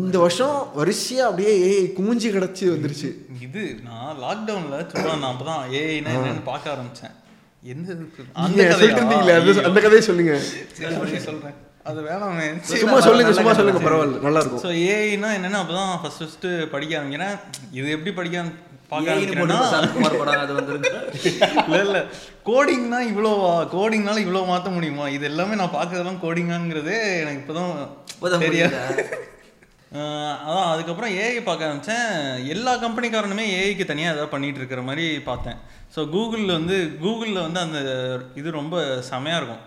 இந்த வருஷம் வரிசையாக அப்படியே ஏஐ குமிஞ்சு கிடச்சி வந்துருச்சு
இது நான் லாக்டவுனில் சும்மா நான் அப்போ தான் ஏஐனா என்னன்னு பார்க்க ஆரம்பித்தேன் எந்த இதுக்கு- அந்த
நீங்க
கதையா?
சொல்லிட்டு இருந்தீங்களே அது- அந்த கதையை சொல்லுங்க
சரி, சரி, சொல்றேன் அது வேணாமே
சும்மா சொல்லுங்க சும்மா சொல்லுங்க பரவாயில்ல நல்லா இருக்கும்
ஸோ ஏஐனா என்னன்னு அப்பதான் ஃபர்ஸ்ட் ஃபர்ஸ்ட் படிக்க ஆரம்பிக்கிறேன் இது எப்படி படிக்க ஆரம்- பார்க்க
ஏன்னு போட்டு
ஆரம்பிக்கிறேன்னா
சரத்குமார் படம் அது வந்திருக்கு
இல்ல இல்ல கோடிங்னா இவ்வளோவா கோடிங்னால இவ்வளோ மாத்த முடியுமா இது எல்லாமே நான் பார்க்கறதெல்லாம் கோடிங்காங்கிறதே எனக்கு இப்போதான்
இப்போதான்
தெரியா
புரியுதா?
அஹ் அதான் அதுக்கப்புறம் ஏஐ பார்க்க ஆரம்பித்தேன் எல்லா கம்பெனிக்காரனுமே ஏஐக்கு தனியாக ஏதாவது பண்ணிட்டு இருக்கிற மாதிரி பார்த்தேன் ஸோ கூகுளில் வந்து கூகுளில் வந்து அந்த இது ரொம்ப செமையாக இருக்கும்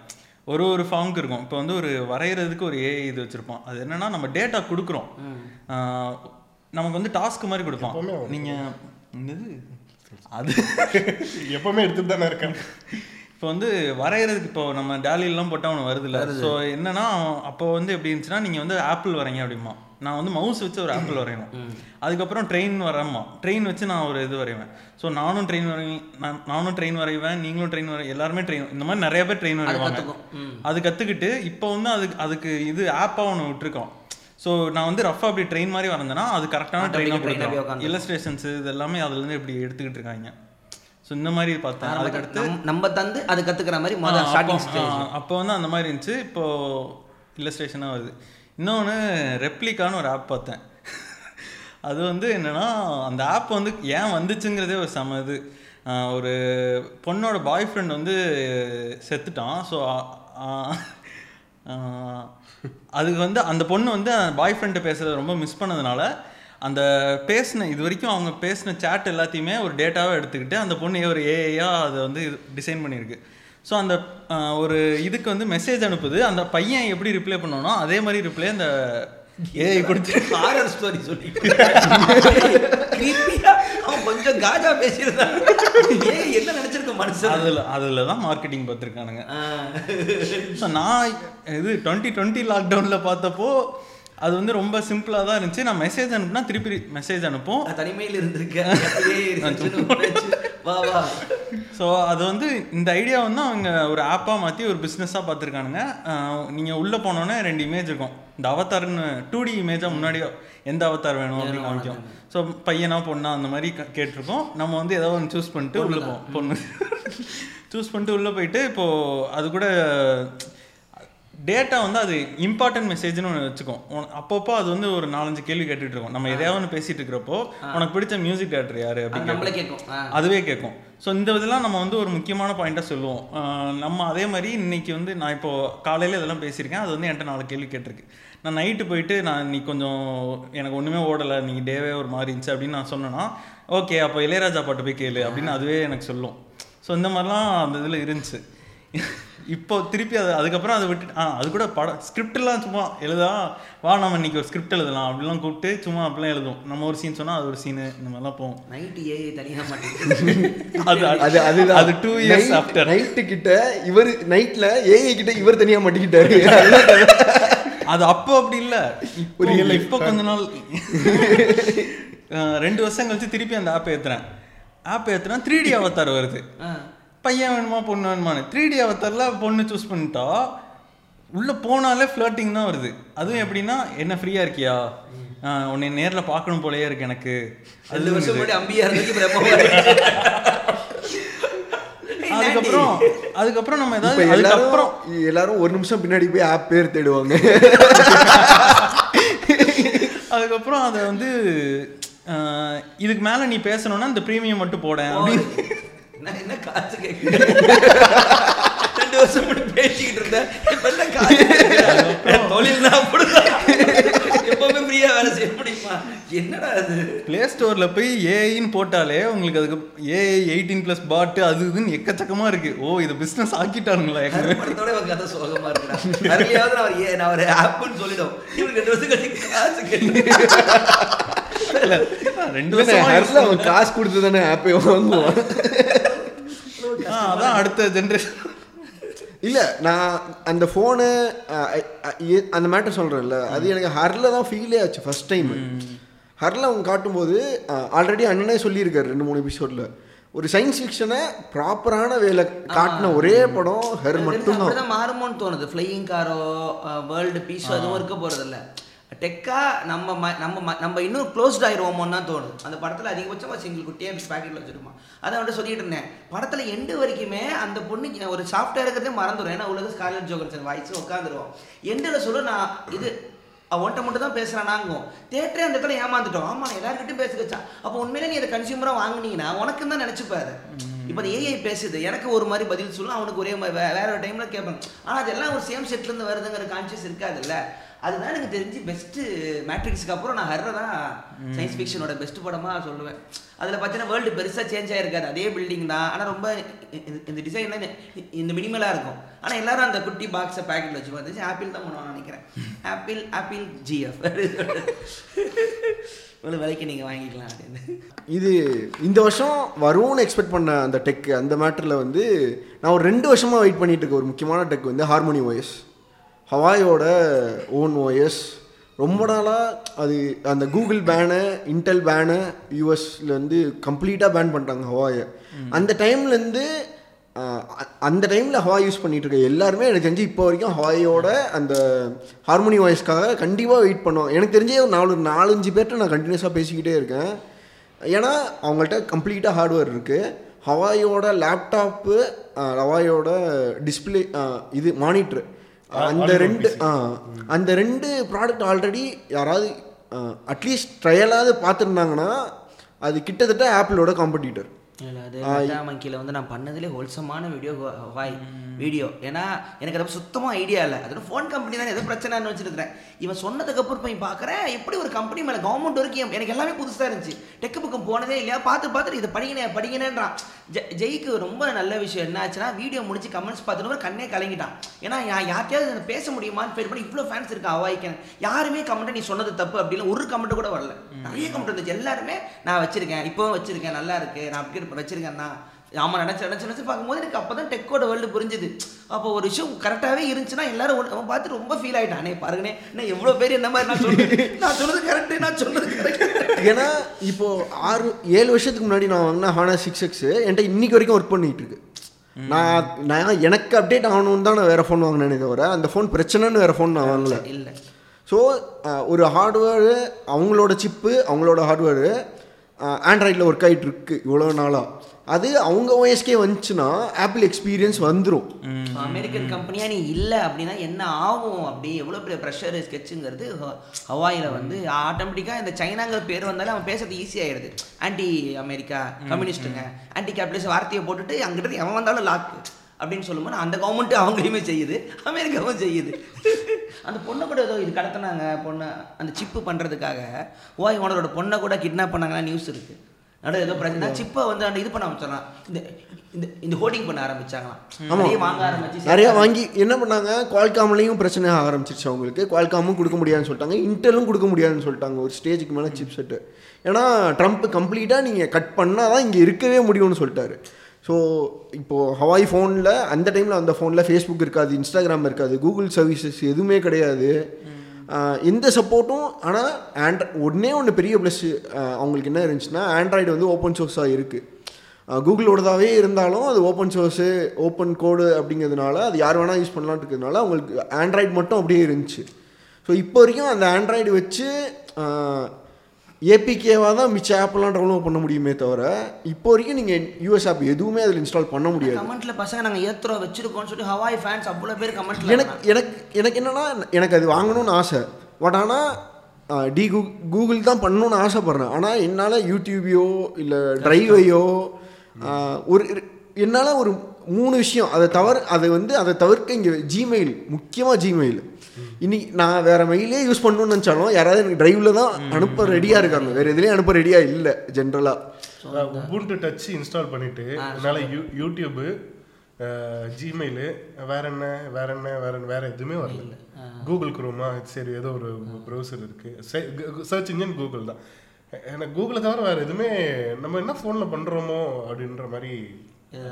ஒரு ஒரு ஃபார்முக்கு இருக்கும் இப்போ வந்து ஒரு வரைகிறதுக்கு ஒரு ஏஐ இது வச்சுருப்போம் அது என்னன்னா நம்ம டேட்டா கொடுக்குறோம் அஹ் நமக்கு வந்து டாஸ்க் மாதிரி
எப்பவுமே
கொடுப்பான்
அவனுக்கு.
நீங்கள் என்னது அது
எப்பவுமே எடுத்துட்டு தானே இருக்கேன்
இப்போ வந்து வரைகிறதுக்கு இப்போ நம்ம டேலிலாம் போட்டால் அவனு வருதுல்ல ஸோ என்னன்னா அவன் அப்போ வந்து எப்படி இருந்துச்சுன்னா நீங்கள் வந்து ஆப்பிள் வரைங்க அப்படிமா நான் வந்து மவுஸ் வச்சு ஒரு ஆப்பிள் வரையணும் அதுக்கப்புறம் ட்ரெயின் வரமா ட்ரெயின் வச்சு நான் ஒரு இது வரைவேன் ஸோ நானும் ட்ரெயின் வரைவேன் நான் நானும் ட்ரெயின் வரைவேன் நீங்களும் ட்ரெயின் வரை எல்லாருமே ட்ரெயின் இந்த மாதிரி நிறைய பேர் ட்ரெயின் வரைவாங்க
கத்துக்கும். ம்.
அது கற்றுக்கிட்டு இப்போ வந்து அதுக்கு அதுக்கு இது ஆப்பாக ஒன்று விட்டுருக்கோம் ஸோ நான் வந்து ரஃபாக அப்படி ட்ரெயின் மாதிரி வரைந்தேன்னா அது கரெக்டான
Automatic
ட்ரெயினாக
train அப்படியே
கொடுக்குறோம்
உட்காந்து.
இல்லஸ்ட்ரேஷன்ஸ் இது எல்லாமே அதுலேருந்து இப்படி எடுத்துக்கிட்டு இருக்காங்க ஸோ இந்த மாதிரி பார்த்தேன் அதுக்கடுத்து
நம்- நம்ம தந்து அது கத்துக்கிற மாதிரி
ஆ,
முதல்
அப்போ
ஸ்டார்டிங் ஸ்டேஜ்
ஆ, அப்போ வந்து அந்த மாதிரி இருந்துச்சு இப்போ இல்லஸ்ட்ரேஷனாக வருது இன்னொன்று ரெப்ளிகான்னு ஒரு ஆப் பார்த்தேன் அது வந்து என்னன்னா அந்த ஆப் வந்து ஏன் வந்துச்சுங்கிறதே ஒரு சம இது ஆ, ஒரு பொண்ணோட பாய் ஃப்ரெண்ட் வந்து செத்துட்டான் ஸோ அதுக்கு வந்து அந்த பொண்ணு வந்து பாய் ஃப்ரெண்ட்டை பேசுகிறத ரொம்ப மிஸ் பண்ணதுனால அந்த பேசின இது வரைக்கும் அவங்க பேசின சேட் எல்லாத்தையுமே ஒரு டேட்டாவை எடுத்துக்கிட்டு அந்த பொண்ணு ஒரு ஏஐயாக அதை வந்து டிசைன் பண்ணியிருக்கு ஸோ அந்த ஆஹ், ஒரு இதுக்கு வந்து மெசேஜ் அனுப்புது அந்த பையன் எப்படி ரிப்ளை பண்ணனோ அதே மாதிரி ரிப்ளை அந்த ஏஐ கொடுத்து
ஹாரர் ஸ்டோரி சொல்லி creepy ஆ அவன் கொஞ்சம் காஜா பேசியிருந்தான் ஏய் என்ன நினைச்சிருக்க மனுஷன்
அதில் அதில் தான் மார்க்கெட்டிங் பார்த்துருக்கானுங்க
ஆ.
ஸோ நான் இது டுவெண்ட்டி டுவெண்ட்டி லாக்டவுனில் பார்த்தப்போ அது வந்து ரொம்ப சிம்பிளாக தான் இருந்துச்சு நான் மெசேஜ் அனுப்புனா திருப்பி மெசேஜ் அனுப்பும்
நான் தனிமையில் இருந்திருக்கேன் ஏய், இருந்துச்சுன்னு உண்மையாச்சு. வா வா
ஸோ அது வந்து இந்த ஐடியா வந்து அவங்க ஒரு ஆப்பாக மாற்றி ஒரு பிஸ்னஸாக பார்த்துருக்கானுங்க நீங்கள் உள்ளே போனோன்னே ரெண்டு இமேஜ் இருக்கும் இந்த அவதார்னு டூ டி இமேஜாக முன்னாடியோ எந்த அவதார் வேணும் அப்படின்னு காமிக்கும் ஸோ பையனா பொண்ணா அந்த மாதிரி க- கேட்டிருக்கோம் நம்ம வந்து ஏதோ ஒன்று சூஸ் பண்ணிட்டு உள்ளே போவோம் பொண்ணு சூஸ் பண்ணிட்டு உள்ளே போயிட்டு இப்போது அது கூட டேட்டா வந்து அது இம்பார்ட்டன்ட் மெசேஜ்னு ஒன்று வச்சுக்கும் உன- அப்பப்போ அது வந்து ஒரு நாலஞ்சு கேள்வி கேட்டுட்டு இருக்கும் நம்ம எதையாவது ஒன்று பேசிட்டு இருக்கிறப்போ உனக்கு பிடிச்ச மியூசிக் டேரக்டர் யாரு
அது
அப்படின்னு
நம்மளே கேட்கும் ஆ.
அதுவே கேட்கும் ஸோ இந்த இதெல்லாம் நம்ம வந்து ஒரு முக்கியமான பாயிண்ட்டாக சொல்லுவோம் அஹ் நம்ம அதே மாதிரி இன்னைக்கு வந்து நான் இப்போ காலையில் இதெல்லாம் பேசியிருக்கேன் அது வந்து என்கிட்ட நாலு கேள்வி கேட்டிருக்கு நான் நைட்டு போயிட்டு நான் இன்னைக்கு கொஞ்சம் எனக்கு ஒன்றுமே ஓடலை இன்னைக்கு டேவே ஒரு மாதிரி இருந்துச்சு அப்படின்னு நான் சொன்னேன்னா ஓகே அப்போ இளையராஜா பாட்டு போய் கேளு அப்படின்னு அதுவே எனக்கு சொல்லும் ஸோ இந்த மாதிரிலாம் அந்த இதில் இருந்துச்சு இப்போ திருப்பி அது அதுக்கப்புறம் அதை விட்டு ஆ அது கூட படம் ஸ்கிரிப்டெல்லாம் சும்மா எழுதா வா நம்ம இன்னைக்கு ஒரு ஸ்கிரிப்ட் எழுதலாம் அப்படிலாம் கூப்பிட்டு சும்மா அப்படிலாம் எழுதுவோம் நம்ம ஒரு சீன் சொன்னால் அது ஒரு சீனு இந்த மாதிரிலாம் போவோம்
நைட்டு ஏய் தனியா மாட்டேங்குது
அது
அது அதுதான்
அது டூ இயர்ஸ் ஆஃப்டர்
நைட்டு கிட்ட இவர் நைட்ல ஏஐ கிட்ட இவர் தனியா மாட்டிக்கிட்டாரு
அது அப்போ அப்படி இல்ல இப்போ இப்போ கொஞ்ச நாள் அஹ் ரெண்டு வருஷம் கழிச்சு திருப்பி அந்த ஆப் ஏத்துறேன் ஆப் ஏத்துனா த்ரீ டி அவத்தார் வருது பையன் வேணுமா பொண்ணு வேணுமான்னு த்ரீ டி அவத்தரில் பொண்ணு சூஸ் பண்ணிட்டா உள்ளே போனாலே ஃப்ளர்ட்டிங் தான் வருது அதுவும் எப்படின்னா என்ன ஃப்ரீயாக இருக்கியா ஆ, உன்னை நேரில் பார்க்கணும் போலயே இருக்கு எனக்கு
ரெண்டு
அது
வருஷம் முன்னாடி அம்பியா இருந்துச்சு இப்ப எப்போ வருது?
அதுக்கப்புறம் அதுக்கப்புறம் நம்ம
இப்ப
ஏதாவது அதுக்கப்புறம்
எல்லாரும் எல்லாரும் ஒரு நிமிஷம் பின்னாடி போய் ஆப் பேர் தேடுவாங்க
அதுக்கப்புறம் அதை வந்து அஹ், இதுக்கு மேல நீ பேசணும்னா இந்த ப்ரீமியம் மட்டும் போட அப்படின்னு
நான் என்ன காசு கேட்கிறேன் ரெண்டு வருஷம் முன்னாடி பேசிக்கிட்டு இருந்தேன் இப்ப என்ன காசு கேக்குற? என் தொழில் நான் அப்படிதான் எப்பவுமே ஃப்ரீயா வேலை செய்ய முடியுமா என்னடா அது
பிளே ஸ்டோர்ல போய் ஏஐன்னு போட்டாலே உங்களுக்கு அதுக்கு ஏஐ எயிட்டீன் ப்ளஸ் பாட்டு அது இதுன்னு எக்கச்சக்கமா இருக்கு ஓ இது பிசினஸ் ஆக்கிட்டானுங்களா எங்க
கருப்படத்தோட இவன் கதை சோகமா இருக்குடா அதுலயாவது நான் ஒரு ஏ- நான் ஒரு ஆப்புன்னு சொல்லிடும் இவனுக்கு ரெண்டு வருஷம் கழிச்சு காசு கேட்கிறேன்
இல்ல, ரெண்டு
இல்லைண்ணே,
வருஷமா
ஹர்ல அவன் காசு கொடுத்து தானே ஆப்பே வாங்குவான்
ஆ, அதான் அடுத்த ஜென்ரேஷன்
இல்ல நான் அந்த ஃபோனு அந்த மேட்டர் சொல்றேன்ல அது எனக்கு ஹர்ல தான் ஃபீலே ஆச்சு ஃபர்ஸ்ட் டைம் ஹர்ல அவங்க காட்டும்போது ஆல்ரெடி அண்ணனே சொல்லியிருக்காரு ரெண்டு மூணு எபிசோட்ல ஒரு சயின்ஸ் ஃபிக்ஷனை ப்ராப்பரான வேலை காட்டின ஒரே படம் ஹர் மட்டும்தான்
அப்படிதான் மாறுமோன்னு தோணுது ஃப்ளையிங் காரோ வேர்ல்டு பீஸோ அதுவும் இருக்க போறதில்ல டெக்கா நம்ம ம- நம்ம ம- நம்ம இன்னும் க்ளோஸ்ட் ஆயிடுவோமோன்னு தான் தோணுது அந்த படத்தில் அதிகபட்சமாக சிங்கிள் குட்டியே பேக்கெட்டில் வச்சிருப்பான் அதை அவன்கிட்ட சொல்லிட்டு இருந்தேன் படத்தில் எண்டு வரைக்குமே அந்த பொண்ணுக்கு ஒரு சாஃப்டாக இருக்கிறதே மறந்துடும் ஏன்னா உலக ஸ்கார்லட் ஜோகன்சன் வாய்ஸில் உட்காந்துருவோம் எண்டில் சொல்ல நான் இது அவன்கிட்ட மட்டும் தான் பேசுகிறானாங்கும் தேட்டரே அந்த இடத்துல ஏமாந்துட்டோம் ஆமாம் எல்லாருக்கிட்டும் பேச வச்சா அப்போ உண்மையிலே நீ அதை கன்சியூமராக வாங்குனீங்கன்னா உனக்கு தான் நினச்சிப்பாரு இப்போ அந்த ஏஐ பேசுது எனக்கு ஒரு மாதிரி பதில் சொல்லும் அவனுக்கு ஒரே மாதிரி வே- வேற ஒரு டைம்ல கேட்பாங்க ஆனால் அதெல்லாம் ஒரு சேம் செட்லேருந்து வருதுங்கிற கான்ஷியஸ் இருக்காதுல்ல அதுதான் எனக்கு தெரிஞ்சு பெஸ்ட்டு மேட்ரிக்ஸ்க்கு அப்புறம் நான் ஹர்ரை தான் சயின்ஸ் ஃபிக்ஷனோட பெஸ்ட் படமாக சொல்லுவேன் அதில் பார்த்தீங்கன்னா வேர்ல்டு பெருசாக சேஞ்ச் ஆயிருக்காது அதே பில்டிங் தான் ஆனால் ரொம்ப இ- இ- இந்த டிசைன்லாம் இந்த- இந்த மினிமலாக இருக்கும் ஆனால் எல்லாரும் அந்த குட்டி பாக்ஸை பேக்கெட்டில் வச்சு பார்த்துச்சு ஆப்பிள் தான் பண்ணுவாங்க நினைக்கிறேன் ஆப்பிள் ஆப்பிள் ஜிஎஃப் இவ்வளோ விலைக்கு நீங்கள் வாங்கிக்கலாம் அப்படின்னு
இது இந்த வருஷம் வரும்னு எக்ஸ்பெக்ட் பண்ண அந்த டெக் அந்த மேட்டரில் வந்து நான் ஒரு ரெண்டு வருஷமாக வெயிட் பண்ணிட்டு இருக்க ஒரு முக்கியமான டெக் வந்து ஹார்மோனி ஓஎஸ் ஹவாயோட ஓன் ஓஎஸ் ரொம்ப நாளாக அது அந்த கூகுள் பேனு இன்டெல் பேனு யூஎஸ்லேருந்து கம்ப்ளீட்டாக பேன் பண்ணிட்டாங்க ஹவாயை அந்த டைம்லேருந்து அந்த டைமில் ஹவாய் யூஸ் பண்ணிட்டு இருக்க எல்லாருமே எனக்கு தெரிஞ்சு இப்போ வரைக்கும் ஹவாயோட அந்த ஹார்மோனி வாய்ஸ்க்காக கண்டிப்பாக வெயிட் பண்ணுவாங்க எனக்கு தெரிஞ்சே ஒரு நாலு நாலஞ்சு பேர்கிட்ட நான் கண்டினியூஸாக பேசிக்கிட்டே இருக்கேன் ஏன்னா அவங்கள்ட்ட கம்ப்ளீட்டாக ஹார்ட்வேர் இருக்குது ஹவாயோட லேப்டாப்பு ஹவாயோட டிஸ்பிளே இது மானிட்ரு அந்த ரெண்டு ஆ, அந்த ரெண்டு ப்ராடக்ட் ஆல்ரெடி யாராவது அட்லீஸ்ட் ட்ரையலாவது பார்த்துருந்தாங்கன்னா அது கிட்டத்தட்ட ஆப்பிளோட காம்படிட்டர்
இல்ல, அது மெட்டா மங்கியில் வந்து நான் பண்ணதுலே ஹோல்சமான வீடியோ வாய் வீடியோ ஏன்னா எனக்கு அதை சுத்தமாக ஐடியா இல்லை அது ஃபோன் கம்பெனி தான் ஏதோ பிரச்சனைன்னு வச்சிருக்கிறேன் இவன் சொன்னதுக்கப்புறம் போய் பார்க்குறேன் எப்படி ஒரு கம்பெனி மேலே கவர்மெண்ட் வரைக்கும் எனக்கு எல்லாமே புதுசாக இருந்துச்சு டெக்கு பக்கம் போனதே இல்லையா பார்த்து பார்த்துட்டு இதை படிங்கினே படிங்கினேன்றான் ஜெ- ஜெய்க்கு ரொம்ப நல்ல விஷயம் என்ன ஆச்சுன்னா வீடியோ முடிச்சு கமெண்ட்ஸ் பார்த்துட்டு கண்ணே கலங்கிட்டான் ஏன்னா யா- யார்கிட்டயாவது இதை பேச முடியுமான்னு ஃபீல் பண்ணி இவ்வளோ ஃபேன்ஸ் இருக்கா அவாய்க்கேன் யாருமே கமெண்ட் நீ சொன்னது தப்பு அப்படின்னு ஒரு கமெண்ட் கூட வரல நிறைய கமெண்ட் இருந்துச்சு எல்லாருமே நான் வச்சிருக்கேன் இப்போவும் வச்சிருக்கேன் நல்லா இருக்கு நான் அப்டேட் வச்சிருக்கேன்னா ஆமா நினச்சி நினச்சி நினச்சி பார்க்கும்போது எனக்கு அப்போ தான் டெக்கோட வேர்ல்டு புரிஞ்சுது அப்போ ஒரு விஷயம் கரெக்டாகவே இருந்துச்சுன்னா எல்லாரும் ஒண்ணு- அவன் பார்த்து ரொம்ப ஃபீல் ஆயிட்டானே பாருங்கண்ணே நான் எவ்வளோ பேர் என்ன மாதிரி நான் சொன்னது நான் சொன்னது கரெக்டு நான் சொன்னது கரெக்ட்
ஏன்னா இப்போ ஆறு ஏழு வருஷத்துக்கு முன்னாடி நான் வாங்கின ஹானா சிக்ஸ் எக்ஸ் என்கிட்ட இன்னைக்கு வரைக்கும் ஒர்க் பண்ணிட்டு இருக்கு நான் நான் எனக்கு அப்டேட் ஆகணும்னு தான் நான் வேறு ஃபோன் வாங்கினேனே தவிர அந்த ஃபோன் பிரச்சனைன்னு வேறு ஃபோன் நான் வாங்கல
இல்லை
ஸோ uh, ஒரு ஹார்ட்வேரு அவங்களோட சிப்பு அவங்களோட uh, ஹார்ட்வேரு ஆண்ட்ராய்டில் ஒர்க் ஆகிட்டு இருக்கு இவ்வளோ நாளாக அது அவங்க ஓஎஸ்கே வந்துச்சுன்னா ஆப்பிள் எக்ஸ்பீரியன்ஸ் வந்துடும்
அமெரிக்கன் கம்பெனியாக நீ இல்லை அப்படின்னா என்ன ஆகும் அப்படி எவ்வளோ பெரிய ப்ரெஷர் ஸ்கெட்சுங்கிறது ஹவாயில் வந்து ஆட்டோமேட்டிக்காக இந்த சைனாங்கிற பேர் வந்தாலே அவன் பேசுறது ஈஸி ஆயிடுது ஆன்டி அமெரிக்கா கம்யூனிஸ்ட்டுங்க ஆன்டி கேபிட்டலிஸ்ட் வார்த்தையை போட்டுட்டு அங்கிட்ட எவன் வந்தாலும் லாக்கு அப்படின்னு சொல்லும்போது அந்த கவர்மெண்ட்டு அவங்களையுமே செய்யுது அமெரிக்காவும் செய்யுது அந்த பொண்ணை கூட ஏதோ இது கடத்தினாங்க பொண்ணை அந்த சிப்பு பண்ணுறதுக்காக ஓய் ஓனரோட பொண்ணை கூட கிட்னாப் பண்ணாங்கன்னா நியூஸ் இருக்குது நடுவு ஏதோ பிரச்சனை சிப்பை வந்து அந்த இது பண்ண ஆரம்பிச்சாங்களாம் இந்த இந்த இந்த ஹோர்டிங் பண்ண ஆரம்பிச்சாங்களாம் நிறைய வாங்க ஆரம்பிச்சு
நிறையா வாங்கி என்ன பண்ணாங்க குவால்காம்லேயும் பிரச்சனை ஆரம்பிச்சிருச்சு அவங்களுக்கு குவால்காமும் கொடுக்க முடியாதுன்னு சொல்லிட்டாங்க இன்டெலும் கொடுக்க முடியாதுன்னு சொல்லிட்டாங்க ஒரு ஸ்டேஜுக்கு மேலே சிப் செட்டு ஏன்னா ட்ரம்ப் கம்ப்ளீட்டாக நீங்கள் கட் பண்ணால் தான் இங்கே இருக்கவே முடியும்னு சொல்லிட்டாரு ஸோ இப்போது ஹவாய் ஃபோனில் அந்த டைமில் அந்த ஃபோனில் ஃபேஸ்புக் இருக்காது இன்ஸ்டாகிராம் இருக்காது கூகுள் சர்வீசஸ் எதுவுமே கிடையாது ஆஹ் எந்த சப்போர்ட்டும் ஆனால் ஆண்ட்ரா ஒன்றே ஒன்று பெரிய ப்ளஸ் அவங்களுக்கு என்ன இருந்துச்சுன்னா ஆண்ட்ராய்டு வந்து ஓப்பன் சோர்ஸாக இருக்குது கூகுளோடதாகவே இருந்தாலும் அது ஓப்பன் சோர்ஸு ஓப்பன் கோடு அப்படிங்கிறதுனால அது யார் வேணால் யூஸ் பண்ணலாம்னு இருக்கிறதுனால அவங்களுக்கு ஆண்ட்ராய்டு மட்டும் அப்படியே இருந்துச்சு ஸோ இப்போ வரைக்கும் அந்த ஆண்ட்ராய்டு வச்சு ஏபிகேவாக தான் மிச்ச ஆப்லாம் டவுன்லோட் பண்ண முடியுமே தவிர இப்போ வரைக்கும் நீங்கள் யூஎஸ் ஆப் எதுவுமே அதில் இன்ஸ்டால் பண்ண முடியாது
கமெண்ட்ல பசங்க நாங்க ஏத்துறோம் வச்சிருக்கோம்னு சொல்லி ஹவாய் ஃபேன்ஸ் அவ்வளோ பேர் கமெண்ட்ல
எனக்கு எனக்கு எனக்கு என்னன்னா எனக்கு அது வாங்கணும்னு ஆசை பட் ஆனால் டி கூ கூகுள் தான் பண்ணணும்னு ஆசைப்பட்றேன் ஆனால் என்னால் யூடியூபையோ இல்லை டிரைவையோ ஒரு என்னால் ஒரு மூணு விஷயம் அதை தவிர அதை வந்து அதை தவிர்க்க இங்கே ஜிமெயில் முக்கியமாக ஜிமெயில் இனி நான் வேறு மெயிலே யூஸ் பண்ணணும்னு நினச்சாலும் யாராவது எனக்கு டிரைவில் தான் அனுப்ப ரெடியாக இருக்காங்க வேறு எதுலேயும் அனுப்ப ரெடியாக இல்லை ஜென்ரலாக
உபுண்டு டச் இன்ஸ்டால் பண்ணிட்டு என்னால் யூ யூடியூபு ஜிமெயிலு வேற என்ன வேற என்ன வேற என்ன வேற எதுவுமே வரல கூகுள் குரோமா சரி ஏதோ ஒரு ப்ரௌசர் இருக்கு சர்ச் இன்ஜின் கூகுள் தான் எனக்கு கூகுளை தவிர வேற எதுவுமே நம்ம என்ன ஃபோனில் பண்ணுறோமோ அப்படின்ற மாதிரி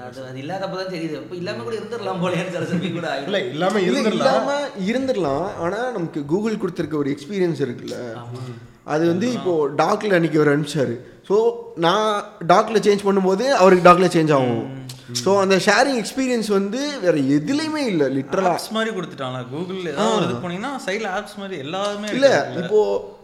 அது அது இல்லாதப்ப தான் தெரியுது இப்போ இல்லாம கூட இருந்துடலாம் போலேன்னு சில சமயம் கூட ஆயிடும்
இல்லை இல்லாமல்
இல்ல,
இருந்துடலாம்
இல்லாம இருந்துடலாம் ஆனா நமக்கு கூகுள் கொடுத்துருக்க ஒரு எக்ஸ்பீரியன்ஸ் இருக்குல்ல அது வந்து இப்போ டாக்ல அன்னைக்கு ஒரு அனுப்பிச்சாரு ஸோ நான் டாக்ல சேஞ்ச் பண்ணும்போது அவருக்கு டாக்ல சேஞ்ச் ஆகும் ஸோ அந்த ஷேரிங் எக்ஸ்பீரியன்ஸ் வந்து வேற எதுலையுமே இல்லை லிட்டரலா
ஆப்ஸ் மாதிரி கொடுத்துட்டாங்களா கூகுள் ஏதாவது ஒரு இது போனீங்கன்னா சைடில் ஆப்ஸ் மாதிரி எல்லாமே
இல்ல
இருக்கு.
இப்போ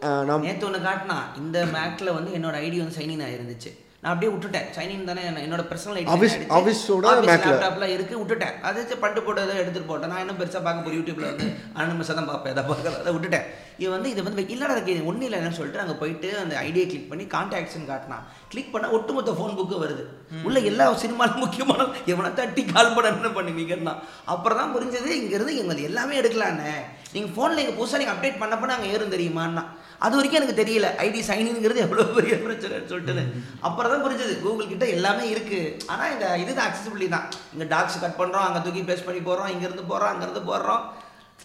அஹ், நாம்
நேற்று ஒன்று காட்டினா இந்த மேக்ல வந்து என்னோட ஐடி வந்து சைனின் ஆயிருந்துச்சு நான் அப்படியே விட்டுட்டேன் சைனின் தானே என்ன- என்னோட பர்சனல் ஐடி
Office- office ஓட Mac ல.
லேப்டாப்ல இருக்கு விட்டுட்டேன் அதை வச்சு பட்டு போட்டதை எடுத்துட்டு போட்டேன் நான் என்ன பெருசா பார்க்க போறேன் யூடியூப்ல வந்து அனுமதி தான் பார்ப்பேன் அதை பார்க்கல அதை விட்டுட்டேன் இது வந்து இது வந்து இல்லடா இருக்கு ஒன்றும் இல்லைன்னு சொல்லிட்டு அங்கே போயிட்டு அந்த ஐடியை கிளிக் பண்ணி கான்டாக்ட்ஸ்னு காட்டினா கிளிக் பண்ணா ஒட்டுமொத்த ஃபோன் புக்கு வருது உள்ள எல்லா சினிமாலும் முக்கியமான எவனை தட்டி கால் பண்ண என்ன பண்ணுவீங்கன்னா அப்புறம் தான் புரிஞ்சது இங்கிருந்து எங்களுக்கு எல்லாமே எடுக்கலான்னு நீங்கள் ஃபோனில் எங்கள் புதுசாக நீங்கள் அப்டேட் பண்ணப்போ நாங்கள் ஏறும் தெரியுமான்னா அது வரைக்கும் எனக்கு தெரியல ஐடி சைனிங்கிறது எவ்வளோ பெரிய பிரச்சனைன்னு சொல்லிட்டு அப்புறம் தான் புரிஞ்சது கூகுள் கிட்ட எல்லாமே இருக்குது ஆனால் இந்த இதுதான் அக்சசிபிலிட்டி தான் இங்கே டாக்ஸ் கட் பண்ணுறோம் அங்கே தூக்கி பேஸ்ட் பண்ணி போகிறோம் இங்கேருந்து போகிறோம் அங்கேருந்து போடுறோம்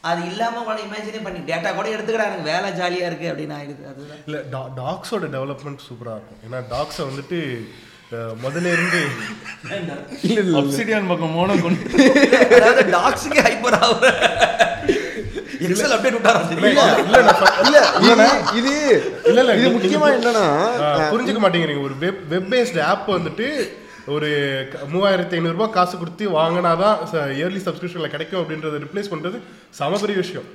அது இல்லாமல் உங்களை இமேஜினே பண்ணி டேட்டா கூட எடுத்துக்கிடா எனக்கு வேலை ஜாலியாக இருக்குது அப்படின்னு ஆயிடுது அதுதான்
இல்லை டா டாக்ஸோட டெவலப்மெண்ட் சூப்பராக இருக்கும் ஏன்னா டாக்ஸை வந்துட்டு அஹ், முதல்ல இருந்து
Obsidian பக்கம் மோன கொண்டு
அதாவது டாக்ஸுக்கு ஹைப்பர் ஆகுற எக்ஸல் அப்டேட் விட்டாரா
இல்லை இல்லை, நான் சொல்ல-
இல்ல இது இது
இல்ல, இல்ல,
இது
இது-
முக்கியமா
இது-
என்னன்னா
ஆ, புரிஞ்சுக்க மாட்டேங்கிறீங்க ஒரு வெப் வெப் பேஸ்டு ஆப் வந்துட்டு ஒரு க- மூவாயிரத்தி ஐநூறுரூபா காசு கொடுத்து வாங்கினாதான் இயர்லி சப்ஸ்கிரிப்ஷனில் கிடைக்கும் அப்படின்றத ரிப்ளேஸ் பண்ணுறது சம பெரிய விஷயம்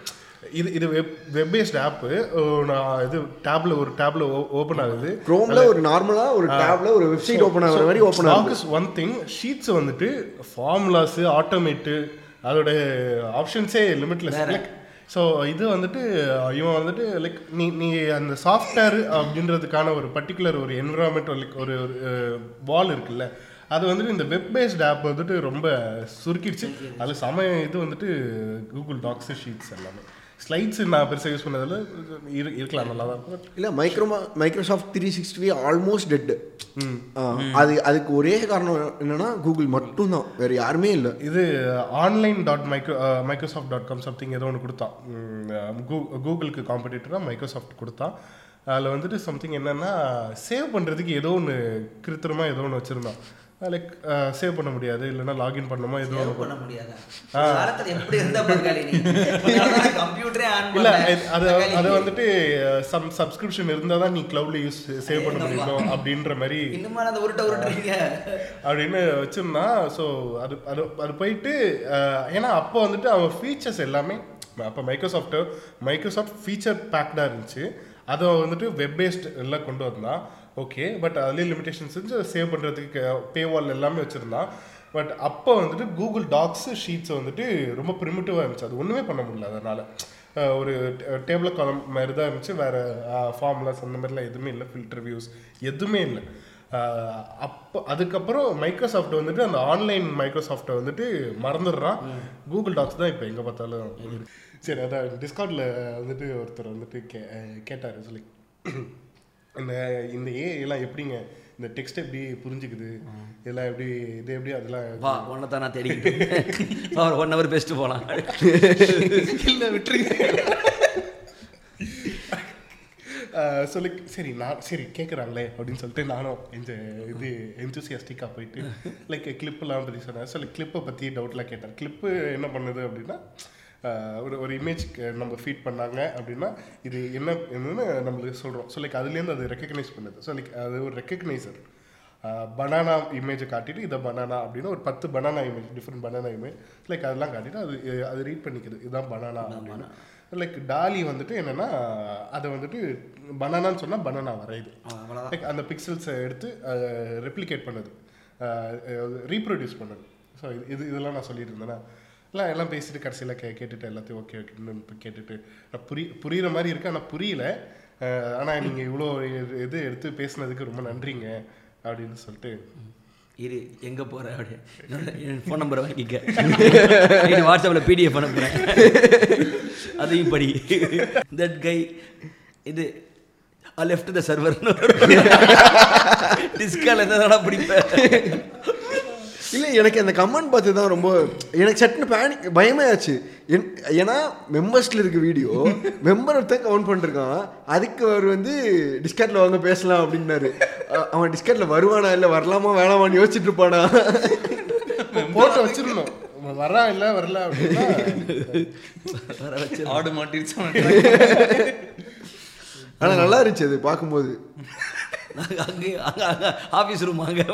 இது இது வெப் வெப் பேஸ்டு ஆப்பு நான் இது டேப்ல ஒரு டேப்ல ஓப்பன் ஆகுது
குரோம்ல ஒரு நார்மலா ஒரு டேப்ல ஒரு வெப்சைட் ஓபன் ஆகுற மாதிரி ஓபன் ஆகும்
இஸ் ஒன் திங் ஷீட்ஸ் வந்துட்டு ஃபார்முலாஸு ஆட்டோமேட்டு அதோட ஆப்ஷன்ஸே லிமிட்லெஸ் லைக் ஸோ இது வந்துட்டு அஹ், இவன் வந்துட்டு லைக் நீ நீ அந்த சாஃப்ட்வேர் அப்படின்றதுக்கான ஒரு பர்டிகுலர் ஒரு என்விரான்மெண்ட் லைக் ஒரு வால் இருக்குல்ல அது வந்துட்டு இந்த வெப் பேஸ்ட் ஆப் வந்துட்டு ரொம்ப சுருக்கிடுச்சு அது சம இது வந்துட்டு கூகுள் டாக்ஸ் ஷீட்ஸ் எல்லாமே ஸ்லைட்ஸ் நான் பெருசாக யூஸ் பண்ணதில் இரு இருக்கலாம் நல்லா தான் இருக்கும் But
இல்லை micro Microsoft three sixty almost dead அது அதுக்கு ஒரே காரணம் என்னன்னா கூகுள் மட்டும்தான் வேற யாருமே இல்லை
இது online dot micro Microsoft dot com something ஏதோ ஒன்று கொடுத்தான் உம், கூ- கூகுளுக்கு காம்படிட்டராக மைக்ரோசாஃப்ட் கொடுத்தான் அதில் வந்துட்டு சம்திங் என்னன்னா சேவ் பண்ணுறதுக்கு ஏதோ ஒன்று கிருத்திரமாக ஏதோ ஒன்று வச்சுருந்தான் லைக் சேவ் பண்ண முடியாது இல்லைன்னா லாகின் பண்ணணுமா ஏதோ ஒன்று
பண்ண முடியாது காலத்துல எப்படி இருந்தா பங்காளி நீ கம்ப்யூட்டரே ஆன்
இல்ல
பண்ண
அது- அது அது வந்துட்டு சம் சப்ஸ்கிரிப்ஷன் இருந்தால் தான் நீ க்ளவுட்ல யூஸ் சேவ் பண்ண முடியும் அப்படின்ற மாதிரி
இன்னுமா அந்த உருட்ட உருட்டுறீங்க
அப்படின்னு வச்சிருந்தா ஸோ அது அது அது போயிட்டு அஹ், ஏன்னா அப்போ வந்துட்டு அவன் ஃபீச்சர்ஸ் எல்லாமே அப்போ மைக்ரோசாஃப்ட் மைக்ரோசாஃப்ட் ஃபீச்சர் பேக்டாக இருந்துச்சு அதை வந்துட்டு வெப் பேஸ்ட் எல்லாம் கொண்டு வந்தான் ஓகே பட் அதுலேயே லிமிடேஷன்ஸ் இருந்துச்சு சேவ் பண்ணுறதுக்கு பேவால் எல்லாமே வச்சுருந்தான் பட் அப்போ வந்துட்டு கூகுள் டாக்ஸ் ஷீட்ஸ் வந்துட்டு ரொம்ப ப்ரிமிட்டிவாக இருந்துச்சு அது ஒன்றுமே பண்ண முடியல அதனால் ஒரு டேபிள் காலம் மாதிரி தான் இருந்துச்சு வேறு ஃபார்முலாஸ் அந்த மாதிரிலாம் எதுவுமே இல்லை ஃபில்டர் வியூஸ் எதுவுமே இல்லை ஆஹ் அப்போ அதுக்கப்புறம் மைக்ரோசாஃப்ட் வந்துட்டு அந்த ஆன்லைன் மைக்ரோசாஃப்ட்டை வந்துட்டு மறந்துடுறான் கூகுள் டாக்ஸ் தான் இப்போ எங்கே பார்த்தாலும் இருக்கு. சரி அதான் டிஸ்கவுண்டில் வந்துட்டு ஒருத்தர் வந்துட்டு கே கேட்டார் சொல்லி இந்த இந்த ஏ எல்லாம் எப்படிங்க இந்த டெக்ஸ்ட் எப்படி புரிஞ்சுக்குது இதெல்லாம் எப்படி இது எப்படி அதெல்லாம்
வா உன்னை தான் நான் தேடிக்கிட்டு அவர் ஒன் ஹவர் பெஸ்ட் போலாம்
இல்லை விட்டுருங்க
ஆஹ் சொல்லி சரி நான் சரி கேட்குறாங்களே அப்படின்னு சொல்லிட்டு நானும் இந்த இது எந்தூசியாஸ்டிக்காக போயிட்டு லைக் கிளிப்பெலாம் பற்றி சொன்னேன் சொல்லி கிளிப்பை பற்றி டவுட்லாம் கேட்டேன் கிளிப்பு என்ன பண்ணுது அப்படின்னா ஆஹ் ஒரு ஒரு இமேஜ் நம்ம ஃபீட் பண்ணாங்க அப்படின்னா இது என்ன என்னன்னு நம்மளுக்கு சொல்கிறோம் ஸோ லைக் அதுலேருந்து அது ரெக்கக்னைஸ் பண்ணுது ஸோ லைக் அது ஒரு ரெக்கக்னைசர் பனானா இமேஜை காட்டிட்டு இதை பனானா அப்படின்னு ஒரு பத்து banana image different banana image like அதெல்லாம் காட்டிட்டு அது அஹ், அது ரீட் பண்ணிக்குது இதுதான் பனானா அப்படின்னு லைக் டாலி வந்துட்டு என்னன்னா அதை வந்துட்டு பனானான்னு சொன்னால் பனானா வரையுது லைக் அந்த பிக்சல்ஸை எடுத்து ரெப்ளிகேட் பண்ணுது ரீப்ரொடியூஸ் பண்ணுது ஸோ இது இது இதெல்லாம் நான் சொல்லிட்டு இருந்தேன்னா எல்லாம் எல்லாம் பேசிட்டு கடைசியில் கே கேட்டுட்டு எல்லாத்தையும் ஓகே ஓகேன்னு கேட்டுட்டு நான் புரி புரியுற மாதிரி இருக்கு ஆனால் புரியல அஹ், ஆனா நீங்க இவ்வளோ இது எடுத்து பேசுனதுக்கு ரொம்ப நன்றிங்க அப்படின்னு சொல்லிட்டு
இரு எங்கே போகிற அப்படி என் ஃபோன் நம்பரை வாங்கிக்க நான் வாட்ஸ்அப்பில் பிடிஎஃப் அனுப்புகிறேன் அதையும் படி தட் கை இது லெஃப்ட் த சர்வர்னு டிஸ்கால் என்னடா பிடிப்பேன்
இல்லை எனக்கு அந்த கமெண்ட் பார்த்து தான் ரொம்ப எனக்கு சட்டுன்னு பேனிக் பயமே ஆச்சு என் ஏன்னா மெம்பர்ஸில் இருக்க வீடியோ மெம்பர் ஒருத்தன் கவுண்ட் பண்ணிருக்கான் அதுக்கு அவர் வந்து டிஸ்கட்டில் வாங்க பேசலாம் அப்படின்னாரு அ- அவன் டிஸ்கட்டில் வருவானா இல்லை வரலாமா வேணாமான்னு யோசிச்சுட்டு இருப்பானா
போட்டு வச்சிருந்தோம் வரா இல்லை வரல அப்படின்னா
வர வச்சு
ஆடு மாட்டிருச்சு
ஆனால் நல்லா இருந்துச்சு அது பார்க்கும்போது
நாங்கள் அங்கே அங்கே அங்கே ஆஃபீஸ் ரூம் அங்கே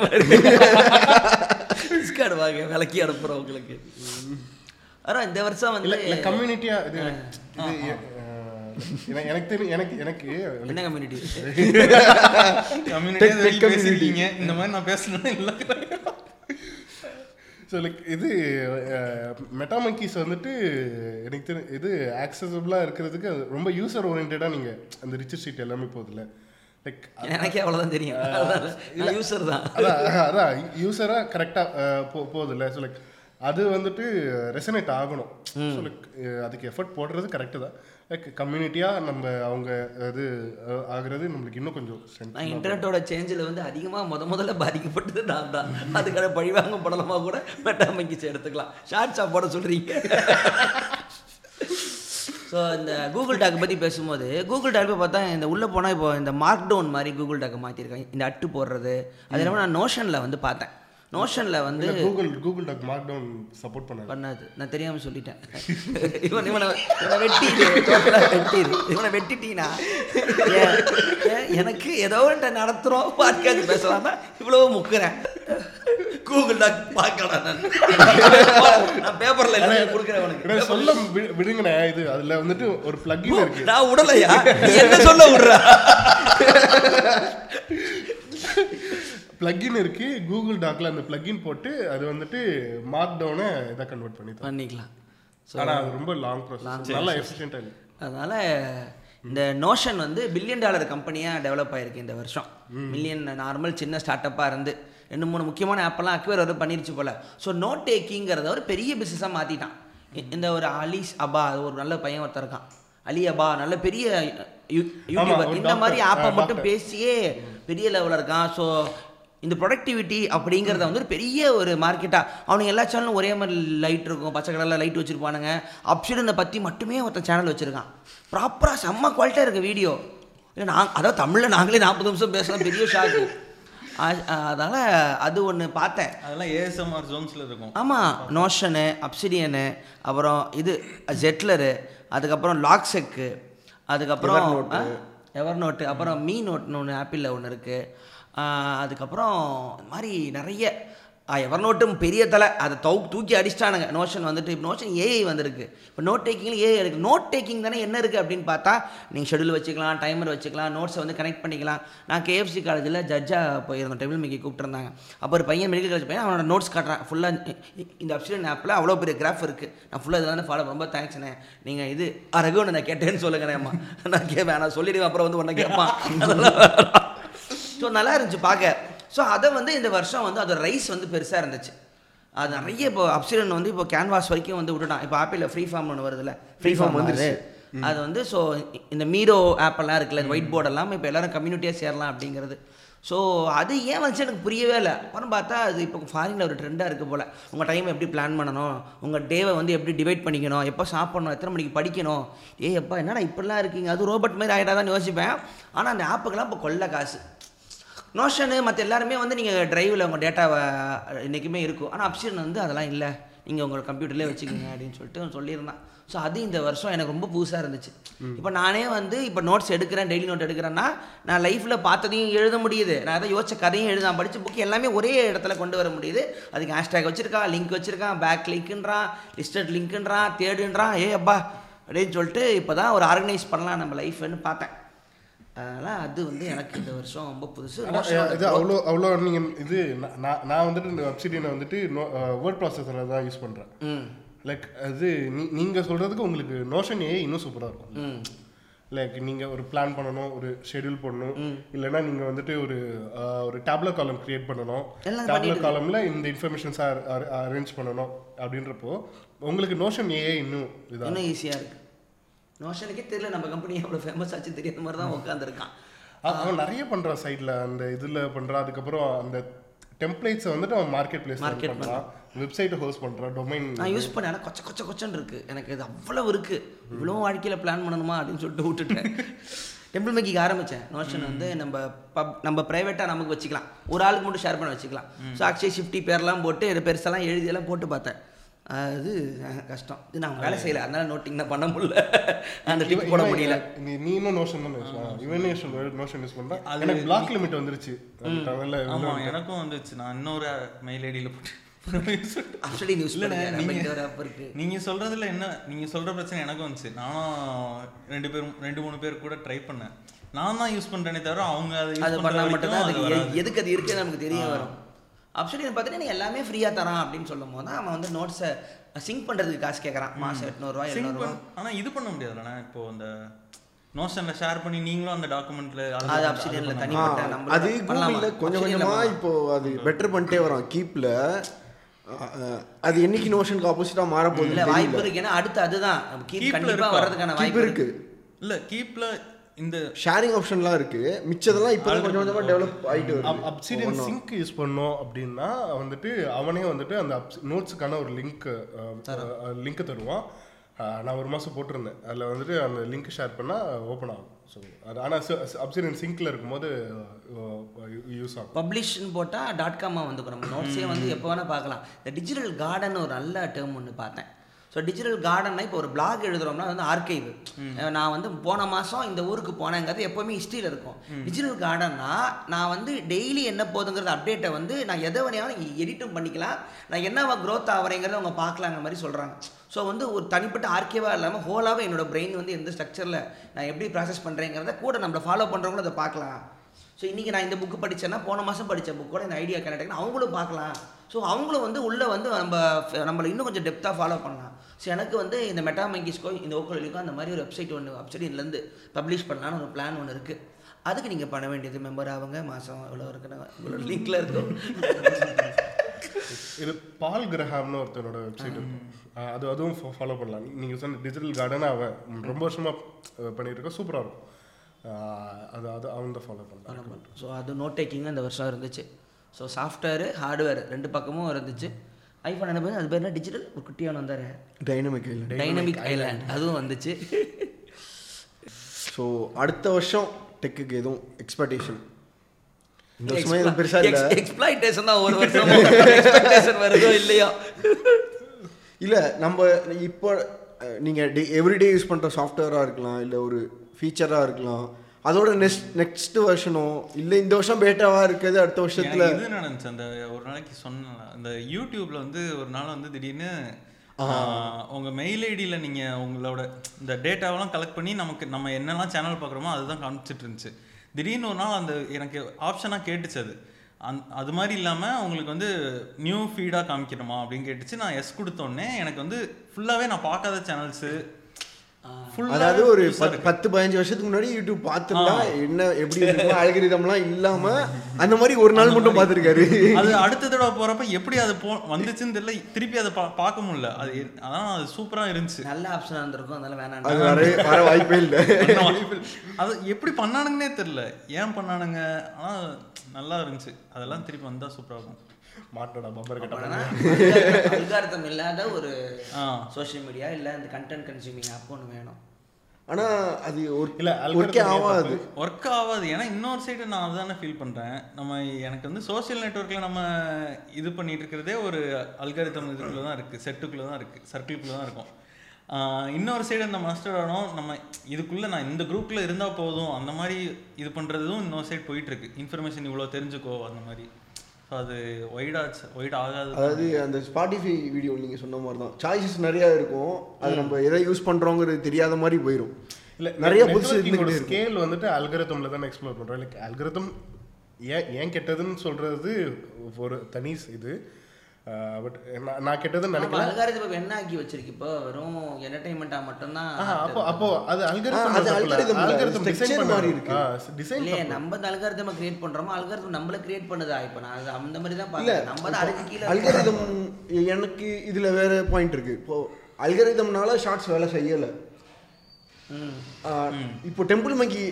டிஸ்கார்டு வாங்க விலக்கி அனுப்புகிறோம் உங்களுக்கு ஆனால் இந்த வருஷம்
இல்லை
வந்து
இல்லை கம்யூனிட்டியாக இது இது அஹ், எனக்கு- எனக்கு தெரியும் எனக்கு எனக்கு
என்ன community
Tech- tech
community
community.
பேசிருக்கீங்க இந்த மாதிரி நான் பேசணும்னு இல்லை
ஸோ லைக் இது மெட்டாமங்கிஸ் வந்துட்டு எனக்கு தெரியும் இது ஆக்சசபிளாக இருக்கிறதுக்கு அது ரொம்ப யூசர் ஓரியன்டாக நீங்கள் அந்த ரிச்சர் ஷீட் எல்லாமே போகுதுல்ல லைக்
எனக்கே அவ்வளோதான் தெரியும் நான் யூசர் தான்
அதான் அதான் யூஸராக கரெக்டாக போகுதுல்ல ஸோ லைக் அது வந்துட்டு ரெசனேட் ஆகணும் ஸோ லைக் அதுக்கு எஃபர்ட் போடுறது கரெக்டு தான் லைக் கம்யூனிட்டியாக நம்ம அவங்க இது அஹ், ஆகுறது நம்மளுக்கு இன்னும் கொஞ்சம் strength.
நான் இன்டர்நெட்டோட சேஞ்சில் வந்து அதிகமாக முத முதல்ல பாதிக்கப்பட்டது நான் தான் அதுக்கான பழிவாங்கும் படலமாக கூட மெட்டாமங்கிச்சு எடுத்துக்கலாம் ஷார்ட்ஸாக போட சொல்கிறீங்க ஸோ இந்த கூகுள் டாக் பற்றி பேசும்போது கூகுள் டாக் பார்த்தா இந்த உள்ளே போனால் இப்போ இந்த மார்க் டவுன் மாதிரி கூகுள் டாக்கை மாற்றிருக்காங்க இந்த அட்டு போடுறது அது இல்லாமல் நான் நோஷனில் வந்து பார்த்தேன் நோஷனில் வந்து
இல்ல, Google Google doc markdown support பண்ணாங்க
பண்ணாது நான் தெரியாம சொல்லிட்டேன் இவன் இவனை இவனை வெட்டிடு தோப்புல வெட்டிடு இவனை வெட்டிட்டீங்கன்னா ஏன், ஏன் எனக்கு ஏதோ ஒன்று நடத்துகிறோம் பாட்காஸ்ட் பேசலாமா இவ்வளவு முக்குறேன் கூகுள் டாக் பார்க்கடா நான் நான் பேப்பரில் என்ன கொடுக்குறேன் உனக்கு
இதை சொல்ல வி- விடுங்கண்ணே இது அதில் வந்துட்டு ஒரு பிளக்இன் இருக்கு
நான் உடலையா நீ என்ன சொல்ல விடுறா
பிளக்இன் இருக்கு கூகுள் டாக்ல அந்த பிளக்இன் போட்டு அது வந்துட்டு மார்க் டவுனை இதை கன்வெர்ட் பண்ணி தரும்.
பண்ணிக்கலாம் ஸோ
ஆனா அது ரொம்ப லாங் ப்ராசஸ் நல்லா எஃபிஷியன்டா இருக்கு
அதனால இந்த நோஷன் வந்து பில்லியன் டாலர் கம்பெனியாக டெவலப் ஆயிருக்கு இந்த வருஷம் மில்லியன் நார்மல் சின்ன ஸ்டார்ட் அப்பாக இருந்து ரெண்டு மூணு முக்கியமான ஆப்பெல்லாம் அக்வேர் வந்து பண்ணிருச்சு போல ஸோ நோட் டேக்கிங்கிறத ஒரு பெரிய பிஸ்னஸாக மாற்றிட்டான் இந்த ஒரு அலிஸ் அபா அது ஒரு நல்ல பையன் ஒருத்தன் இருக்கான் அலி அபா நல்ல பெரிய யூ- யூடியூபர்
ஒரு
இந்த மாதிரி
doctor.
ஆப்பை
ஆ,
மட்டும் பேசியே பெரிய லெவலில் இருக்கான் ஸோ இந்த ப்ரொடக்டிவிட்டி அப்படிங்கிறத வந்து ஒரு பெரிய ஒரு மார்க்கெட்டாக அவனுங்க எல்லா சேனலும் ஒரே மாதிரி லைட் இருக்கும் பச்சை கலரில் லைட் வச்சுருப்பானுங்க அப்சிடனை பற்றி மட்டுமே ஒருத்தன் சேனல் வச்சுருக்கான் ப்ராப்பராக செம்ம குவாலிட்டியாக இருக்குது வீடியோ இல்லை நான் அதாவது தமிழில் நாங்களே நாற்பது நிமிஷம் பேசலாம் பெரிய ஷாக்கு அதனால் அது ஒன்று பார்த்தேன்
அதெல்லாம் ஏஎஸ்எம்ஆர் ஜோன்ஸ்ல இருக்கும்
ஆமாம் நோஷனு அப்சிடியனு அப்புறம் இது ஜெட்லரு அதுக்கப்புறம் லாக்செக்கு அதுக்கப்புறம் எவர் நோட்டு அப்புறம் மீ நோட்னு ஒன்று ஆப்பிளில் ஒன்று இருக்குது அதுக்கப்புறம் இந்த மாதிரி நிறைய எவர் நோட்டும் பெரிய தலை அதை தவு தூக்கி அடிச்சிட்டானுங்க நோஷன் வந்துட்டு இப்போ நோஷன் ஏஐ வந்திருக்கு இப்போ நோட் டேக்கிங்கில் ஏஐ இருக்குது நோட் டேக்கிங் தானே என்ன இருக்குது அப்படின்னு பார்த்தா நீங்கள் ஷெடியூல் வச்சுக்கலாம் டைமர் வச்சுக்கலாம் நோட்ஸை வந்து கனெக்ட் பண்ணிக்கலாம் நான் கேஎஃப்சி காலேஜில் ஜட்ஜாக போயிருந்தோம் டெபிள் மேக்கி கூப்பிட்டுருந்தாங்க அப்போ ஒரு பையன் மெடிக்கல் காலேஜ் பையன் அவனோட நோட்ஸ் காட்டுறான் ஃபுல்லாக இந்த அப்சிடன் ஆப்பில் அவ்வளோ பெரிய கிராஃப் இருக்குது நான் ஃபுல்லாக இதெல்லாம் ஃபாலோ ரொம்ப தேங்க்ஸ்ண்ணே நீங்கள் இது "ஆ, ரகு ஒன்று நான் கேட்டேன்னு சொல்லுங்கண்ணேம்மா நான் கேட்பேன் நான் சொல்லிடுவேன் அப்புறம் வந்து உன்னை கேட்பான் அதெல்லாம் வேணாம். ஸோ நல்லா இருந்துச்சு பார்க்க ஸோ அதை வந்து இந்த வருஷம் வந்து அதோட ரைஸ் வந்து பெருசாக இருந்துச்சு அது நிறைய இப்போ அப்சிடன் வந்து இப்போ கேன்வாஸ் வரைக்கும் வந்து விட்டுட்டான் இப்போ ஆப்பிளில் ஃப்ரீ ஃபார்ம் ஒன்று வருதுல்ல ஃப்ரீ ஃபார்ம் வந்துருச்சு அது வந்து ஸோ இந்த மீரோ ஆப்பெல்லாம் இருக்குல்ல ஒயிட் போர்டு எல்லாம் இப்போ எல்லாரும் கம்யூனிட்டியாக சேரலாம் அப்படிங்கிறது ஸோ அது ஏன் வந்துச்சு எனக்கு புரியவே இல்லை அப்புறம் பார்த்தா அது இப்போ ஃபாரினில் ஒரு ட்ரெண்டாக இருக்குது போல் உங்கள் டைமை எப்படி பிளான் பண்ணணும் உங்கள் டேவை வந்து எப்படி டிவைட் பண்ணிக்கணும் எப்போ சாப்பிடணும் எத்தனை மணிக்கு படிக்கணும் ஏய் எப்பா என்னடா இப்படிலாம் இருக்கீங்க அது ரோபோட் மாதிரி ஆகிடாதான் யோசிப்பேன் ஆனால் அந்த ஆப்புக்கெல்லாம் இப்போ கொள்ள காசு நோஷனு மற்ற எல்லாருமே வந்து நீங்கள் டிரைவில் உங்கள் டேட்டாவை என்றைக்குமே இருக்கும் ஆனால் அப்ஷன் வந்து அதெல்லாம் இல்லை நீங்கள் உங்கள் கம்ப்யூட்டர்லேயே வச்சுக்கோங்க அப்படின்னு சொல்லிட்டு அவன் சொல்லியிருந்தான் ஸோ அது இந்த வருஷம் எனக்கு ரொம்ப புதுசாக இருந்துச்சு இப்போ நானே வந்து இப்போ நோட்ஸ் எடுக்கிறேன் டெய்லி நோட் எடுக்கிறேன்னா நான் லைஃப்பில் பார்த்ததையும் எழுத முடியுது நான் அதை யோசிச்ச கதையும் எழுத நான் படித்த புக் எல்லாமே ஒரே இடத்துல கொண்டு வர முடியுது அதுக்கு ஹேஷ்டேக் வச்சுருக்கான் லிங்க் வச்சுருக்கான் பேக் லிங்க்ன்றான் லிஸ்டட் லிங்க்ன்றான் தேடுன்றான் ஏ அப்பா அப்படின்னு சொல்லிட்டு இப்போ தான் ஒரு ஆர்கனைஸ் பண்ணலாம் நம்ம லைஃப்னு பார்த்தேன் அதனால் அது வந்து எனக்கு இந்த வருஷம் ரொம்ப புதுசு
ஆனா, இது அவ்வளோ அவ்வளோ நீங்கள் இது நான் நான் நான் வந்துட்டு இந்த வெப்சீரியனை வந்துட்டு வேர்ட் ப்ராசஸரில் தான் யூஸ் பண்ணுறேன்
ம்
லைக் அது நீ நீங்கள் சொல்கிறதுக்கு உங்களுக்கு நோஷன் ஏ இன்னும் சூப்பராக இருக்கும்
ம்
லைக் நீங்கள் ஒரு பிளான் பண்ணணும் ஒரு ஷெட்யூல் பண்ணணும் இல்லைன்னா நீங்கள் வந்துட்டு ஒரு அஹ், ஒரு டேப்லெட் காலம் கிரியேட் பண்ணணும்
எல்லாம்
டேப்லெட் காலமில் இந்த இன்ஃபர்மேஷன்ஸ் அரேஞ்ச் பண்ணணும் அப்படின்றப்போ உங்களுக்கு நோஷன் ஏ இன்னும் இதாக
இன்னும் ஈஸியாக இருக்கு நோஷனுக்கே தெரியல நம்ம கம்பெனி எவ்வளோ ஃபேமஸ் ஆச்சு தெரியாத மாதிரி தான் உட்காந்துருக்கான்
அவ- அவன் நிறைய பண்றான் சைடில் அந்த இதுல பண்றான் அதுக்கப்புறம் அந்த டெம்ப்ளேட்ஸை வந்துட்டு அவன் மார்க்கெட் பிளேஸ்
Market
பண்றான் வெப்சைட்டை ஹோஸ்ட் பண்றான் டொமைன்
நான் யூஸ் பண்ண ஆனால் கொச்ச கொச்ச கொச்சன்னு இருக்கு எனக்கு இது அவ்வளவு இருக்கு இவ்வளோ வாழ்க்கையில் பிளான் பண்ணணுமா அப்படின்னு சொல்லிட்டு விட்டுட்டேன் டெம்பிள் மேக்கிங் ஆரம்பித்தேன் நோஷன் வந்து நம்ம பப் நம்ம ப்ரைவேட்டாக நமக்கு வச்சுக்கலாம் ஒரு ஆளுக்கு மட்டும் ஷேர் பண்ண வச்சுக்கலாம் ஸோ அக்ஷய் ஷிஃப்டி பேர்லாம் போட்டு இது பெருசெல்லாம் எழுதி எல்லாம் போட்டு பார்த்தேன் அது அஹ், கஷ்டம் இது நான் வேலை செய்யல அதனால நோட்டிங் தான் பண்ண முடியல அந்த டிக் போட முடியல
நீ நீ இன்னும் நோஷன் தான் யூஸ் பண்ண இவனே நோஷன் யூஸ் பண்றான் எனக்கு பிளாக் லிமிட் வந்துருச்சு அதனால
ஆமா எனக்கும் வந்துச்சு நான் இன்னொரு மெயில் ஐடியில் போட்டு
அப்படி நியூஸ் இல்லை நீங்கள் அப்போ இருக்கு
நீங்க சொல்றதுல என்ன நீங்க சொல்ற பிரச்சனை எனக்கும் வந்துச்சு நானும் ரெண்டு பேரும் ரெண்டு மூணு பேர் கூட ட்ரை பண்ணேன் நான் தான் யூஸ் பண்றேனே தவிர அவங்க அதை யூஸ்
அது
பண்ற
பண்ணால்
வரைக்கும்
மட்டும்தான்
அது
அதுக்கு
வராது.
எ- எதுக்கு அது இருக்குன்னு நமக்கு தெரிய வரும் ஆப்ஷன் பார்த்தீங்கன்னா நீ எல்லாமே ஃப்ரீயாக தரான் அப்படின்னு சொல்லும் போது தான் அவன் வந்து நோட்ஸை சிங்க் பண்ணுறதுக்கு காசு கேட்குறான் மாதம் எட்நூறுரூவா
Sync
எழுநூறுவா
பண்ண- ஆனா இது பண்ண முடியாதுலண்ணா இப்போ அந்த நோஷன்ல ஷேர் பண்ணி நீங்களும் அந்த டாக்குமெண்ட்ல
அது ஆப்ஷனில்
ஆ,
தனிப்பட்ட நம்ம
அது கூகுள்ல கொஞ்சம் கொஞ்சமா இப்போ அது பெட்டர் பண்ணிட்டே வரோம் கீப்ல அது என்னைக்கு நோஷனுக்கு ஆப்போசிட்டா மாற
இல்லை
போகுது
வாய்ப்பு இருக்கு ஏன்னா அடுத்து அதுதான் நம்ம கீப்
Keep ல
கண்டிப்பாக
இருக்கா?
வர்றதுக்கான
கீப்
வாய்ப்பு இருக்கு
இருக்கு
இல்ல கீப்ல இந்த
ஷேரிங் ஆப்ஷன்லாம் இருக்கு மிச்சதெல்லாம் இப்போ கொஞ்சம் கொஞ்சமா டெவலப் ஆயிட்டு வருது
அப்சிடியன் சிங்க் யூஸ் பண்ணோம் அப்படின்னா வந்துட்டு அவனே வந்துட்டு அந்த நோட்ஸுக்கான ஒரு லிங்க் லிங்க் தருவான் அஹ், நான் ஒரு மாதம் போட்டிருந்தேன் அதில் வந்துட்டு அந்த லிங்க் ஷேர் பண்ணால் ஓப்பன் ஆகும் ஸோ அது ஆனால் அப்சிடியன் சிங்க்கில் இருக்கும்போது யூஸ் ஆகும்
பப்ளிஷ்னு போட்டால் டாட் காமாக வந்துக்கும் நம்ம நோட்ஸே வந்து எப்போ வேணால் பார்க்கலாம் இந்த டிஜிட்டல் கார்டன் ஒரு நல்ல டேர்ம் ஒன்று பார்த்தேன் ஸோ டிஜிட்டல் கார்டன்னா இப்போ ஒரு blog எழுதுறோம்னா அது வந்து ஆர்கைவு நான் வந்து போன மாதம் இந்த ஊருக்கு போனேங்கிறது எப்போவுமே ஹிஸ்ட்ரியில் இருக்கும் டிஜிட்டல் கார்டன்னா நான் வந்து டெய்லி என்ன போதுங்கிறது அப்டேட்டை வந்து நான் எதை வேணையாலும் எடிட்டும் பண்ணிக்கலாம் நான் என்னவா growth ஆகிறேங்கிறத அவங்க பார்க்கலாங்கிற மாதிரி சொல்கிறாங்க ஸோ வந்து ஒரு தனிப்பட்ட ஆர்கேவாக இல்லாமல் ஹோலாகவே என்னோட பிரெயின் வந்து எந்த ஸ்ட்ரக்சரில் நான் எப்படி ப்ராசஸ் பண்ணுறேங்கிறத கூட நம்மளை ஃபாலோ பண்ணுறவங்களும் அதை பார்க்கலாம் ஸோ இன்றைக்கி நான் இந்த புக்கு படித்தேன்னா போன மாதம் படித்த புக்கோட இந்த ஐடியா கனெக்ட் ஆகினா அவங்களும் பார்க்கலாம் ஸோ அவங்களும் வந்து உள்ளே வந்து நம்ம நம்மளை இன்னும் கொஞ்சம் டெப்த்தாக ஃபாலோ பண்ணலாம் ஸோ எனக்கு வந்து இந்த மெட்டா மங்கிஸ்க்கோ இந்த ஓக்கோலிக்கோ அந்த மாதிரி ஒரு வெப்சைட் ஒன்று வெப்சைட்லேருந்து பப்ளிஷ் பண்ணலான்னு ஒரு பிளான் ஒன்று இருக்குது அதுக்கு நீங்கள் பண்ண வேண்டியது மெம்பர் ஆகுங்க மாதம் இவ்வளோ இருக்குன்னு இவ்வளோ லிங்க்கில் இருக்கும்
இது பால் கிரஹாம்னு ஒருத்தனோட வெப்சைட் இருக்கும் அஹ், அது அதுவும் ஃபாலோ பண்ணலாம் நீ- நீங்க சொன்ன டிஜிட்டல் கார்டன் அவன் ரொம்ப வருஷமா அஹ், பண்ணிட்டு இருக்க சூப்பரா இருக்கும் அஹ், அது அது அவன் தான் ஃபாலோ பண்ணலாம்
ஸோ அது நோட் டேக்கிங் அந்த வருஷம் இருந்துச்சு ஸோ சாஃப்ட்வேரு ஹார்ட்வேர் ரெண்டு பக்கமும் இருந்துச்சு ஐஃபோன் என்ன பேர் அது பேர் என்ன டிஜிட்டல் ஒரு குட்டியான வந்தார்
டைனமிக் இல்லை
டைனமிக் ஐலாண்ட் அதுவும் வந்துச்சு
ஸோ அடுத்த வருஷம் டெக்குக்கு எதுவும் எக்ஸ்பெக்டேஷன் இந்த வருஷமே எதுவும் பெருசா இல்லை
எக்ஸ்பிளாய்டேஷன் தான் ஒரு வருஷம் எக்ஸ்பெக்டேஷன் வருதோ இல்லையோ
இல்லை நம்ம இப்போ அஹ், நீங்க டே எவ்ரிடே யூஸ் பண்ற சாஃப்ட்வேரா இருக்கலாம் இல்லை ஒரு ஃபீச்சரா இருக்கலாம் அதோட நெக்ஸ்ட் நெக்ஸ்ட் வருஷனோ இல்லை இந்த வருஷம் பேட்டாவா இருக்கிறது அடுத்த வருஷத்துல
எனக்கு இது நடந்துச்சு அந்த ஒரு நாளைக்கு சொன்னேன்ல அந்த யூடியூப்ல வந்து ஒரு நாள் வந்து திடீர்னு ஆஹ், உங்க மெயில் ஐடியில் நீங்க உங்களோட இந்த டேட்டாவெல்லாம் கலெக்ட் பண்ணி நமக்கு நம்ம என்னெல்லாம் சேனல் பார்க்குறோமோ அதுதான் காமிச்சிட்டு இருந்துச்சு திடீர்னு ஒரு நாள் அந்த எனக்கு ஆப்ஷனாக கேட்டுச்சு அது அந் அது மாதிரி இல்லாமல் உங்களுக்கு வந்து நியூ ஃபீடாக காமிக்கணுமா அப்படின்னு கேட்டுச்சு நான் எஸ் கொடுத்தோடனே எனக்கு வந்து ஃபுல்லாகவே நான் பார்க்காத சேனல்ஸு
அதாவது ஒரு பத்து- பத்து பதினஞ்சு வருஷத்துக்கு முன்னாடி யூடியூப் பார்த்துருந்தா என்ன எப்படி இருக்கும் அழகிரிதம்லாம் இல்லாம அந்த மாதிரி ஒரு நாள் மட்டும் பார்த்துருக்காரு
அது அடுத்த தடவை போறப்ப எப்படி அது போ வந்துச்சுன்னு தெரியல திருப்பி அதை பா- பார்க்க முடியல அது எ- அதான் அது சூப்பரா இருந்துச்சு
நல்ல ஆப்ஷனாக இருந்திருக்கும் அதனால வேணாம்
அது வர வர வாய்ப்பே இல்லை
பண்ண வாய்ப்பு இல்ல. அது எப்படி பண்ணானுங்கன்னே தெரியல ஏன் பண்ணானுங்க ஆனா நல்லா இருந்துச்சு அதெல்லாம் திருப்பி வந்தா சூப்பரா இருக்கும்
மாட்டோட பம்பர் கட்ட
ஆனால் அல்காரத்தம் இல்லாத ஒரு
ஆ
சோஷியல் மீடியா இல்லை இந்த கண்டென்ட் கன்சியூமிங் ஆப் ஒன்று வேணும்
ஆனால் அது ஒரு
இல்ல,
ஒர்க்கே
algorithm
ஆகாது
ஒர்க் ஆகாது ஏன்னா இன்னொரு சைடு நான் அதுதானே ஃபீல் பண்ணுறேன் நம்ம எனக்கு வந்து சோஷியல் நெட்வொர்க்கில் நம்ம இது பண்ணிட்டு இருக்கிறதே ஒரு அல்காரிதம் இதுக்குள்ளே தான் இருக்குது செட்டுக்குள்ளே தான் இருக்குது சர்க்கிளுக்குள்ளே தான் இருக்கும் ஆஹ் இன்னொரு சைடு அந்த மாஸ்டர் ஆனோம் நம்ம இதுக்குள்ளே நான் இந்த குரூப்பில் இருந்தால் போதும் அந்த மாதிரி இது பண்ணுறதும் இன்னொரு சைடு போயிட்டுருக்கு இன்ஃபர்மேஷன் இவ்வளோ தெரிஞ்சுக்கோ அந்த மாதிரி ஸோ அது ஒய்டாச்சு ஒய்ட் ஆகாது
அதாவது அந்த ஸ்பாட்டிஃபை வீடியோ நீங்கள் சொன்ன மாதிரி தான் சாய்ஸஸ் நிறையா இருக்கும் அது நம்ம எதை யூஸ் பண்ணுறோங்கிறது தெரியாத மாதிரி போயிடும்
இல்ல
நிறைய புதுசு இருந்துக்கிட்டே இருக்கும்.
ஸ்கேல் வந்துட்டு அல்கரிதம்ல தான் எக்ஸ்ப்ளோர் பண்றோம் லைக் அல்கரிதம் ஏன் ஏன் கெட்டதுன்னு சொல்றது ஒரு தனி இது பட் நான் கெட்டதுன்னு
நம்ம
நினைக்கல
அல்காரிதம் என்ன ஆக்கி வச்சிருக்கு இப்போ வெறும் என்டர்டைன்மெண்ட்டாக மட்டும்தான்
ஆஹா, அப்போ அப்போ அது
ஆ, அது algorithm
அல்கரிதம்
இல்ல,
அல்கரிதம்
structure
டிசைன்
மாதிரி
மாதிரி
இருக்கு.
இருக்கு டிசைன்
இல்லையே நம்ம இந்த அல்காரிதம் கிரியேட் பண்ணுறோமோ அல்காரிதம் நம்மள கிரியேட் பண்ணுதா இப்போ நான் அது அந்த மாதிரி தான்
இல்ல,
பார்க்குறேன் நம்ம தான் அதுக்கு கீழே
அல்கரிதம் எனக்கு இதுல வேற பாயிண்ட் இருக்கு இப்போ அல்கரிதம்னால ஷார்ட்ஸ் வேலை செய்யல ஆ, இப்போ டெம்பிள் மங்கி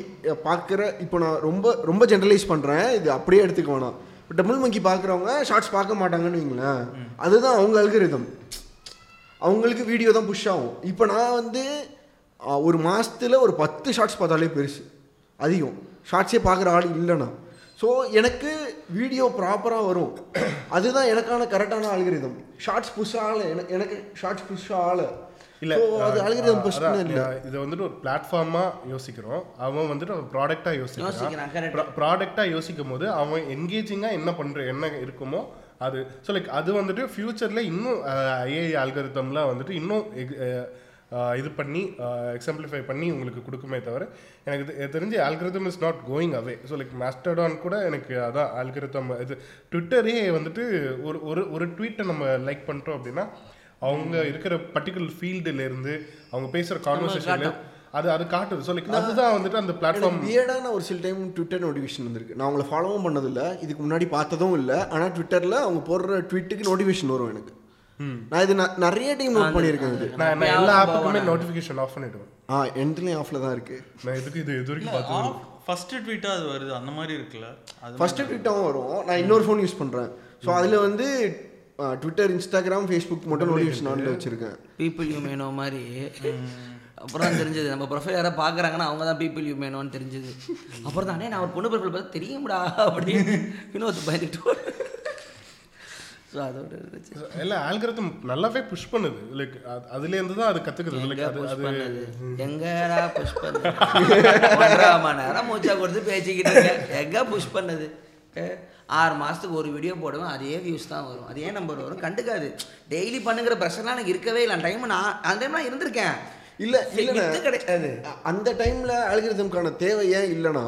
பார்க்குற இப்போ நான் ரொம்ப ரொம்ப ஜென்ரலைஸ் பண்ணுறேன் இது அப்படியே எடுத்துக்க வேணாம் இப்போ டெம்பிள் மங்கி பார்க்குறவங்க ஷார்ட்ஸ் பார்க்க மாட்டாங்கன்னு வைங்களேன் அதுதான் அவங்க அல்கரிதம் அவங்களுக்கு வீடியோ தான் புஷ் ஆகும் இப்போ நான் வந்து ஆ, ஒரு மாசத்துல ஒரு பத்து ஷார்ட்ஸ் பார்த்தாலே பெருசு அதிகம் ஷார்ட்ஸே பார்க்குற ஆள் இல்லைண்ணா ஸோ எனக்கு வீடியோ ப்ராப்பராக வரும் அதுதான் எனக்கான கரெக்டான அல்கரிதம் ஷார்ட்ஸ் புஷ் ஆகலை எனக்கு எனக்கு ஷார்ட்ஸ் புஷ் ஆகலை
இல்ல
So, அது அல்கரிதம் புஷ்
அதான்,
இல்லை
இதை வந்துட்டு ஒரு பிளாட்ஃபார்மா யோசிக்கிறோம் அவன் வந்துட்டு ஒரு ப்ராடக்டா
யோசிக்கிறான், correct.
யோசிக்கிறான் ப்ராடக்டா யோசிக்கும் போது அவன் என்கேஜிங்கா என்ன பண்ற என்ன இருக்குமோ அது ஸோ லைக் அது வந்துட்டு ஃபியூச்சர்ல இன்னும் ஐஏ அல்கரிதம்ல வந்துட்டு இன்னும் எக்- அஹ், அஹ், இது பண்ணி எக்ஸாம்பிளிஃபை பண்ணி உங்களுக்கு கொடுக்குமே தவிர எனக்கு தெ- தெரிஞ்சு algorithm is not going away so like Mastodon கூட எனக்கு அதான் அல்கரிதம் இது ட்விட்டரே வந்துட்டு ஒரு ஒரு ஒரு ட்வீட்டை நம்ம லைக் பண்ணிட்டோம் அப்படின்னா அவங்க இருக்கிற பர்டிகுலர் ஃபீல்டுல இருந்து அவங்க பேசுற கான்வர்சேஷன்ல அது அது காட்டுது ஸோ லைக் அதுதான் வந்துட்டு அந்த பிளாட்ஃபார்ம்
வியர்டான ஒரு சில டைம் ட்விட்டர் நோட்டிஃபிகேஷன் வந்திருக்கு நான் அவங்கள ஃபாலோவும் பண்ணதில்ல இதுக்கு முன்னாடி பார்த்ததும் இல்லை ஆனால் ட்விட்டரில் அவங்க போடுற ட்வீட்டுக்கு நோட்டிஃபிகேஷன் வரும் எனக்கு நான் இது ந- நிறைய டைம் நோட் பண்ணியிருக்கேன் இது
நான் நான் எல்லா ஆப்புக்குமே நோட்டிஃபிகேஷன் ஆஃப் பண்ணிடுவேன்
ஆ என்ட்லேயும் ஆஃபில் தான் இருக்குது
நான் எதுக்கு இது இது வரைக்கும் பார்த்தது இல்ல.
ஃபர்ஸ்ட் ட்வீட்டாக அது வருது அந்த மாதிரி இருக்குல்ல அது
ஃபஸ்ட்டு ட்விட்டரும் வரும் நான் இன்னொரு ஃபோன் யூஸ் பண்ணுறேன் ஸோ அதில் வந்து ட்விட்டர் இன்ஸ்டாகிராம் ஃபேஸ்புக் மட்டும் நோட்டிஃபிகேஷன் ஆனில் வச்சுருக்கேன்
பீப்புள் யூ மேனோ மாதிரி அப்புறம் தான் தெரிஞ்சது நம்ம ப்ரொஃபைல் யாராவது பார்க்குறாங்கன்னா அவங்க தான் பீப்புள் யூ மேனோன்னு தெரிஞ்சது அப்புறம் தானே நான் ஒரு பொண்ணு ப்ரொஃபைல் பார்த்து தெரியும்டா அப்படின்னு வினோத் பயந்துட்டு ஸோ அதோட இருந்துச்சு
இல்ல algorithm நல்லாவே புஷ் பண்ணுது லைக் அதுல இருந்து தான் அது கத்துக்குது லைக்
எங்க
அது
புஷ்
அது
பண்ணது எங்கடா புஷ் பண்ணது ஒன்றரை மணி நேரம் மூச்சா கொடுத்து பேசிக்கிட்டு இருக்கேன் எங்க புஷ் பண்ணது அஹ் ஆறு மாசத்துக்கு ஒரு வீடியோ போடுவேன் அதே வியூஸ் தான் வரும் அதே நம்பர் வரும் கண்டுக்காது டெய்லி பண்ணுங்கிற பிரச்சனைலாம் எனக்கு இருக்கவே இல்லை அந்த டைம் நான் அந்த டைம் நான் இருந்திருக்கேன்
இல்லை இல்லைண்ணே
வித்து கிடையாது
அ- அந்த டைமில் அல்கிரிதம்க்கான தேவை ஏன் இல்லைன்னா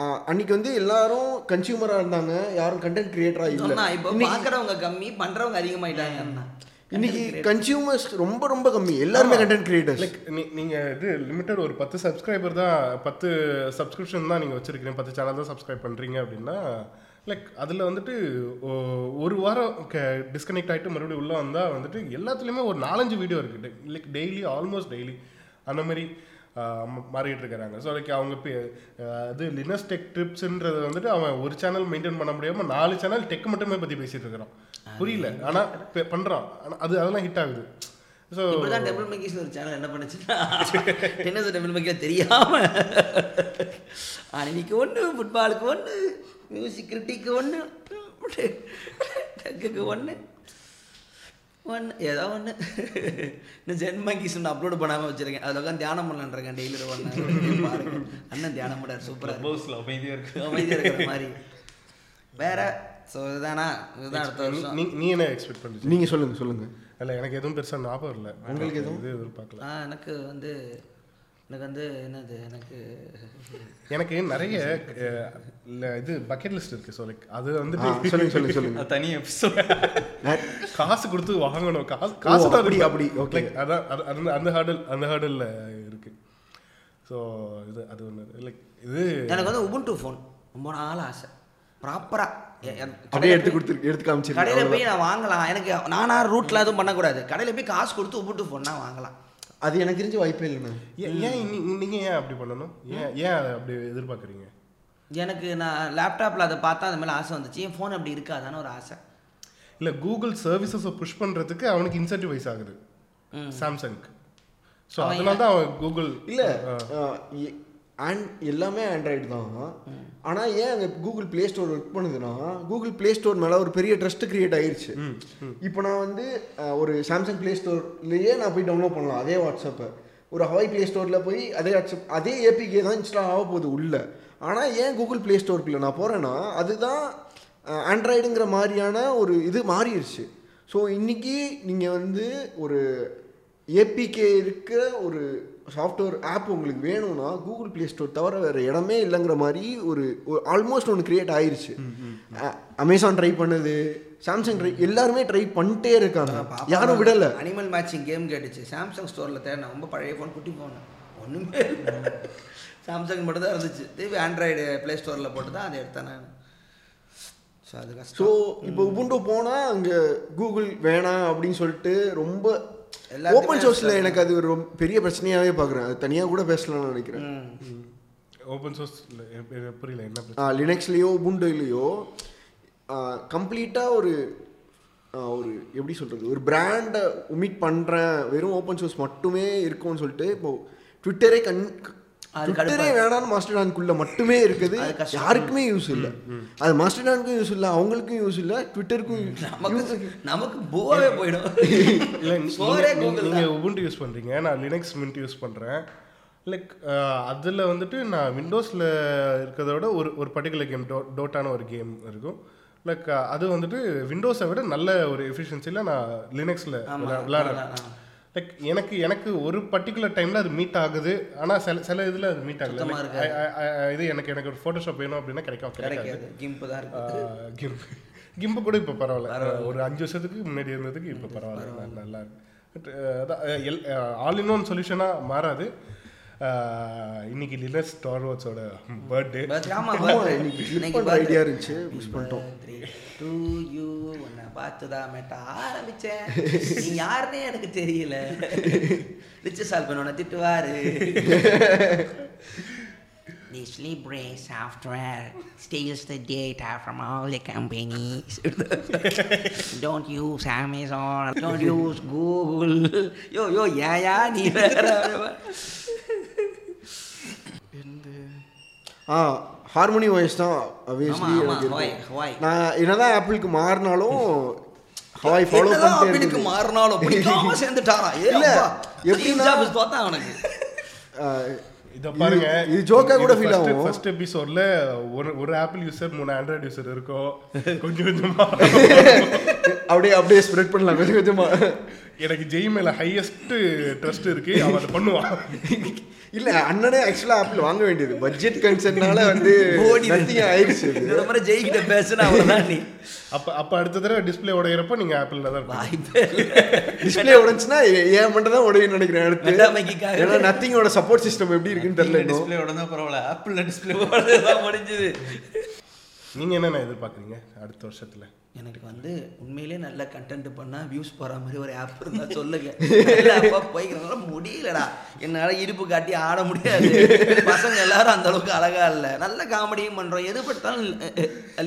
ஆ, அன்னைக்கு வந்து எல்லாரும் கன்சியூமராக இருந்தாங்க யாரும் கண்டென்ட் கிரியேட்டராக இல்லை
சொன்னா இப்போ பாக்குறவங்க கம்மி பண்றவங்க அதிகமாயிட்டாங்கன்னா
இன்னைக்கு கன்சியூமர்ஸ் ரொம்ப ரொம்ப கம்மி எல்லாருமே கண்டென்ட் கிரியேட்டர்ஸ்
லைக் நீங்க இது லிமிட்டட் ஒரு பத்து சப்ஸ்கிரைபர் தான் பத்து சப்ஸ்கிரிப்ஷன் தான் நீங்க வச்சிருக்கீங்க பத்து சேனல் தான் சப்ஸ்கிரைப் பண்றீங்க அப்படின்னா லைக் அதுல வந்துட்டு ஒ- ஒரு வாரம் டிஸ்கனெக்ட் ஆயிட்டு மறுபடியும் உள்ள வந்தா வந்துட்டு எல்லாத்துலயுமே ஒரு நாலஞ்சு வீடியோ இருக்கு லைக் டெய்லி ஆல்மோஸ்ட் டெய்லி அந்த மாதிரி ஆஹ் ம- மாறிட்டு இருக்கிறாங்க ஸோ லைக் அவங்க பே- ஆஹ் அது லினஸ் டெக் ட்ரிப்ஸ்ன்றது வந்துட்டு அவன் ஒரு சேனல் மெயின்டைன் பண்ண முடியாம நாலு சேனல் டெக் மட்டுமே பத்தி பேசிட்டு இருக்கிறான் புரியல ஆனா பே- பண்றான் ஆனா அது அதெல்லாம் ஹிட் ஆகுது ஸோ
இப்படிதான் டெபிள் மேக்கிஸ் ஒரு சேனல் என்ன பண்ணுச்சுன்னா டென்னிஸ் டெபிள் மேக்கிஸ் தெரியாம அணிக்கு ஒன்று ஃபுட்பாலுக்கு ஒன்று மியூசிக் கிரிட்டிக்கு ஒன்று டக்குக்கு ஒன்று ஒன்று ஏதோ ஒன்று இன்னும் ஜென் மங்கிஸ் ஒன்று அப்லோட் பண்ணாமல் வச்சிருக்கேன் அதில் உட்காந்து தியானம் பண்ணலான்றேன் டெய்லி ஒன்று பாருங்க அண்ணன் தியானம் பண்ணார் சூப்பராக
பவுஸில் அமைதியாக இருக்கு
அமைதியாக இருக்கிற மாதிரி வேற ஸோ இதுதானா இதுதான் அடுத்த வருஷம்
நீ நீ என்ன எக்ஸ்பெக்ட் பண்ணுச்சு
நீங்க சொல்லுங்க சொல்லுங்க
இல்ல எனக்கு எதுவும் பெருசா ஞாபகம் இல்ல உங்களுக்கு எதுவும் இது எதிர்பார்க்கல
ஆ எனக்கு வந்து எனக்கு வந்து என்னது எனக்கு
எனக்கு நிறைய அஹ், இல்ல இது பக்கெட் லிஸ்ட் இருக்கு ஸோ லைக் அது
ஆ,
வந்துட்டு
சொல்லுங்க சொல்லுங்க சொல்லுங்க
அது தனி எபிசோட்
ந-
காசு கொடுத்து வாங்கணும் காசு காசு தான்
அப்படி,
இருக்கு.
அப்படி, okay.
Like, அதான் அது- அந்த- அந்த ஹார்டல் அந்த ஹார்டல்ல இருக்கு ஸோ இது அது ஒன்று லைக் இது
எனக்கு வந்து உபுண்டு ஃபோன் ரொம்ப நாள் ஆசை ப்ராப்பராக
அப்படியே எடுத்து கொடுத்துரு எடுத்து காமிச்சிருக்கேன்
கடையில் போய் நான் வாங்கலாம் எனக்கு நானா ரூட்ல எதுவும் பண்ணக்கூடாது கடையில் போய் காசு கொடுத்து உபுண்டு ஃபோன் நான் வாங்கலாம்
அது எனக்கு தெரிஞ்ச வாய்ப்பே இல்லைண்ணா
ஏன் ஏன் நீ- நீங்க ஏன் அப்படி பண்ணணும் ஏன் ஏன் அதை அப்படி எதிர்பார்க்குறீங்க
எனக்கு நான் லேப்டாப்பில் அதை பார்த்தா அது மேலே ஆசை வந்துச்சு என் ஃபோன் அப்படி இருக்காதான்னு ஒரு ஆசை
இல்ல கூகுள் சர்வீசஸை புஷ் பண்றதுக்கு அவனுக்கு இன்சென்டிவைஸ் ஆகுது சாம்சங்க்கு ஸோ அதனால தான் அவன் கூகுள்
இல்லை அண்ட் எல்லாமே ஆண்ட்ராய்டு தான் ஆனால் ஏன் அங்கே கூகுள் ப்ளே ஸ்டோர் ஒர்க் பண்ணுதுன்னா கூகுள் ப்ளே ஸ்டோர் மேலே ஒரு பெரிய ட்ரஸ்ட் கிரியேட் ஆயிருச்சு இப்போ நான் வந்து அஹ், ஒரு சாம்சங் ப்ளே ஸ்டோர்லேயே நான் போய் டவுன்லோட் பண்ணலாம் அதே வாட்ஸ்அப்பை ஒரு ஹவாய் ப்ளே ஸ்டோரில் போய் அதே வாட்ஸ்அப் அதே ஏபிகே தான் இன்ஸ்டால் ஆக போகுது உள்ள ஆனால் ஏன் கூகுள் ப்ளே ஸ்டோருக்குள்ளே நான் போகிறேன்னா அதுதான் ஆண்ட்ராய்டுங்கிற மாதிரியான ஒரு இது மாறிடுச்சு ஸோ இன்றைக்கி நீங்கள் வந்து ஒரு ஏபிகே இருக்கிற ஒரு சாஃப்ட்வேர் ஆப் உங்களுக்கு வேணும்னா கூகுள் ப்ளே ஸ்டோர் தவிர வேறு இடமே இல்லைங்கிற மாதிரி ஒரு ஆல்மோஸ்ட் ஒன்று கிரியேட் ஆயிருச்சு அ- அமேசான் ட்ரை பண்ணுது சாம்சங் ட்ரை எல்லாருமே ட்ரை பண்ணிட்டே இருக்காங்க யாரும் விடலை
அனிமல் மேட்சிங் கேம் கேட்டுச்சு சாம்சங் ஸ்டோரில் தேடினேன் ரொம்ப பழைய ஃபோன் குட்டி ஃபோன் ஒன்றுமே சாம்சங் மட்டும் தான் இருந்துச்சு திருப்பி ஆண்ட்ராய்டு ப்ளே ஸ்டோரில் போட்டு தான் அதை எடுத்தேன் நான் ஸோ அது
ஸோ
கஷ்டம்
இப்போ உபுண்டு போனால் அங்கே கூகுள் வேணாம் அப்படின்னு சொல்லிட்டு ரொம்ப
எல்லாத்துக்குமே
ஓப்பன் சோர்ஸில் எனக்கு அது ஒரு ரொம்ப பெரிய பிரச்சனையாகவே பார்க்குறேன் அது தனியாக கூட பேசலாம்னு நினைக்கிறேன்
ம்.
ஓப்பன் சோர்ஸ் புரியல என்ன பிரச்சனை
லினக்ஸ்லேயோ உபுண்டுலேயோ கம்ப்ளீட்டாக ஒரு ஆ, ஒரு எப்படி சொல்கிறது ஒரு பிராண்டை உமிட் பண்ணுறேன் வெறும் ஓப்பன் சோர்ஸ் மட்டுமே இருக்கும்னு சொல்லிட்டு இப்போ ட்விட்டரே கண்
அது
ட்விட்டரே
கடுப்பா-
வேணான்னு மாஸ்டர்டான்குள்ளே மட்டுமே இருக்குது
அது கஷ்டம்.
யாருக்குமே யூஸ் இல்லை அது மாஸ்டர்டானுக்கும் யூஸ் இல்லை அவங்களுக்கும் யூஸ் இல்லை ட்விட்டருக்கும் use-
நமக்கு நமக்கு போவே போயிடும்
இல்ல நீ-
சோறே
நீங்க-
Google
நீங்க உபுண்டு யூஸ் பண்றீங்க நான் லினக்ஸ் மின்ட் யூஸ் பண்றேன் லைக் அதுல வந்துட்டு நான் விண்டோஸ்ல இருக்கிறத விட ஒரு ஒரு பர்டிகுலர் கேம் டோட்டான ஒரு கேம் இருக்கும் லைக் அது வந்துட்டு விண்டோஸை விட நல்ல ஒரு எஃபிஷியன்சில நான் லினக்ஸ்ல விளையாடுறேன் லைக் எனக்கு எனக்கு ஒரு பர்டிகுலர் டைம்ல அது மீட் ஆகுது ஆனா சில சில இதுல அது மீட் ஆகல
சுத்தமா
Like,
இருக்காது.
I- I- I- இது எனக்கு எனக்கு ஒரு ஃபோட்டோஷாப் வேணும் அப்படின்னா கிடைக்கும் கிடைக்காது
கிடைக்காது கிம்ப் தான் இருக்கு
கிம்ப் கிம்பு கூட இப்போ பரவாயில்ல ஒரு அஞ்சு வருஷத்துக்கு முன்னாடி இருந்ததுக்கு இப்போ பரவாயில்ல நல்லா- நல்லா இருக்கு பட் அதான் ஆல் இன் ஒன் சொல்யூஷனாக மாறாது அஹ், இன்னைக்கு லினஸ் டார்வர்ட்ஸோட பர்த்டே
Birthday- ஆமா
ஆமா,
birthday.
இன்னைக்கு clip
இன்னைக்கு
பண்ற
birthday.
idea இருந்துச்சு, miss பண்ணிட்டோம்.
Birthday to you. உன்னை பார்த்துதான் மெட்ட ஆரம்பிச்சேன். நீ யாருன்னே எனக்கு தெரியல ரிச்சு சால்பன் உன்னை திட்டுவாரு This Libre software steals the data from all the companies. Don't use Amazon. Don't use Google. யோ யோ ஏயா நீ வேற
ஆ ஹார்மோனி வாய்ஸ் தான் obviously
ஆமா, ஆமா,
எனக்கு
Hawaii,
இருக்கும்.
Hawaii.
நான் என்னதான் ஆப்பிளுக்கு மாறினாலும் ஹவாய் ஃபாலோ
என்னதான் அப்பனுக்கு
பண்ணிட்டு
மாறினாலும் பிடிக்காம சேர்ந்துட்டாராம் ஏ
இல்ல,
அப்பா
எப்படின்னா-
எப்படின்னா பார்த்தா அவனுக்கு
இதை பாருங்க
இது- இது joke ஆ கூட feel ஆகும்.
ஃபர்ஸ்ட் எபிசோட்ல ஒரு ஒரு ஆப்பிள் யூசர் மூணு ஆண்ட்ராய்டு யூசர் இருக்கும் கொஞ்சம் கொஞ்சமா
அப்படியே அப்படியே ஸ்ப்ரெட் பண்ணலாம் கொஞ்சம் கொஞ்சமா
எனக்கு ஜெய் மேல ஹையஸ்ட் ட்ரஸ்ட் இருக்கு அவன் அதை பண்ணுவான்
இல்ல அண்ணனே ஆக்சுவலா ஆப்பிள் வாங்க வேண்டியது பட்ஜெட் கன்சர்னால வந்து
ஓடி
nothing ஆயிடுச்சு இது.
இந்த மாதிரி ஜெயிக்கிட்ட பேசுனா அவன்தான் நீ
அப்ப அப்ப அடுத்த தடவை டிஸ்பிளே உடையிறப்ப நீங்க ஆப்பிள்ல தான் இருப்பீங்க.
வாய்ப்பே இல்ல
டிஸ்பிளே உடைஞ்சுன்னா ஏன் மட்டும் தான் உடையும் நினைக்கிறேன்
மெட்டாமைக்காக.
அடுத்து ஏன்னா நத்திங்கோட சப்போர்ட் சிஸ்டம் எப்படி இருக்குன்னு தெரியல இன்னும்
டிஸ்பிளே உடனே பரவாயில்ல ஆப்பிள் டிஸ்பிளே
அவ்வளவுதான் முடிஞ்சுது
நீங்க என்னென்ன எதிர்பார்க்குறீங்க அடுத்த வருஷத்துல
எனக்கு வந்து உண்மையிலே நல்ல கண்டென்ட் பண்ணா வியூஸ் போற மாதிரி ஒரு ஆப் இருந்தா சொல்லுங்க நல்ல app ஆ போய்க்கிறதுனால முடியலடா என்னால இடுப்பு காட்டி ஆட முடியாது பசங்க எல்லாரும் அந்த அளவுக்கு அழகா இல்ல நல்ல காமெடியும் பண்றோம் எது பட்டாலும்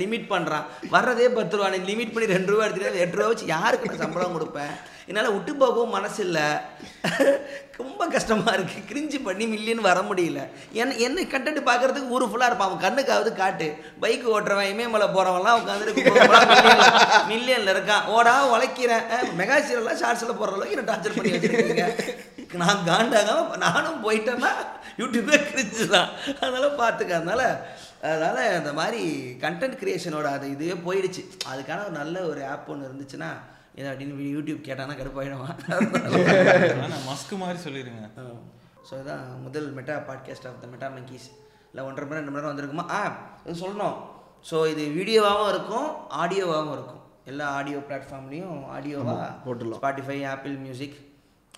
லிமிட் பண்றான் வர்றதே பத்து ரூபா லிமிட் பண்ணி ரெண்டு ரூபா எடுத்துட்டு எட்டு ரூபா வச்சு யாருக்கு நான் சம்பளம் கொடுப்பேன் என்னால் விட்டு போகவும் மனசு இல்லை ரொம்ப கஷ்டமா இருக்கு கிரிஞ்சு பண்ணி மில்லியன் வர முடியல என்ன என்ன கண்டென்ட் பார்க்கறதுக்கு ஊரு ஃபுல்லாக இருப்பான் அவன் கண்ணுக்காவது காட்டு பைக் ஓட்டுறவன் இமயமலை போகிறவன்லாம் உட்காந்துட்டு மில்லியனில் இருக்கான் ஓடா உழைக்கிறேன் அஹ், மெகா சீரியல்லாம் ஷார்ட்ஸில் போடுற அளவுக்கு என்ன டார்ச்சர் பண்ணி வச்சிருக்கீங்க நான் காண்டாகாம நானும் போயிட்டேன்னா யூடியூபே கிரிஞ்சு தான் அதனால பார்த்துக்க அதனால அதனால இந்த மாதிரி கண்டென்ட் கிரியேஷனோட அது இதுவே போயிடுச்சு அதுக்கான ஒரு நல்ல ஒரு ஆப் ஒன்று இருந்துச்சுன்னா இது அப்படின்னு யூடியூப் கேட்டானா கடுப்பாயிடுவான்
ஆனா மஸ்க் மாதிரி சொல்லிருங்க
ஸோ இதான் முதல் Meta podcast of the Meta Monkeys இல்லை ஒன்றரை மணி நேரம் ரெண்டு மணி நேரம் வந்திருக்குமா ஆ இது சொல்லணும் ஸோ இது வீடியோவாகவும் இருக்கும் ஆடியோவாகவும் இருக்கும் எல்லா ஆடியோ பிளாட்ஃபார்ம்லேயும் ஆடியோவாக
போட்டுடலாம்.
Spotify Apple Music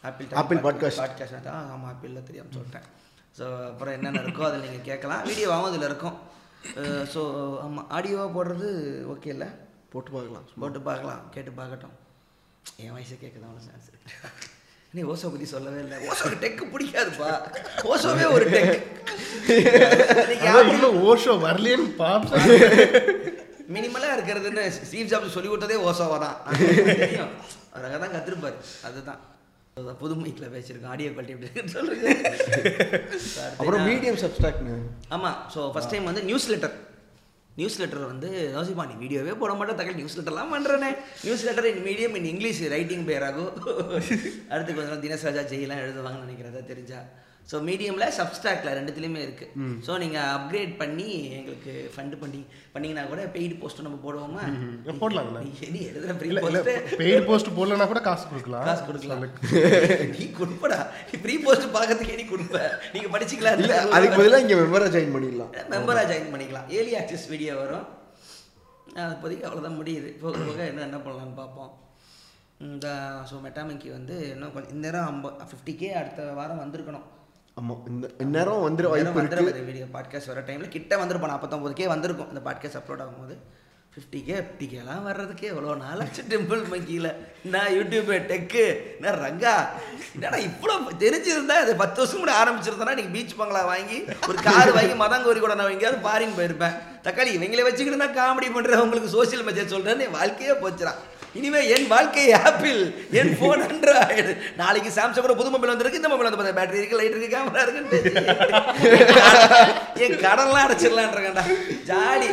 Apple
Apple podcast.
Podcast ஆ ஆமாம் ஆப்பிளில் தெரியாமல் சொல்லிட்டேன் ஸோ அப்புறம் என்னென்ன இருக்கோ அதில் நீங்கள் கேட்கலாம் வீடியோவாகவும் அதில் இருக்கும் Uh, ஸோ ஆமாம் ஆடியோவாக போடுறது ஓகே இல்லை
போட்டு பார்க்கலாம்
போட்டு பார்க்கலாம் கேட்டு பார்க்கட்டும் என் வயசு கேட்குதான் அவ்வளோ சான்ஸ் நீ ஓசோ பற்றி சொல்லவே இல்லை ஓசோக்கு டெக்கு பிடிக்காதுப்பா ஓசோவே ஒரு டெக்
அதான் இன்னும் ஓஷோ வரலேன்னு பார்த்தேன்
மினிமலாக இருக்கிறதுன்னு ஸ்டீவ் ஜாப்ஸ் சொல்லி கொடுத்ததே ஓசோவா தான் தெரியும் அவராக தான் கற்றுருப்பார் அதுதான் புது மைக்கில் பேசியிருக்கோம் ஆடியோ குவாலிட்டி எப்படி இருக்குன்னு சொல்லுங்க
அப்புறம் மீடியம் சப்ஸ்ட்ராக்ட்னு
ஆமாம் ஸோ ஃபஸ்ட் டைம் வந்து நியூஸ் லெட்டர் நியூஸ் லெட்டர் வந்து யோசிப்பா நீ வீடியோவே போட மாட்டேன் தகவல் நியூஸ் லெட்டர்லாம் பண்ணுறேனே newsletter in medium in English writing பேராகும் அடுத்து கொஞ்ச நாள் தினசராஜா ஜெயிலாம் எழுதுவாங்கன்னு நினைக்கிறதா தெரிஞ்சா ஸோ மீடியமில் சப்ஸ்டாக்டில் ரெண்டுத்துலேயுமே இருக்குது ஸோ நீங்கள் அப்கிரேட் பண்ணி எங்களுக்கு ஃபண்டு பண்ணி பண்ணிங்கன்னா கூட பெய்டு போஸ்ட் நம்ம போடுவோமா
ம், போடலாம்ல.
நீ நீ எழுதுகிற ஃப்ரீ
இல்ல இல்ல
போஸ்ட்டு
பெய்ட் போஸ்ட் போடலனா கூட காசு கொடுக்கலாம்
காசு கொடுக்கலாம் நீ கொடுப்படா நீ ஃப்ரீ போஸ்ட் பார்க்கறதுக்கே நீ கொடுப்ப நீங்கள் படிச்சிக்கலாம்
இல்லை அதுக்கு பதிலாக இங்கே மெம்பராக ஜாயின் பண்ணிடலாம்
மெம்பராக ஜாயின் பண்ணிக்கலாம் ஏலி ஆக்சஸ் வீடியோ வரும் அஹ் இப்போதைக்கு அவ்வளோதான் முடியுது போக போக இன்னும் என்ன பண்ணலாம்னு பார்ப்போம் இந்த ஸோ மெட்டாமிக்கி வந்து இன்னும் கொஞ்சம் இந்நேரம் ஐம்பது ஃபிஃப்டி கே அடுத்த வாரம் வந்திருக்கணும்
ஆமாம் இந்த இந்நேரம் வந்துட வாய்ப்பு இருக்கு
வீடியோ பாட்காஸ்ட் வர டைமில் கிட்ட வந்திருப்போம் நாற்பத்தொம்பது கே வந்திருக்கும் இந்த பாட்காஸ்ட் அப்லோட் ஆகும்போது ஃபிஃப்டி கே ஃபிஃப்டி கேலாம் வர்றதுக்கே எவ்வளோ நாள் ஆச்சு டெம்பிள் மங்கியில் நான் யூடியூப் டெக்கு நான் ரங்கா என்னடா இவ்வளோ தெரிஞ்சிருந்தா இது பத்து வருஷம் கூட ஆரம்பிச்சிருந்தேன்னா நீங்கள் பீச் பங்களா வாங்கி ஒரு கார் வாங்கி மதங்கோரி கூட நான் எங்கேயாவது ஃபாரின் போயிருப்பேன் தக்காளி இவங்களே வச்சுக்கிட்டு நான் காமெடி பண்ணுறேன் உங்களுக்கு சோஷியல் மெசேஜ் சொல்கிறேன் என் வாழ்க்கையே போச்சுறான் இனிமே என் வாழ்க்கை ஆப்பிள் என் ஃபோன் ஆண்ட்ராய்டு நாளைக்கு சாம்சங் கூட புது மொபைல் வந்திருக்கு இந்த மொபைல் வந்து பேட்டரி இருக்கு லைட் இருக்கு கேமரா இருக்குன்னு பேசி என் கடன்லாம் அடைச்சிடலான்றேன்டா ஜாலி